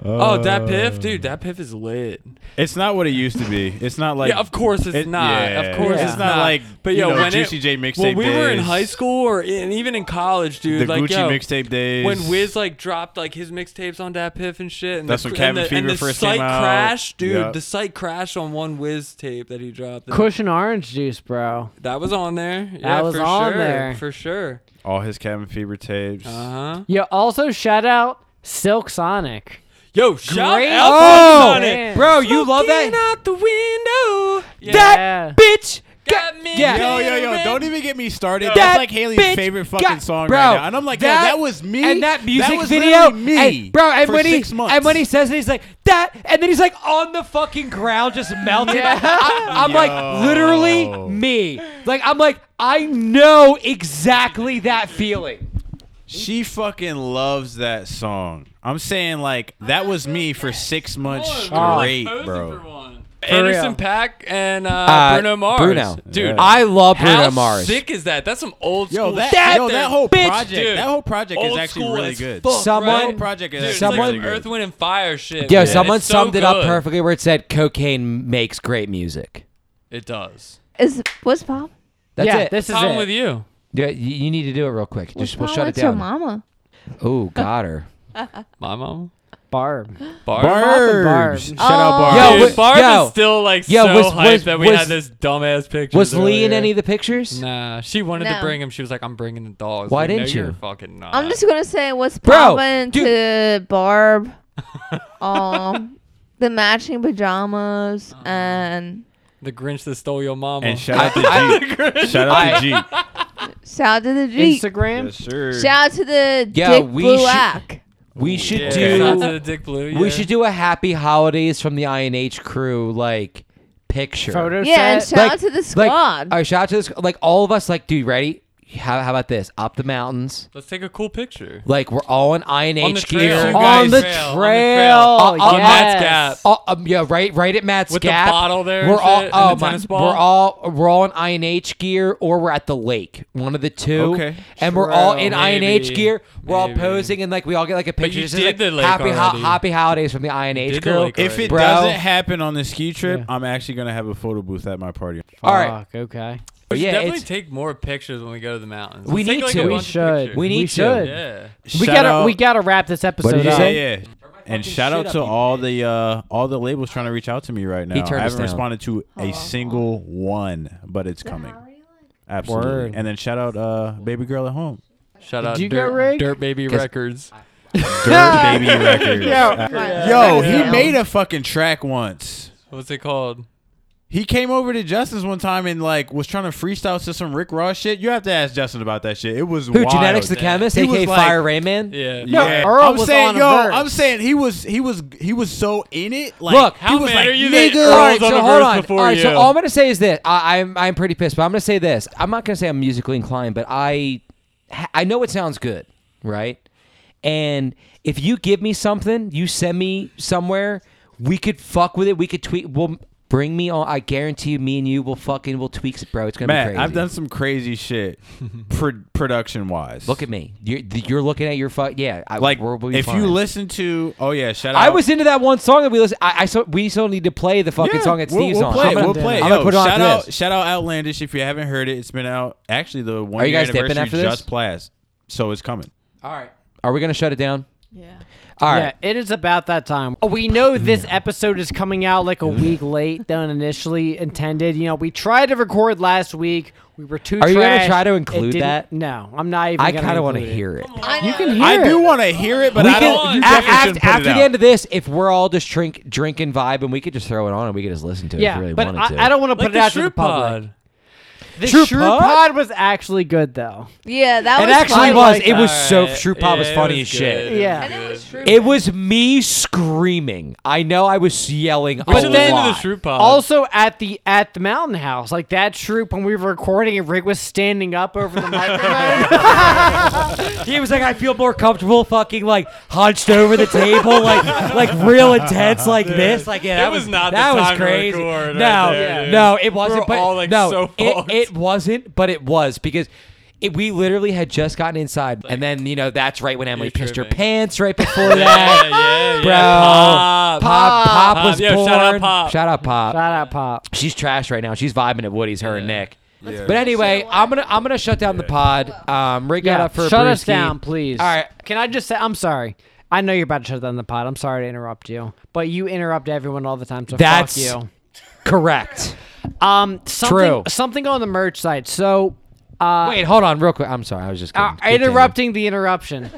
S3: oh, that piff, dude, that piff is lit.
S9: It's not what it used to be. It's not like
S3: yeah, of course it's
S9: it-
S3: not.
S9: yeah.
S3: Of course
S9: It's
S3: it's
S9: not like,
S3: But
S9: you
S3: yo,
S9: know,
S3: when
S9: Juicy
S3: it,
S9: J mixtape
S3: when we were in
S9: days.
S3: high school or in, even in college, dude,
S9: the
S3: like
S9: Gucci
S3: yo,
S9: mixtape days.
S3: when Wiz like dropped like his mixtapes on Dat Piff and shit. And
S9: That's
S3: the,
S9: when Cabin
S3: and the, and
S9: Fever
S3: the
S9: first
S3: site
S9: came out.
S3: crashed, dude.
S9: Yep.
S3: The site crashed on one Wiz tape that he dropped.
S2: Cushion orange juice, bro.
S3: that was on there. Yeah,
S2: was
S3: for
S2: on
S3: sure,
S2: there.
S3: for sure.
S9: all his cabin fever tapes.
S3: Uh huh.
S2: Yeah. Also, shout out Silk Sonic.
S3: Yo, shout
S2: Great.
S3: out
S2: Oh,
S3: on it,
S2: man.
S1: Bro, you love that?
S3: Looking out the window. Yeah.
S1: That bitch
S3: got me.
S1: Yeah.
S9: Yo, yo, yo!
S3: feeling-
S9: Don't even get me started.
S1: That
S9: That's like Haley's
S1: bitch
S9: favorite
S1: got-
S9: fucking song
S1: bro,
S9: right now, and I'm like, yo,
S1: that-
S9: that, was me.
S1: and that music
S9: was
S1: video,
S9: literally me,
S1: and- bro. And
S9: for
S1: when he
S9: six months.
S1: and when he says it, he's like that, and then he's like on the fucking ground, just melting. I, am like literally me. Like I'm like I know exactly that feeling.
S9: She fucking loves that song. I'm saying like that was me for six months straight, bro.
S3: Anderson
S2: real.
S3: Pack and uh,
S1: Uh,
S3: Bruno Mars.
S1: Bruno.
S3: Dude,
S9: Yeah.
S1: I love
S3: how
S1: Bruno Mars.
S3: sick is that? That's some old school
S9: Yo, that
S3: shit
S9: yo,
S3: there.
S9: that whole
S1: bitch,
S9: project,
S3: dude.
S9: that whole project
S3: Old
S9: is actually
S3: school
S9: really
S3: as
S9: good.
S3: fuck,
S9: That
S1: Someone-
S9: whole
S3: bro.
S9: project is
S3: Dude,
S9: actually
S1: someone-
S9: really
S3: it's like
S9: good.
S3: Earth, Wind, and Fire shit.
S1: Yo,
S3: man.
S1: someone
S3: It's so
S1: summed it up
S3: good.
S1: perfectly where it said, "Cocaine makes great music."
S3: It does.
S5: Is what's pop?
S1: That's
S2: yeah,
S1: it.
S2: this is
S3: Problem
S2: it.
S3: with you?
S1: Yeah, you, you need to do it real quick.
S5: What's
S1: Just we'll
S5: wrong
S1: shut it
S5: with your
S1: down.
S5: mama?
S1: Oh, got her.
S3: My mom.
S2: Barb.
S3: Barb.
S2: Barb. Barb.
S9: Shout out Barb.
S1: Yo,
S3: Dude,
S1: what-
S3: Barb
S1: yo.
S3: is still like
S1: Yo,
S3: so
S1: was-
S3: hyped
S1: was-
S3: that we
S1: was-
S3: had this dumbass picture.
S1: Was Lee in
S3: earlier.
S1: any of the pictures?
S3: Nah, she wanted to
S5: No.
S3: bring him. She was like, "I'm bringing the dolls."
S1: Why
S3: Like, no,
S1: didn't you?
S3: You're fucking not.
S5: I'm just gonna say what's
S1: Uh, Bro,
S5: popping to Barb. um, the matching pajamas
S1: Uh-huh.
S5: and
S3: the Grinch that stole your mama.
S9: And shout out to G. shout out to G.
S5: shout out to the Jeep.
S2: Instagram.
S9: sure.
S5: Shout out to the
S1: Yeah,
S5: Dick
S1: we should-
S5: Black.
S1: We should
S3: yeah.
S1: do.
S3: shout out to the Dick Blue. Yeah.
S1: We should do a happy holidays from the INH crew like picture.
S2: Photo
S5: Yeah, and
S2: set.
S5: shout out to the
S1: Like,
S5: squad.
S1: all right, shout out to this. Like all of us. Like, dude, ready? How, how about this? Up the mountains.
S3: Let's take a cool picture.
S1: Like we're all in
S3: On the
S1: INH
S3: trail.
S1: gear.
S3: You
S1: On,
S3: guys-
S1: the
S3: trail,
S1: trail.
S3: on the
S2: trail.
S1: Uh, uh,
S3: On
S2: Yes.
S3: Matt's Gap.
S1: Oh, um, yeah, right, right at Matt's
S3: With the
S1: Gap.
S3: bottle there and
S1: We're all,
S3: shit, and
S1: oh
S3: the
S1: my,
S3: tennis ball.
S1: we're all, we're all in INH gear, or we're at the lake, one of the two.
S9: Okay.
S1: and we're all in
S3: True.
S1: INH
S3: Maybe.
S1: gear. We're all
S3: Maybe.
S1: posing, and like we all get like a picture.
S3: you
S1: It says,
S3: did
S1: like,
S3: the lake
S1: happy,
S3: already.
S1: happy holidays from the INH
S3: did the
S1: crew.
S3: lake
S9: If it
S1: Bro.
S9: doesn't happen on the ski trip, I'm actually gonna have a photo booth at my party.
S1: all right,
S2: Fuck, Okay.
S3: We should
S1: yeah,
S3: definitely
S1: it's-
S3: take more pictures when we go to the mountains.
S1: We
S3: Let's take,
S1: need
S3: like,
S1: to.
S3: A
S1: We
S3: bunch of
S2: should.
S3: pictures.
S1: we
S2: We
S1: need
S2: should.
S3: Yeah.
S2: We gotta we gotta wrap this episode
S1: did you
S2: up.
S1: say?
S9: Yeah, yeah. And shout out
S1: shit
S9: to
S1: up, you
S9: all the uh, all the labels trying to reach out to me right now.
S1: turned
S9: I
S1: us
S9: haven't
S1: down.
S9: responded to a single one, but it's coming. Absolutely.
S2: Word.
S9: And then shout out uh, baby girl at home.
S3: Shout out
S2: Did you
S3: Dirt,
S2: get rigged?
S3: Dirt Baby Records.
S9: Dirt baby records.
S5: Right.
S9: Yo,
S5: Yeah.
S9: he made a fucking track once.
S3: What's it called?
S9: He came over to Justin's one time and like was trying to freestyle to some Rick Ross shit. You have to ask Justin about that shit. It was
S1: Who?
S9: wild.
S1: Genetics the chemist,
S9: He
S1: aka
S9: was like-
S1: Fire Rayman.
S3: Yeah.
S9: Yeah.
S2: Earl
S9: I'm
S2: was
S9: saying,
S2: on a
S9: yo,
S2: verse.
S9: I'm saying he was, he was, he was so in it. Like,
S1: Look,
S9: he
S3: How
S9: was
S3: mad
S9: like,
S3: are you that
S9: nigga,
S3: Earl's
S1: All right,
S3: on
S1: so
S3: the
S1: hold
S3: verse
S1: on.
S3: before
S1: all right, so
S3: you?
S1: all I'm gonna say is this: I, I'm I'm pretty pissed, but I'm gonna say this. I'm not gonna say I'm musically inclined, but I ha- I know it sounds good, right? And if you give me something, you send me somewhere, we could fuck with it. We could tweet. We'll bring me on. I guarantee you, me and you will fucking will tweak it, bro. It's gonna be
S9: Matt,
S1: crazy.
S9: I've done some crazy shit pro- production wise.
S1: Look at me. You're, you're looking at your fuck. Yeah, I,
S9: like
S1: we're, we'll be
S9: if
S1: fine.
S9: you listen to oh yeah, shout out.
S1: I was into that one song that we listened. I, I saw, we still need to play the fucking
S9: yeah,
S1: song at
S9: we'll-
S1: Steve's
S9: we'll
S1: on.
S9: Play, it,
S1: I'm gonna,
S9: we'll play. it.
S1: I'm gonna
S9: Yo,
S1: put it on
S9: shout
S1: after
S9: out,
S1: this.
S9: shout out Outlandish if you haven't heard it. It's been out actually the one
S1: you
S9: year
S1: guys dipping
S9: anniversary
S1: after this?
S9: just passed, so it's coming.
S1: All right. Are we gonna shut it down?
S5: Yeah.
S1: All right.
S2: Yeah, it is about that time. We know this episode is coming out like a week late than initially intended. You know, we tried to record last week. We were too.
S1: Are you gonna
S2: trashed.
S1: try to
S2: It
S1: include
S2: didn't-
S1: that?
S2: No, I'm not even.
S1: I
S2: gonna
S1: kind of want to
S2: include
S1: hear it.
S5: You can
S2: Hear
S9: I
S2: it.
S9: do want to hear it, but
S1: We
S9: I
S1: can,
S9: don't. You
S1: a-
S9: definitely
S1: after,
S9: shouldn't put it
S1: after the
S9: out.
S1: end of this, if we're all just drink, drink and vibe, and we could just throw it on and we could just listen to it
S2: Yeah,
S1: if we really
S2: but
S1: wanted to.
S2: I, I don't want to
S3: Like
S2: put it out
S3: the
S2: to the
S3: Shroop
S2: public.
S3: Pod.
S2: The
S1: Shroop
S2: Shroop
S1: Pod?
S2: Pod was actually good though.
S5: Yeah, that
S1: It
S5: was
S1: actually
S5: fun.
S1: was.
S2: like
S1: It was
S3: All
S1: so
S3: right.
S1: true. Pop was
S3: Yeah, it
S1: funny as
S3: good.
S1: shit.
S3: It was
S2: Yeah.
S5: And it was
S3: good.
S5: true.
S1: It was me screaming. I know I was yelling
S3: We
S1: a
S3: should listen to the
S1: lot.
S3: Shroop Pod.
S2: Also at the at the Mountain House, like that Shroop when we were recording, and Rick was standing up over the microphone.
S1: He was like, I feel more comfortable fucking like hunched over the table, like like real intense like this. Like yeah,
S3: It
S1: that
S3: was not the
S1: that was
S3: time to
S1: crazy.
S3: record right
S1: no,
S3: there, dude.
S1: no, it wasn't.
S3: We were
S1: but
S3: all, like,
S1: no,
S3: so
S1: it,
S3: fucked.
S1: it wasn't, but it was because it, we literally had just gotten inside, and then you know that's right when Emily
S3: You're
S1: pissed her
S3: tripping.
S1: pants right before
S3: yeah,
S1: that.
S3: yeah, yeah.
S1: Bro,
S3: Pop,
S1: Pop, Pop,
S3: Pop.
S1: was
S3: Yo,
S1: born.
S3: shout out Pop.
S1: Shout out Pop.
S2: Shout out, Pop.
S1: She's trash right now. She's vibing at Woody's, her and Nick.
S5: Yeah.
S1: But anyway, I'm gonna I'm gonna shut down the pod. Um, Rick got
S2: Yeah,
S1: up for a
S2: shut us
S1: brewski.
S2: down, please.
S1: All right.
S2: Can I just say I'm sorry. I know you're about to shut down the pod. I'm sorry to interrupt you, but you interrupt everyone all the time. So
S1: That's
S2: fuck you.
S1: Correct.
S2: Um, something,
S1: true.
S2: Something on the merch site. So, uh,
S1: Wait, hold on, real quick. I'm sorry. I was just kidding.
S2: uh,
S1: Continue.
S2: interrupting the interruption.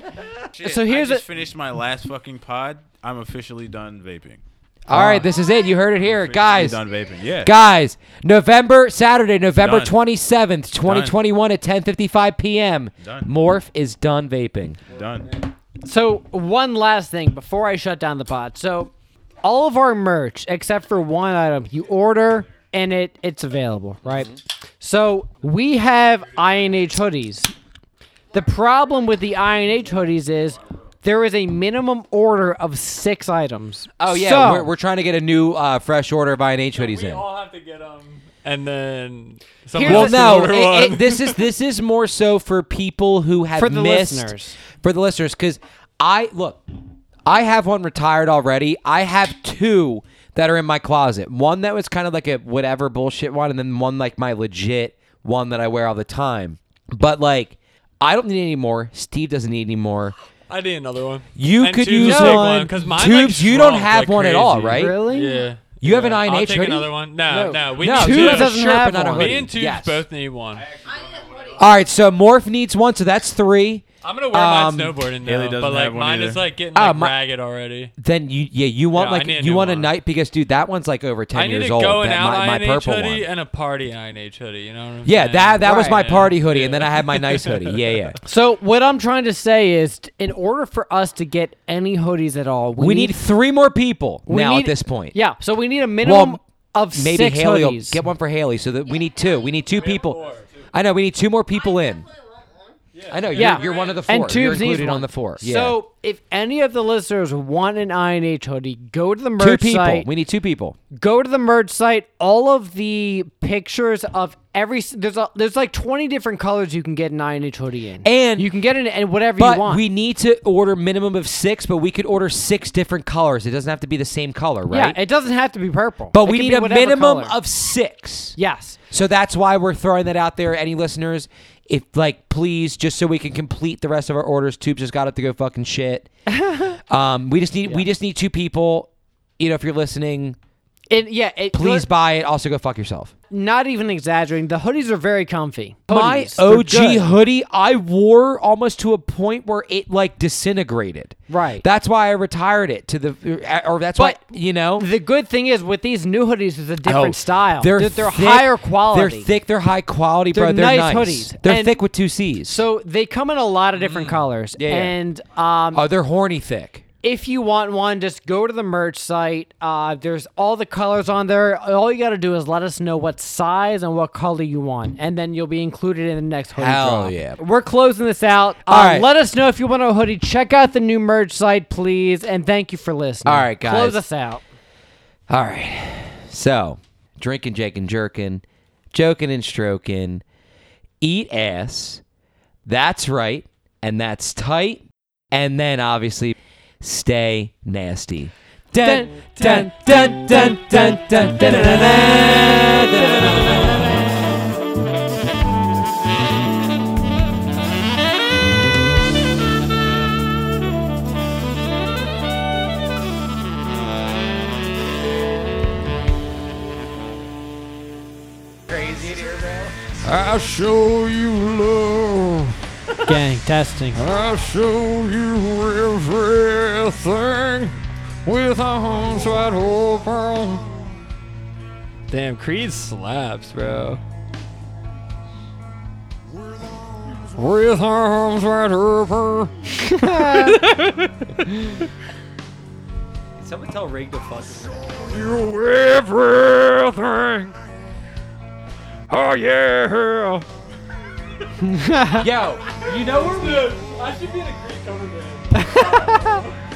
S2: so here's
S9: I
S2: a
S9: just finished my last fucking pod. I'm officially done vaping.
S1: All right, this is it. You heard it here, guys.
S9: done vaping. Yeah.
S1: Guys, November Saturday, November
S9: Done.
S1: twenty seventh, twenty twenty one at ten fifty five p.m.
S9: Done.
S1: Morph is done vaping.
S9: Done.
S2: So one last thing before I shut down the pod. So all of our merch except for one item, you order and it it's available, right?
S1: Mm-hmm.
S2: So we have INH hoodies. The problem with the INH hoodies is there is a minimum order of six items.
S1: Oh yeah,
S2: So-
S1: we're, we're trying to get a new uh, fresh order of INH hoodies
S3: We
S1: in.
S3: all have to get them, and then
S1: Well,
S3: someone
S2: Here's the-
S1: no,
S3: order
S1: it- it-
S3: one.
S1: this is this is more so for people who have
S2: For the
S1: missed
S2: listeners.
S1: for the listeners because I look, I have one retired already. I have two that are in my closet. One that was kind of like a whatever bullshit one, and then one like my legit one that I wear all the time. But like, I don't need any more. Steve doesn't need any more.
S3: I need another one.
S1: You
S3: And
S1: could
S3: Tubes
S1: use
S3: will take
S1: one.
S3: because mine,
S1: Tubes,
S3: like,
S1: you don't
S3: shrunk
S1: have
S3: like
S1: one at all,
S3: crazy.
S1: right?
S2: Really?
S3: Yeah.
S1: You have an
S3: Yeah.
S1: INH
S3: I'll take
S1: hoodie?
S3: another one. No, no, we
S1: no,
S3: need
S2: Tubes
S1: Tubes
S3: two.
S2: doesn't
S1: shirt,
S2: have
S1: but not a
S2: one.
S1: hoodie.
S3: Me and Tubes
S1: Yes.
S3: both need one.
S1: All right, so Morph needs one, so that's three.
S3: I'm gonna wear
S1: Um,
S3: mine snowboarding
S9: Haley
S3: now,
S9: doesn't
S3: but like
S9: have one
S3: mine
S9: either.
S3: is like getting
S1: Oh,
S3: like
S1: my-
S3: ragged already.
S1: Then you, yeah, you want
S3: Yeah, I
S1: like
S3: need a
S1: you
S3: new
S1: want a
S3: one.
S1: night because dude, that one's like over ten
S3: I need
S1: years
S3: a
S1: old.
S3: going
S1: that,
S3: out
S1: my, my
S3: INH
S1: purple
S3: hoodie
S1: one.
S3: and a party INH hoodie. You know what I'm
S1: Yeah,
S3: saying?
S1: that that was my
S3: Right.
S1: party hoodie, and then I had my nice hoodie. Yeah, yeah.
S2: So what I'm trying to say is t- in order for us to get any hoodies at all, we,
S1: We need three more people
S2: we
S1: now
S2: need-
S1: at this point.
S2: Yeah, so we need a minimum of
S1: maybe
S2: six
S1: Haley will
S2: hoodies.
S1: get one for Haley. So that we need two. We need two people. I know we need two more people in. I know. You're,
S2: Yeah.
S1: you're one of the four.
S2: And
S1: you're
S2: Tubes needs
S1: included on
S2: one.
S1: the four. Yeah.
S2: So if any of the listeners want an INH hoodie, go to the
S1: two
S2: merch
S1: people.
S2: site.
S1: We need two people.
S2: go to the merch site. All of the pictures of every s- there's a, there's like 20 different colors you can get an INH hoodie in,
S1: And-
S2: you can get it in whatever
S1: But
S2: you want.
S1: we need to order minimum of six, but we could order six different colors. It doesn't have to be the same color, right?
S2: Yeah, it doesn't have to be purple.
S1: but
S2: It
S1: we
S2: can
S1: need
S2: be
S1: a
S2: whatever
S1: minimum
S2: color.
S1: of six.
S2: yes.
S1: So that's why we're throwing that out there. Any listeners, if like, please, just so we can complete the rest of our orders. Tubes just got up to go fucking shit. um, we just need we just need two people. You know, if you're listening,
S2: And yeah, it,
S1: please buy it. Also, go fuck yourself.
S2: not even exaggerating. The hoodies are very comfy.
S1: My
S2: Hoodies, they're
S1: OG
S2: good.
S1: hoodie, I wore almost to a point where it like disintegrated.
S2: Right.
S1: That's why I retired it to the, or that's
S2: But
S1: why you know
S2: The good thing is with these new hoodies is a different style.
S1: Oh, They're
S2: they're, they're
S1: thick-
S2: higher quality.
S1: They're thick. They're high quality, bro.
S2: They're
S1: They're
S2: nice
S1: nice,
S2: hoodies.
S1: They're
S2: And-
S1: thick with two C's.
S2: So they come in a lot of different colors.
S1: Mm. Yeah, yeah.
S2: And um,
S1: oh, they're horny thick.
S2: if you want one, just go to the merch site. Uh, there's all the colors on there. All you got to do is let us know what size and what color you want, and then you'll be included in the next hoodie
S1: Hell
S2: draw.
S1: yeah.
S2: We're closing this out. Uh,
S1: All right.
S2: Let us know if you want a hoodie. Check out the new merch site, please. And thank you for listening.
S1: All right, guys.
S2: Close us out.
S1: All right. So, drinking, jaking, jerking, joking and stroking, eat ass. That's right. And that's tight. And then obviously, stay nasty. Dun, dun, dun, dun, dun, dun, dun, dun, dun, dun, dun, dun.
S9: I'll show you love.
S2: Gang testing.
S9: I'll show you everything with a home wide open.
S3: Damn, Creed slaps, bro.
S9: With arms wide open.
S1: Someone tell Rig to fuck.
S9: You everything. Oh yeah.
S1: Yo, you know where we
S3: I should be in a Creed cover band.